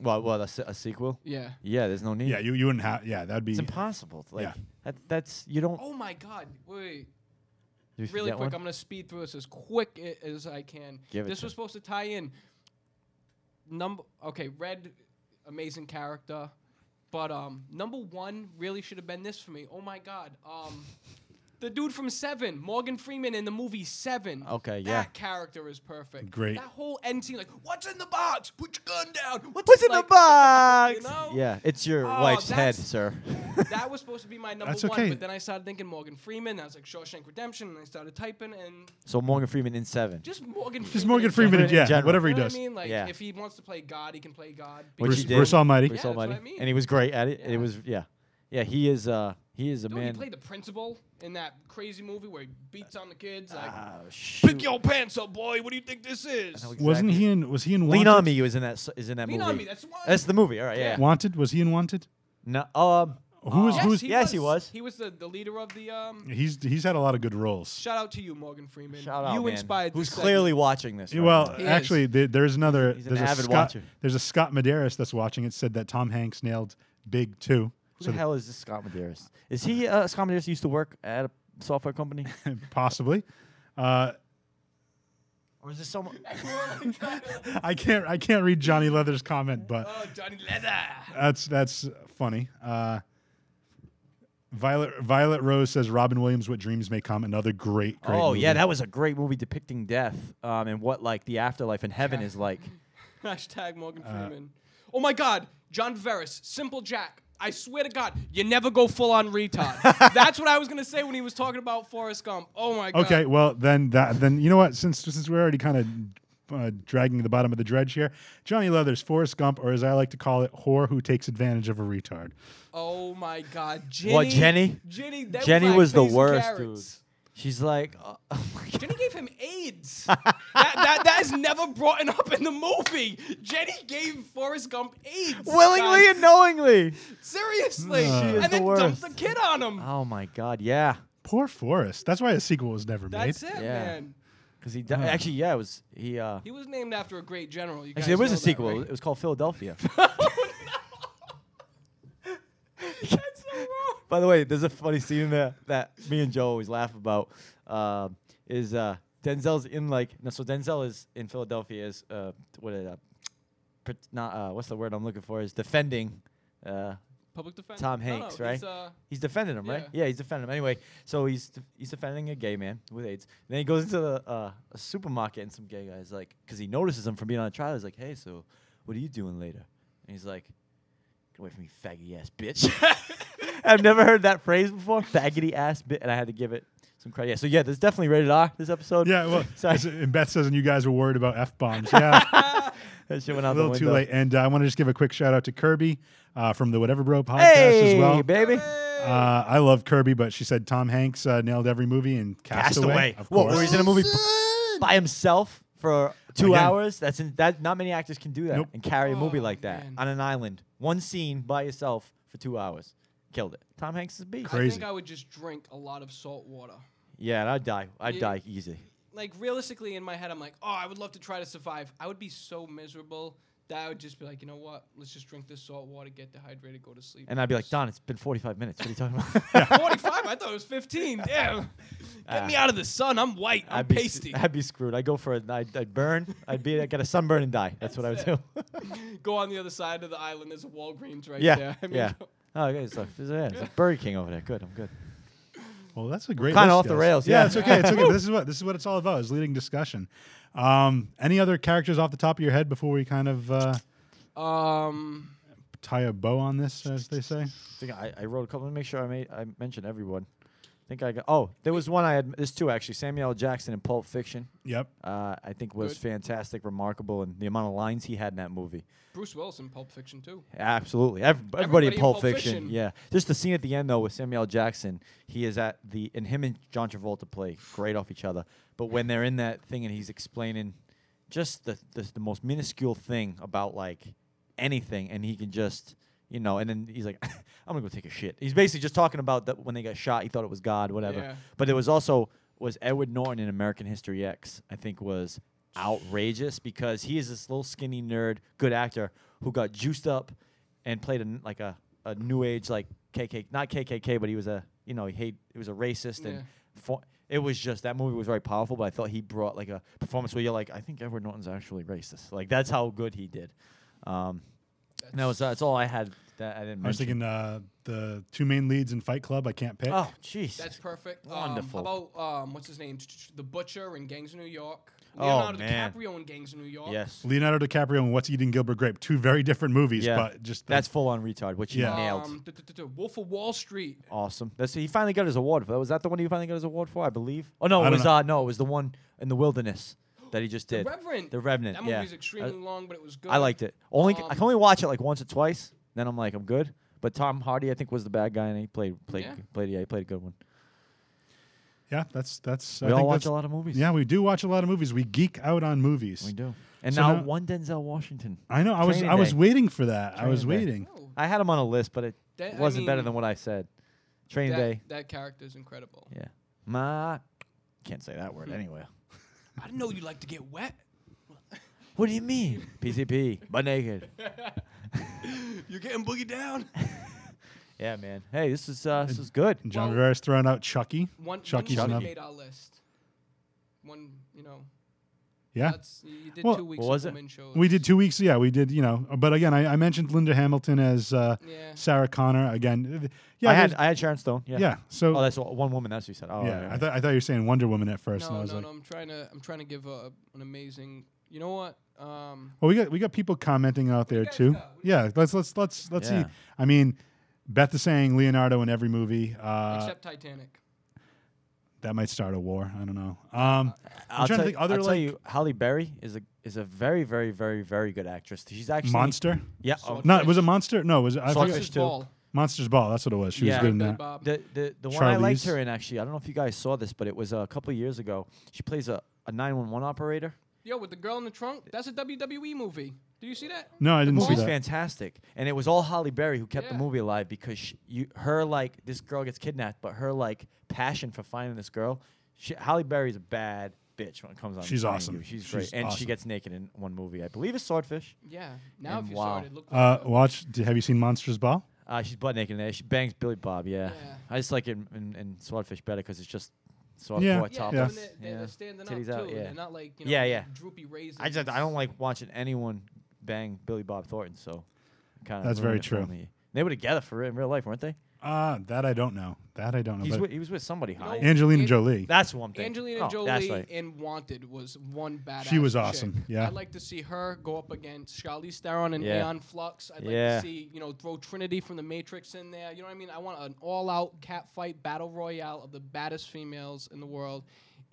[SPEAKER 4] well well a, se- a sequel?
[SPEAKER 5] Yeah.
[SPEAKER 4] Yeah, there's no need.
[SPEAKER 3] Yeah, you you wouldn't have. Yeah, that'd be.
[SPEAKER 4] it's impossible. Like
[SPEAKER 3] Yeah.
[SPEAKER 4] that that's you don't
[SPEAKER 5] Oh my God! Wait,
[SPEAKER 4] you
[SPEAKER 5] really
[SPEAKER 4] forget
[SPEAKER 5] quick.
[SPEAKER 4] one?
[SPEAKER 5] I'm gonna speed through this as quick i- as I can.
[SPEAKER 4] Give it
[SPEAKER 5] this
[SPEAKER 4] to
[SPEAKER 5] was supposed to tie in. Number okay, Red, amazing character, but um, number one really should have been this for me. Oh my God! Um, the dude from Seven, Morgan Freeman in the movie Seven.
[SPEAKER 4] Okay,
[SPEAKER 5] that
[SPEAKER 4] yeah.
[SPEAKER 5] character is perfect.
[SPEAKER 3] Great.
[SPEAKER 5] That whole end scene, like, what's in the box? Put your gun down. What's,
[SPEAKER 4] What's in
[SPEAKER 5] like-
[SPEAKER 4] the box?
[SPEAKER 5] you know?
[SPEAKER 4] Yeah, it's your
[SPEAKER 5] Oh,
[SPEAKER 4] wife's head,
[SPEAKER 5] that's-
[SPEAKER 4] sir.
[SPEAKER 5] that was supposed to be my number
[SPEAKER 3] That's
[SPEAKER 5] one,
[SPEAKER 3] okay.
[SPEAKER 5] but then I started thinking Morgan Freeman. and I was like Shawshank Redemption, and I started typing and
[SPEAKER 4] so Morgan Freeman in seven.
[SPEAKER 5] just Morgan. Freeman
[SPEAKER 3] Just Morgan
[SPEAKER 5] in
[SPEAKER 3] Freeman,
[SPEAKER 4] in
[SPEAKER 3] yeah,
[SPEAKER 4] general.
[SPEAKER 3] whatever he
[SPEAKER 5] You know what
[SPEAKER 3] does.
[SPEAKER 5] I mean? Like,
[SPEAKER 4] Yeah.
[SPEAKER 5] if he wants to play God, he can play God.
[SPEAKER 4] Which
[SPEAKER 5] because-
[SPEAKER 3] Bruce-
[SPEAKER 4] he did.
[SPEAKER 3] Bruce Almighty.
[SPEAKER 4] Bruce
[SPEAKER 5] Yeah, that's what
[SPEAKER 4] Almighty.
[SPEAKER 5] I mean.
[SPEAKER 4] And he was great at it.
[SPEAKER 5] Yeah.
[SPEAKER 4] It was yeah. Yeah, he is uh he is a
[SPEAKER 5] Dude, he
[SPEAKER 4] man.
[SPEAKER 5] played the principal in that crazy movie where he beats on the kids. Like,
[SPEAKER 4] Ah,
[SPEAKER 1] Pick
[SPEAKER 4] shoot.
[SPEAKER 1] your pants up, boy. What do you think this is?
[SPEAKER 3] Wasn't he in? Was he in?
[SPEAKER 4] Lean
[SPEAKER 3] Wanted?
[SPEAKER 4] on me was in that s- is in that
[SPEAKER 5] Lean
[SPEAKER 4] movie.
[SPEAKER 5] on Me, that's the one.
[SPEAKER 4] That's the movie. All right, yeah.
[SPEAKER 3] Wanted? Was he in Wanted?
[SPEAKER 4] No, um
[SPEAKER 3] Who was?
[SPEAKER 5] yes,
[SPEAKER 3] Who's?
[SPEAKER 5] he
[SPEAKER 4] yes,
[SPEAKER 5] was.
[SPEAKER 4] he was.
[SPEAKER 5] He was the, the leader of the. Um,
[SPEAKER 3] He's he's had a lot of good roles.
[SPEAKER 5] shout out to you, Morgan Freeman.
[SPEAKER 4] shout out
[SPEAKER 5] you
[SPEAKER 4] man,
[SPEAKER 5] inspired.
[SPEAKER 4] Who's
[SPEAKER 5] this segment.
[SPEAKER 4] clearly watching this. right
[SPEAKER 3] Well,
[SPEAKER 4] now.
[SPEAKER 5] He
[SPEAKER 3] actually, there, there's another.
[SPEAKER 4] He's an
[SPEAKER 3] there's a
[SPEAKER 4] avid
[SPEAKER 3] Scott.
[SPEAKER 4] watcher.
[SPEAKER 3] There's a Scott Medeiros that's watching it. Said that Tom Hanks nailed Big Two.
[SPEAKER 4] who the hell is this Scott Medeiros? Is he uh Scott Medeiros used to work at a software company?
[SPEAKER 3] possibly. Uh,
[SPEAKER 4] or is this someone
[SPEAKER 3] I can't. I can't read Johnny Leather's comment, but
[SPEAKER 5] Oh, Johnny Leather.
[SPEAKER 3] That's that's funny. Uh, Violet Violet Rose says Robin Williams, "What Dreams May Come." Another great, great.
[SPEAKER 4] oh yeah,
[SPEAKER 3] movie.
[SPEAKER 4] that was a great movie depicting death um, and what like the afterlife and heaven is like.
[SPEAKER 5] Hashtag Morgan
[SPEAKER 3] Uh,
[SPEAKER 5] Freeman. oh my God, John Veris, Simple Jack. I swear to God, you never go full on retard. That's what I was gonna say when he was talking about Forrest Gump. Oh my God.
[SPEAKER 3] Okay, well then that then you know what? Since since we're already kind of uh, dragging the bottom of the dredge here, Johnny Leathers, Forrest Gump, or as I like to call it, whore who takes advantage of a retard.
[SPEAKER 5] Oh my God, Jenny.
[SPEAKER 4] What, Jenny?
[SPEAKER 5] Jenny. that
[SPEAKER 4] Jenny
[SPEAKER 5] like
[SPEAKER 4] was the
[SPEAKER 5] face and
[SPEAKER 4] worst,
[SPEAKER 5] carrots.
[SPEAKER 4] dude. She's like, oh, oh my god.
[SPEAKER 5] Jenny gave him AIDS. that, that, that is never brought up in the movie. Jenny gave Forrest Gump AIDS.
[SPEAKER 4] uh, willingly
[SPEAKER 5] guys.
[SPEAKER 4] and knowingly.
[SPEAKER 5] Seriously.
[SPEAKER 4] is the
[SPEAKER 5] and then
[SPEAKER 4] worst.
[SPEAKER 5] dumped the kid on him.
[SPEAKER 4] Oh my god, yeah,
[SPEAKER 3] Poor Forrest. That's why a sequel was never
[SPEAKER 5] That's
[SPEAKER 3] made.
[SPEAKER 5] it,
[SPEAKER 4] Yeah.
[SPEAKER 5] man.
[SPEAKER 4] because he di- actually yeah it was he. Uh,
[SPEAKER 5] He was named after a great general. You guys
[SPEAKER 4] actually, there was
[SPEAKER 5] know
[SPEAKER 4] a
[SPEAKER 5] that,
[SPEAKER 4] sequel.
[SPEAKER 5] right?
[SPEAKER 4] It was called Philadelphia.
[SPEAKER 5] That's so wrong.
[SPEAKER 4] By the way, there's a funny scene in there that me and Joe always laugh about. Um is uh, Denzel's in like no, so Denzel is in Philadelphia is uh, what is uh, pr- not uh, what's the word I'm looking for is defending. Uh,
[SPEAKER 5] Public defense.
[SPEAKER 4] Tom
[SPEAKER 5] No,
[SPEAKER 4] Hanks,
[SPEAKER 5] no,
[SPEAKER 4] right?
[SPEAKER 5] It's, uh,
[SPEAKER 4] He's defending him, right?
[SPEAKER 5] Yeah.
[SPEAKER 4] Yeah, he's defending him. Anyway, so he's def- he's defending a gay man with AIDS. And then he goes into the uh, a supermarket and some gay guy's like, because he notices him from being on a trial. He's like, "Hey, so what are you doing later?" And he's like, "Get away from me, faggoty ass bitch." I've never heard that phrase before, faggoty ass bitch, and I had to give it some credit. Yeah, so yeah, there's definitely rated R this episode.
[SPEAKER 3] Yeah, well,
[SPEAKER 4] Sorry.
[SPEAKER 3] and Beth says, and you guys were worried about f bombs. Yeah.
[SPEAKER 4] that shit went out the
[SPEAKER 3] a little
[SPEAKER 4] window.
[SPEAKER 3] too late. And uh, I want to just give a quick shout out to Kirby uh, from the Whatever Bro podcast
[SPEAKER 4] Hey,
[SPEAKER 3] as well.
[SPEAKER 4] baby.
[SPEAKER 3] Uh, I love Kirby, but she said Tom Hanks uh, nailed every movie and Castaway. Of
[SPEAKER 4] What,
[SPEAKER 3] course.
[SPEAKER 4] where he's in a movie b- by himself for two
[SPEAKER 3] Again.
[SPEAKER 4] hours? That's in, that. Not many actors can do that
[SPEAKER 3] Nope.
[SPEAKER 4] and carry a movie
[SPEAKER 5] Oh,
[SPEAKER 4] like that
[SPEAKER 5] man.
[SPEAKER 4] on an island. One scene by yourself for two hours. Killed it. Tom Hanks is a beast.
[SPEAKER 5] I
[SPEAKER 3] Crazy.
[SPEAKER 5] think I would just drink a lot of salt water.
[SPEAKER 4] Yeah, and I'd die. I'd
[SPEAKER 5] Yeah.
[SPEAKER 4] die easy.
[SPEAKER 5] Like realistically, in my head, I'm like, oh, I would love to try to survive. I would be so miserable that I would just be like, you know what? Let's just drink this salt water, get dehydrated, go to sleep.
[SPEAKER 4] And I'd be like, Don, it's been 45 minutes. What are you talking about?
[SPEAKER 5] 45. I thought it was 15. Damn. Get me out of the sun. I'm white. I'm
[SPEAKER 4] Ah. I'd be, s-
[SPEAKER 5] pasty.
[SPEAKER 4] I'd be screwed. I'd go for it. I'd, I'd burn. I'd be. I'd get a sunburn and die. That's, what I would do.
[SPEAKER 5] Go on the other side of the island. There's a Walgreens right
[SPEAKER 4] yeah.
[SPEAKER 5] there. I mean,
[SPEAKER 4] yeah. Oh, okay. So, so yeah, it's a Burger King over there. Good. I'm good.
[SPEAKER 3] Well, that's a great.
[SPEAKER 4] kinda
[SPEAKER 3] list,
[SPEAKER 4] off the
[SPEAKER 3] guys.
[SPEAKER 4] rails,
[SPEAKER 3] Yeah,
[SPEAKER 4] yeah.
[SPEAKER 3] it's okay. It's okay. but this is what this is what it's all about. Is leading discussion. Um, any other characters off the top of your head before we kind of uh,
[SPEAKER 5] Um,
[SPEAKER 3] tie a bow on this, as they say?
[SPEAKER 4] I think I, I wrote a couple to make sure I made I mentioned everyone. I think I got oh, there was one I had there's two actually. Samuel L. Jackson in Pulp Fiction.
[SPEAKER 3] Yep.
[SPEAKER 4] Uh, I think was
[SPEAKER 5] Good.
[SPEAKER 4] fantastic, remarkable, and the amount of lines he had in that movie.
[SPEAKER 5] Bruce Willis in Pulp Fiction too.
[SPEAKER 4] Absolutely, Every, everybody, in Pulp, Fiction. Yeah, just the scene at the end though with Samuel L. Jackson. He is at the and him and John Travolta play great off each other. But when they're in that thing and he's explaining just the the, the most minuscule thing about like anything, and he can just you know, and then he's like, "I'm gonna go take a shit." He's basically just talking about that when they got shot. He thought it was God, whatever.
[SPEAKER 5] Yeah.
[SPEAKER 4] But there was also was Edward Norton in American History X. I think was outrageous because he is this little skinny nerd, good actor who got juiced up and played a n like a, a new age like KK not KKK but he was a you know he hate he was a racist
[SPEAKER 5] Yeah.
[SPEAKER 4] and fo- it was just that movie was very powerful but I thought he brought like a performance where you're like I think Edward Norton's actually racist like that's how good he did. Um, and that was that's all I had that I didn't
[SPEAKER 3] I was
[SPEAKER 4] mention.
[SPEAKER 3] thinking uh, the two main leads in Fight Club. I can't pick.
[SPEAKER 4] oh jeez.
[SPEAKER 5] That's perfect.
[SPEAKER 4] Wonderful.
[SPEAKER 5] Um, how about um, what's his name? The Butcher in Gangs of New York.
[SPEAKER 4] Oh,
[SPEAKER 5] Leonardo
[SPEAKER 4] man.
[SPEAKER 5] DiCaprio in Gangs of New York.
[SPEAKER 4] Yes.
[SPEAKER 3] Leonardo DiCaprio and What's Eating Gilbert Grape. Two very different movies,
[SPEAKER 4] Yeah.
[SPEAKER 3] but just uh, the-
[SPEAKER 4] that's full on retard which he
[SPEAKER 3] Yeah.
[SPEAKER 4] nailed.
[SPEAKER 5] Um, duh, duh, duh, duh, Wolf of Wall Street.
[SPEAKER 4] Awesome. That's he finally got his award for. Was that the one he finally got his award for? I believe. Oh no, it
[SPEAKER 3] I don't
[SPEAKER 4] was
[SPEAKER 3] know.
[SPEAKER 4] uh no, it was the one in the wilderness that he just did.
[SPEAKER 5] Reverend.
[SPEAKER 4] The Revenant.
[SPEAKER 5] That
[SPEAKER 4] yeah.
[SPEAKER 5] movie's extremely
[SPEAKER 4] I,
[SPEAKER 5] long, but it was good.
[SPEAKER 4] I liked it. Only I
[SPEAKER 5] Um,
[SPEAKER 4] can only watch it like once or twice. Then I'm like I'm good. But Tom Hardy I think was the bad guy and he played played
[SPEAKER 5] Yeah.
[SPEAKER 4] played yeah he played a good one.
[SPEAKER 3] yeah. That's that's.
[SPEAKER 4] we
[SPEAKER 3] I
[SPEAKER 4] all
[SPEAKER 3] think
[SPEAKER 4] watch
[SPEAKER 3] that's-
[SPEAKER 4] a lot of movies.
[SPEAKER 3] Yeah, we do watch a lot of movies. We geek out on movies.
[SPEAKER 4] we do. And
[SPEAKER 3] So
[SPEAKER 4] now,
[SPEAKER 3] now- Uh,
[SPEAKER 4] one Denzel Washington.
[SPEAKER 3] I know. I was
[SPEAKER 4] Training
[SPEAKER 3] I was
[SPEAKER 4] Day.
[SPEAKER 3] waiting for that. I
[SPEAKER 4] Training
[SPEAKER 3] was
[SPEAKER 4] Day.
[SPEAKER 3] waiting.
[SPEAKER 5] Oh,
[SPEAKER 4] I had him on a list, but it
[SPEAKER 5] That- I
[SPEAKER 4] wasn't better
[SPEAKER 5] mean,
[SPEAKER 4] than what I said. Training Day.
[SPEAKER 5] that, that character is incredible.
[SPEAKER 4] Yeah. Ma. Can't say that
[SPEAKER 5] Hmm.
[SPEAKER 4] word anyway.
[SPEAKER 5] I didn't know you like to get wet.
[SPEAKER 4] What do you mean? PCP. But naked.
[SPEAKER 5] You're getting boogie down.
[SPEAKER 4] Yeah, man. Hey, this is uh, this is good.
[SPEAKER 3] John
[SPEAKER 5] Well-
[SPEAKER 3] Rivera's throwing out Chucky.
[SPEAKER 5] One,
[SPEAKER 3] Chucky.
[SPEAKER 5] one
[SPEAKER 3] Chucky.
[SPEAKER 5] movie made our list. One, you know,
[SPEAKER 3] Yeah.
[SPEAKER 5] That's you did
[SPEAKER 3] Well-
[SPEAKER 5] two weeks
[SPEAKER 4] What was
[SPEAKER 5] of
[SPEAKER 4] it?
[SPEAKER 5] women shows.
[SPEAKER 3] We did two weeks. Yeah, we did. You know, but again, I, I mentioned Linda Hamilton as uh,
[SPEAKER 5] Yeah.
[SPEAKER 3] Sarah Connor again. th- Yeah,
[SPEAKER 4] I had
[SPEAKER 3] there's-
[SPEAKER 4] I had Sharon Stone. Yeah.
[SPEAKER 3] yeah. So
[SPEAKER 4] Oh, that's all- one woman. That's what you said. Oh,
[SPEAKER 3] yeah,
[SPEAKER 4] right, right.
[SPEAKER 3] I thought I thought you were saying Wonder Woman at first,
[SPEAKER 5] No,
[SPEAKER 3] and I
[SPEAKER 5] no,
[SPEAKER 3] was like,
[SPEAKER 5] no. I'm trying to. I'm trying to give a, an amazing. You know what? Um,
[SPEAKER 3] well, we got we got people commenting out there
[SPEAKER 5] guys
[SPEAKER 3] too.
[SPEAKER 5] got? What do
[SPEAKER 3] Yeah, let's let's let's let's
[SPEAKER 4] Yeah.
[SPEAKER 3] see. I mean, Beth is saying Leonardo in every movie. Uh,
[SPEAKER 5] except Titanic.
[SPEAKER 3] that might start a war. I don't know.
[SPEAKER 5] Uh,
[SPEAKER 3] Um, I'm
[SPEAKER 4] I'll
[SPEAKER 3] trying to
[SPEAKER 4] tell
[SPEAKER 3] think
[SPEAKER 4] you-
[SPEAKER 3] other
[SPEAKER 4] I'll tell
[SPEAKER 3] like
[SPEAKER 4] you, Halle Berry is a is a very very very very good actress. She's actually
[SPEAKER 3] monster.
[SPEAKER 4] Yeah. um,
[SPEAKER 5] Sword-
[SPEAKER 4] no,
[SPEAKER 3] No, was it monster? No, was it I
[SPEAKER 4] Swordfish
[SPEAKER 3] forgot-
[SPEAKER 4] Fish
[SPEAKER 5] Mrs.
[SPEAKER 4] too.
[SPEAKER 5] Ball.
[SPEAKER 3] Monsters Ball? That's what it was. She
[SPEAKER 4] Yeah.
[SPEAKER 3] was good in
[SPEAKER 5] Good
[SPEAKER 3] that.
[SPEAKER 5] Bob.
[SPEAKER 4] the the, the one I liked
[SPEAKER 3] Charlize.
[SPEAKER 4] her in actually. I don't know if you guys saw this, but it was uh, a couple years ago. She plays a a nine one one operator.
[SPEAKER 5] Yo, with the girl in the trunk. That's a WWE movie. Did you see that?
[SPEAKER 3] No, I didn't see
[SPEAKER 4] movie's
[SPEAKER 3] that.
[SPEAKER 4] fantastic, and it was all Holly Berry who kept the
[SPEAKER 5] Yeah.
[SPEAKER 4] movie alive because she, you, her like this girl gets kidnapped, but her like passion for finding this girl, she, Holly Berry's a bad bitch when it comes on.
[SPEAKER 3] She's
[SPEAKER 4] screen.
[SPEAKER 3] awesome.
[SPEAKER 4] She's,
[SPEAKER 3] She's
[SPEAKER 4] great, and
[SPEAKER 3] awesome.
[SPEAKER 4] she gets naked in one movie, I believe. It's Swordfish.
[SPEAKER 5] Yeah. Now,
[SPEAKER 4] And
[SPEAKER 5] if you
[SPEAKER 4] wow.
[SPEAKER 5] saw it, it looked
[SPEAKER 3] Uh,
[SPEAKER 5] like. that.
[SPEAKER 3] watch. d- Have you seen Monsters Ball?
[SPEAKER 4] Uh, she's butt naked in there. She bangs Billy Bob. Yeah,
[SPEAKER 5] Yeah.
[SPEAKER 4] I just like it in, in, in Swordfish better because it's just soft
[SPEAKER 3] Yeah.
[SPEAKER 4] boy
[SPEAKER 5] yeah,
[SPEAKER 4] topless.
[SPEAKER 5] when
[SPEAKER 3] Yeah.
[SPEAKER 5] They're, they're
[SPEAKER 4] Yeah.
[SPEAKER 5] standing
[SPEAKER 4] Titties
[SPEAKER 5] up
[SPEAKER 4] out,
[SPEAKER 5] too.
[SPEAKER 4] yeah.
[SPEAKER 5] They're not like you know,
[SPEAKER 4] Yeah, yeah.
[SPEAKER 5] droopy raisins.
[SPEAKER 4] I just I don't like watching anyone bang Billy Bob Thornton. So kind of
[SPEAKER 3] That's very true.
[SPEAKER 4] Me. They were together for real in real life, weren't they?
[SPEAKER 3] Uh, that I don't know. That I don't know.
[SPEAKER 4] He's
[SPEAKER 3] but
[SPEAKER 4] with, he was with somebody high.
[SPEAKER 5] know-
[SPEAKER 3] Angelina
[SPEAKER 5] An-
[SPEAKER 3] Jolie.
[SPEAKER 4] That's one thing.
[SPEAKER 5] Angelina
[SPEAKER 4] oh, That's
[SPEAKER 5] Jolie
[SPEAKER 4] right.
[SPEAKER 5] in Wanted was one badass.
[SPEAKER 3] She was
[SPEAKER 5] chick.
[SPEAKER 3] awesome, yeah.
[SPEAKER 5] I'd like to see her go up against Charlize Theron and
[SPEAKER 4] Yeah.
[SPEAKER 5] Aeon Flux. I'd
[SPEAKER 4] Yeah.
[SPEAKER 5] like to see you know throw Trinity from the Matrix in there. You know what I mean? I want an all-out cat fight battle royale of the baddest females in the world,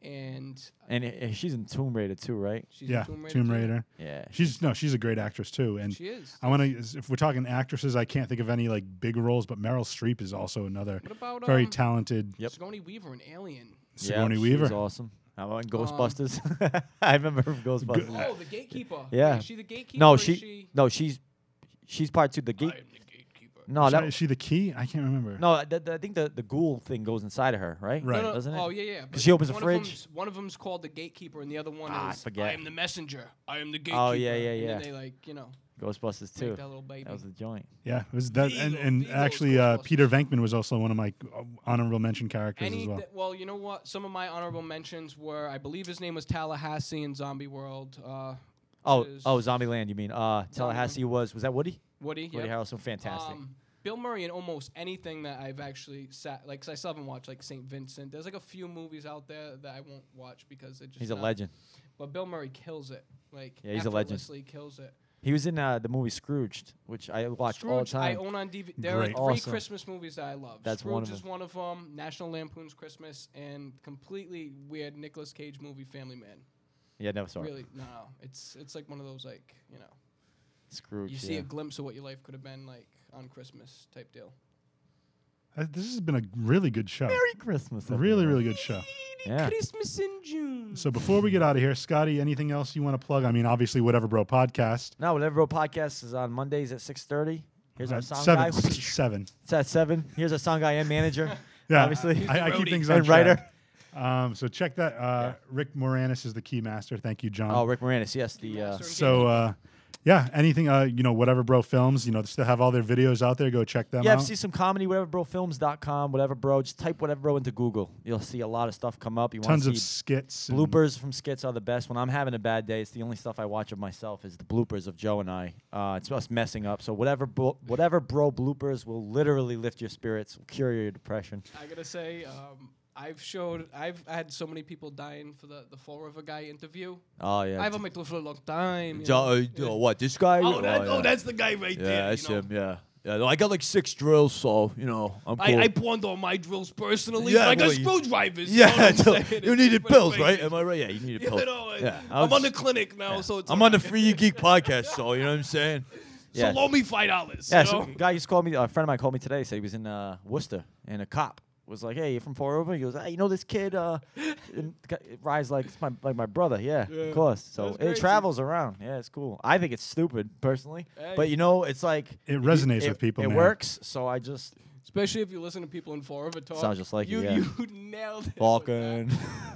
[SPEAKER 5] and uh,
[SPEAKER 4] And i- i- she's in Tomb Raider too, right?
[SPEAKER 5] she's in
[SPEAKER 3] yeah,
[SPEAKER 5] Tomb Raider.
[SPEAKER 3] Tomb
[SPEAKER 5] too.
[SPEAKER 3] Raider.
[SPEAKER 4] Yeah.
[SPEAKER 3] She's no, she's a great actress too. And
[SPEAKER 5] She is.
[SPEAKER 3] I want to. If we're talking actresses, I can't think of any like big roles, but Meryl Streep is also another
[SPEAKER 5] What about
[SPEAKER 3] very
[SPEAKER 5] um,
[SPEAKER 3] talented
[SPEAKER 4] Yep.
[SPEAKER 5] Sigourney Weaver in Alien?
[SPEAKER 3] Sigourney
[SPEAKER 4] yeah,
[SPEAKER 3] Weaver.
[SPEAKER 4] She's awesome. How
[SPEAKER 5] Um,
[SPEAKER 4] about in Ghostbusters? I remember her from Ghostbusters.
[SPEAKER 5] Oh, the gatekeeper.
[SPEAKER 4] Yeah.
[SPEAKER 5] Is she the gatekeeper?
[SPEAKER 4] no,
[SPEAKER 5] or is
[SPEAKER 4] she, No, she's. She's part two. The
[SPEAKER 5] I am
[SPEAKER 4] geek.
[SPEAKER 5] the gatekeeper.
[SPEAKER 4] No,
[SPEAKER 3] Is she-
[SPEAKER 4] oh, that.
[SPEAKER 3] is she the key? I can't remember.
[SPEAKER 4] no, I- that- that- I think the, the ghoul thing goes inside of her, right?
[SPEAKER 3] Right.
[SPEAKER 5] No, no,
[SPEAKER 4] Doesn't it?
[SPEAKER 5] Oh yeah, yeah. but
[SPEAKER 4] she opens a
[SPEAKER 5] one
[SPEAKER 4] fridge.
[SPEAKER 5] Of them's, one of them's called the gatekeeper, and the other one
[SPEAKER 4] Ah, I
[SPEAKER 5] is
[SPEAKER 4] forget.
[SPEAKER 5] am the messenger. I am the gatekeeper.
[SPEAKER 4] Oh, yeah, yeah,
[SPEAKER 5] And
[SPEAKER 4] yeah.
[SPEAKER 5] then they like you know
[SPEAKER 4] Ghostbusters
[SPEAKER 5] make
[SPEAKER 4] too.
[SPEAKER 5] that little baby.
[SPEAKER 4] That was the joint.
[SPEAKER 3] Yeah, it was that, and,
[SPEAKER 5] Vigo-
[SPEAKER 3] and
[SPEAKER 5] Vigo's
[SPEAKER 3] actually, uh,
[SPEAKER 5] Ghostbusters.
[SPEAKER 3] Peter Venkman was also one of my uh, honorable mention characters
[SPEAKER 5] Any
[SPEAKER 3] as well.
[SPEAKER 5] th- well, you know what? Some of my honorable mentions were I believe his name was Tallahassee in Zombie World. Uh,
[SPEAKER 4] Oh,
[SPEAKER 5] is-
[SPEAKER 4] oh, Zombieland. You mean uh, Tallahassee was was that Woody?
[SPEAKER 5] Woody.
[SPEAKER 4] Woody
[SPEAKER 5] yep.
[SPEAKER 4] Harrelson, fantastic.
[SPEAKER 5] Um, Bill Murray in almost anything that I've actually sat like 'cause I still haven't watched like Saint Vincent. There's like a few movies out there that I won't watch because it just
[SPEAKER 4] He's a
[SPEAKER 5] not-
[SPEAKER 4] legend.
[SPEAKER 5] But Bill Murray kills it. Like
[SPEAKER 4] Yeah, he's a legend.
[SPEAKER 5] effortlessly kills it.
[SPEAKER 4] He was in uh, the movie Scrooged, which I watch all the
[SPEAKER 5] Scrooge, I
[SPEAKER 4] time.
[SPEAKER 5] own on DVD. There are
[SPEAKER 3] Great.
[SPEAKER 5] three
[SPEAKER 4] Awesome.
[SPEAKER 5] Christmas movies that I love.
[SPEAKER 4] That's
[SPEAKER 5] Scrooge
[SPEAKER 4] one of
[SPEAKER 5] is
[SPEAKER 4] them.
[SPEAKER 5] one of them. National Lampoon's Christmas and completely weird Nicolas Cage movie Family Man.
[SPEAKER 4] yeah, never saw it.
[SPEAKER 5] Really, no, no, it's it's like one of those like you know
[SPEAKER 4] Scrooge.
[SPEAKER 5] you see
[SPEAKER 4] yeah.
[SPEAKER 5] a glimpse of what your life could have been like on Christmas type deal.
[SPEAKER 3] Uh, This has been a really good show.
[SPEAKER 4] Merry Christmas.
[SPEAKER 3] Really, really good show.
[SPEAKER 4] Yeah.
[SPEAKER 5] Christmas in June.
[SPEAKER 3] So before we get out of here, Scotty, anything else you want to plug? I mean, obviously, whatever, bro. Podcast
[SPEAKER 4] Now, Whatever Bro podcast is on Mondays at 6.30. Here's our
[SPEAKER 3] at
[SPEAKER 4] sound
[SPEAKER 3] Uh, seven,
[SPEAKER 4] guy.
[SPEAKER 3] seven.
[SPEAKER 4] it's at 7. Here's our sound guy and manager.
[SPEAKER 3] Yeah,
[SPEAKER 4] Obviously.
[SPEAKER 3] I, I keep things on
[SPEAKER 4] and writer.
[SPEAKER 3] track. Um, so check that. Uh, Rick Moranis is the key master. Thank you, John.
[SPEAKER 4] Oh, Rick Moranis. Yes, the uh,
[SPEAKER 5] Master.
[SPEAKER 3] so uh, yeah, anything. Uh, you know, whatever, bro. Films. You know, they still have all their videos out there. Go check them
[SPEAKER 4] yeah,
[SPEAKER 3] out.
[SPEAKER 4] if you see some comedy, whateverbrofilms.com, whatever bro. Just type whatever bro into Google. You'll see a lot of stuff come up. You wanna
[SPEAKER 3] Tons of
[SPEAKER 4] see
[SPEAKER 3] skits. and-
[SPEAKER 4] bloopers from skits are the best. When I'm having a bad day, it's the only stuff I watch of myself is the bloopers of Joe and I. Uh, it's us messing up. So whatever, bro, whatever bro bloopers will literally lift your spirits, cure your depression.
[SPEAKER 5] I gotta say, um, I've showed I've I had so many people dying for the the Fall River guy interview.
[SPEAKER 4] Oh yeah.
[SPEAKER 5] I haven't made it for a long time. you know.
[SPEAKER 4] Joe, uh, oh, what this guy?
[SPEAKER 1] Oh, that,
[SPEAKER 4] yeah.
[SPEAKER 1] oh, that's the guy right
[SPEAKER 4] yeah,
[SPEAKER 1] there.
[SPEAKER 4] that's
[SPEAKER 1] you know.
[SPEAKER 4] him. Yeah, yeah. no, I got like six drills, so you know I'm cool.
[SPEAKER 1] I, I pawned all my drills personally.
[SPEAKER 4] Yeah,
[SPEAKER 1] like
[SPEAKER 4] well,
[SPEAKER 1] a
[SPEAKER 4] you-
[SPEAKER 1] screwdriver. you,
[SPEAKER 4] yeah,
[SPEAKER 1] know what I'm saying?
[SPEAKER 4] you
[SPEAKER 1] It's
[SPEAKER 4] needed
[SPEAKER 1] pretty
[SPEAKER 4] pills, right?
[SPEAKER 1] basic.
[SPEAKER 4] Am I right? Yeah, you needed
[SPEAKER 1] You
[SPEAKER 4] pills.
[SPEAKER 1] know, I-
[SPEAKER 4] yeah, I
[SPEAKER 1] I'm
[SPEAKER 4] was
[SPEAKER 1] on the
[SPEAKER 4] just-
[SPEAKER 1] clinic now, so it's
[SPEAKER 4] I'm on the Free Geek podcast, so you know what I'm saying.
[SPEAKER 1] So
[SPEAKER 4] Yeah.
[SPEAKER 1] loan me five dollars.
[SPEAKER 4] Yeah,
[SPEAKER 1] you
[SPEAKER 4] so
[SPEAKER 1] know?
[SPEAKER 4] a guy just called me. A friend of mine called me today. Said he was in uh, Worcester, and a cop was like, "Hey, you from Far Over?" He goes, "Hey, you know this kid, uh, and the guy- Rye's like, it's my like my brother. Yeah, of course. So
[SPEAKER 5] That's
[SPEAKER 4] it
[SPEAKER 5] crazy.
[SPEAKER 4] travels around. Yeah, it's cool. I think it's stupid personally, but
[SPEAKER 5] Hey.
[SPEAKER 4] you know, it's like
[SPEAKER 3] It resonates with people,
[SPEAKER 4] It
[SPEAKER 3] man.
[SPEAKER 4] works. So I just
[SPEAKER 5] Especially if you listen to people in Fall River talk.
[SPEAKER 4] Sounds just like
[SPEAKER 5] you.
[SPEAKER 4] you, yeah.
[SPEAKER 5] You nailed it. with that.
[SPEAKER 4] Falcon.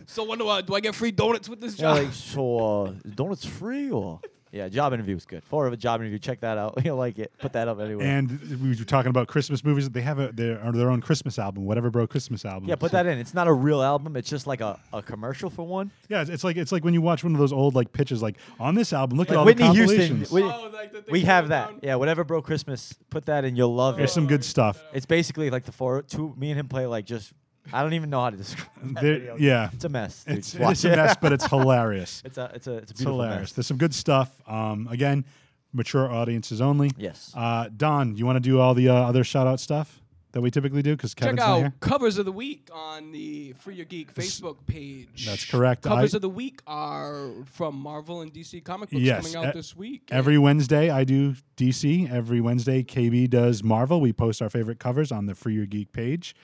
[SPEAKER 5] So when do I do I get free donuts with this
[SPEAKER 4] yeah,
[SPEAKER 5] job?
[SPEAKER 4] like so, uh, donuts free or Yeah, job interview was good. Four of a job interview. Check that out. You'll like it. Put that up anyway.
[SPEAKER 3] And we were talking about Christmas movies. They have a, their, or their own Christmas album, whatever, bro. Christmas album.
[SPEAKER 4] yeah, put that in. It's not a real album. It's just like a, a commercial for one.
[SPEAKER 3] Yeah, it's- it's like it's like when you watch one of those old like pitches, like on this album. Look at
[SPEAKER 4] Like
[SPEAKER 3] all
[SPEAKER 4] Whitney
[SPEAKER 3] the
[SPEAKER 4] Houston.
[SPEAKER 3] compilations.
[SPEAKER 4] We,
[SPEAKER 5] Oh, like the thing
[SPEAKER 4] we
[SPEAKER 5] that
[SPEAKER 4] have
[SPEAKER 5] goes
[SPEAKER 4] that.
[SPEAKER 5] down?
[SPEAKER 4] Yeah, whatever, bro. Christmas. Put that in. You'll love
[SPEAKER 3] There's
[SPEAKER 4] it.
[SPEAKER 3] some good stuff.
[SPEAKER 4] It's basically like the four, two. Me and him play like just. I don't even know how to describe. that
[SPEAKER 3] There-
[SPEAKER 4] video.
[SPEAKER 3] yeah.
[SPEAKER 4] it's a mess. Dude.
[SPEAKER 3] It's,
[SPEAKER 4] Just watch
[SPEAKER 3] it's a
[SPEAKER 4] it.
[SPEAKER 3] mess, but it's hilarious.
[SPEAKER 4] It's a it's a it's a
[SPEAKER 3] It's
[SPEAKER 4] beautiful
[SPEAKER 3] hilarious.
[SPEAKER 4] mess.
[SPEAKER 3] There's some good stuff. Um, again, mature audiences only.
[SPEAKER 4] Yes.
[SPEAKER 3] Uh, Don, you want to do all the uh, other shout out stuff that we typically do because Kevin's
[SPEAKER 5] Check
[SPEAKER 3] not
[SPEAKER 5] out
[SPEAKER 3] here.
[SPEAKER 5] covers of the week on the Free Your Geek Facebook page.
[SPEAKER 3] that's correct.
[SPEAKER 5] Covers
[SPEAKER 3] I-
[SPEAKER 5] of the week are from Marvel and DC comic books
[SPEAKER 3] Yes,
[SPEAKER 5] coming out
[SPEAKER 3] e-
[SPEAKER 5] this week.
[SPEAKER 3] Every Wednesday, I do DC. Every Wednesday, KB does Marvel. We post our favorite covers on the Free Your Geek page.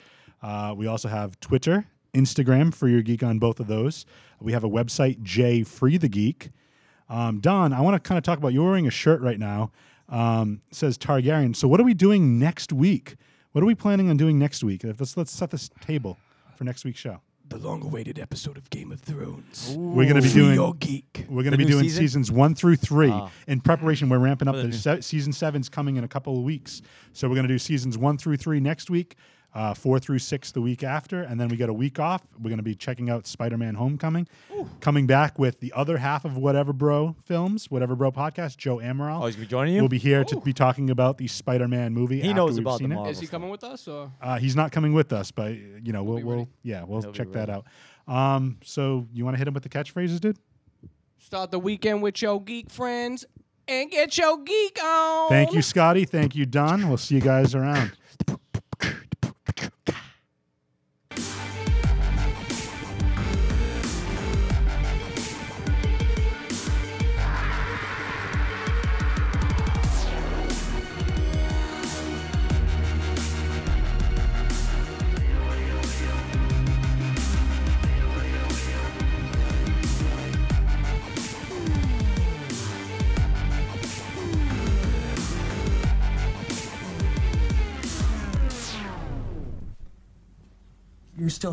[SPEAKER 3] Uh, we also have Twitter, Instagram, Free Your Geek on both of those. We have a website, J Free the Geek. Um, Don, I want to kind of talk about you're wearing a shirt right now. Um, it says Targaryen. So what are we doing next week? What are we planning on doing next week? Let's let's set this table for next week's show.
[SPEAKER 5] the long-awaited episode of Game of Thrones.
[SPEAKER 3] We're gonna be doing
[SPEAKER 5] Geek.
[SPEAKER 3] We're going to
[SPEAKER 4] The
[SPEAKER 3] be
[SPEAKER 4] new
[SPEAKER 3] doing
[SPEAKER 4] season?
[SPEAKER 3] seasons one through three
[SPEAKER 4] Ah.
[SPEAKER 3] in preparation. We're ramping up.
[SPEAKER 4] For the
[SPEAKER 3] The
[SPEAKER 4] new-
[SPEAKER 3] se- season seven's coming in a couple of weeks, so we're going to do seasons one through three next week, uh, four through six the week after, and then we get a week off. We're going to be checking out Spider-Man: Homecoming, coming back with the other half of whatever Bro films, whatever Bro podcast. Joe Amaral
[SPEAKER 4] Oh, he's gonna be joining you.
[SPEAKER 3] will be here to be talking about the Spider-Man movie.
[SPEAKER 4] He
[SPEAKER 3] after
[SPEAKER 4] knows
[SPEAKER 3] we've
[SPEAKER 4] about
[SPEAKER 3] seen
[SPEAKER 4] them
[SPEAKER 3] it.
[SPEAKER 4] all.
[SPEAKER 5] Is he coming with us or?
[SPEAKER 3] Uh, he's not coming with us, but you know we'll,
[SPEAKER 5] be
[SPEAKER 3] we'll
[SPEAKER 5] ready.
[SPEAKER 3] yeah we'll
[SPEAKER 4] He'll be
[SPEAKER 3] check that out. Um, so you want to hit him with the catchphrases, dude?
[SPEAKER 5] Start the weekend with your geek friends and get your geek on.
[SPEAKER 3] Thank you, Scotty. Thank you, Don. We'll see you guys around.
[SPEAKER 6] You're still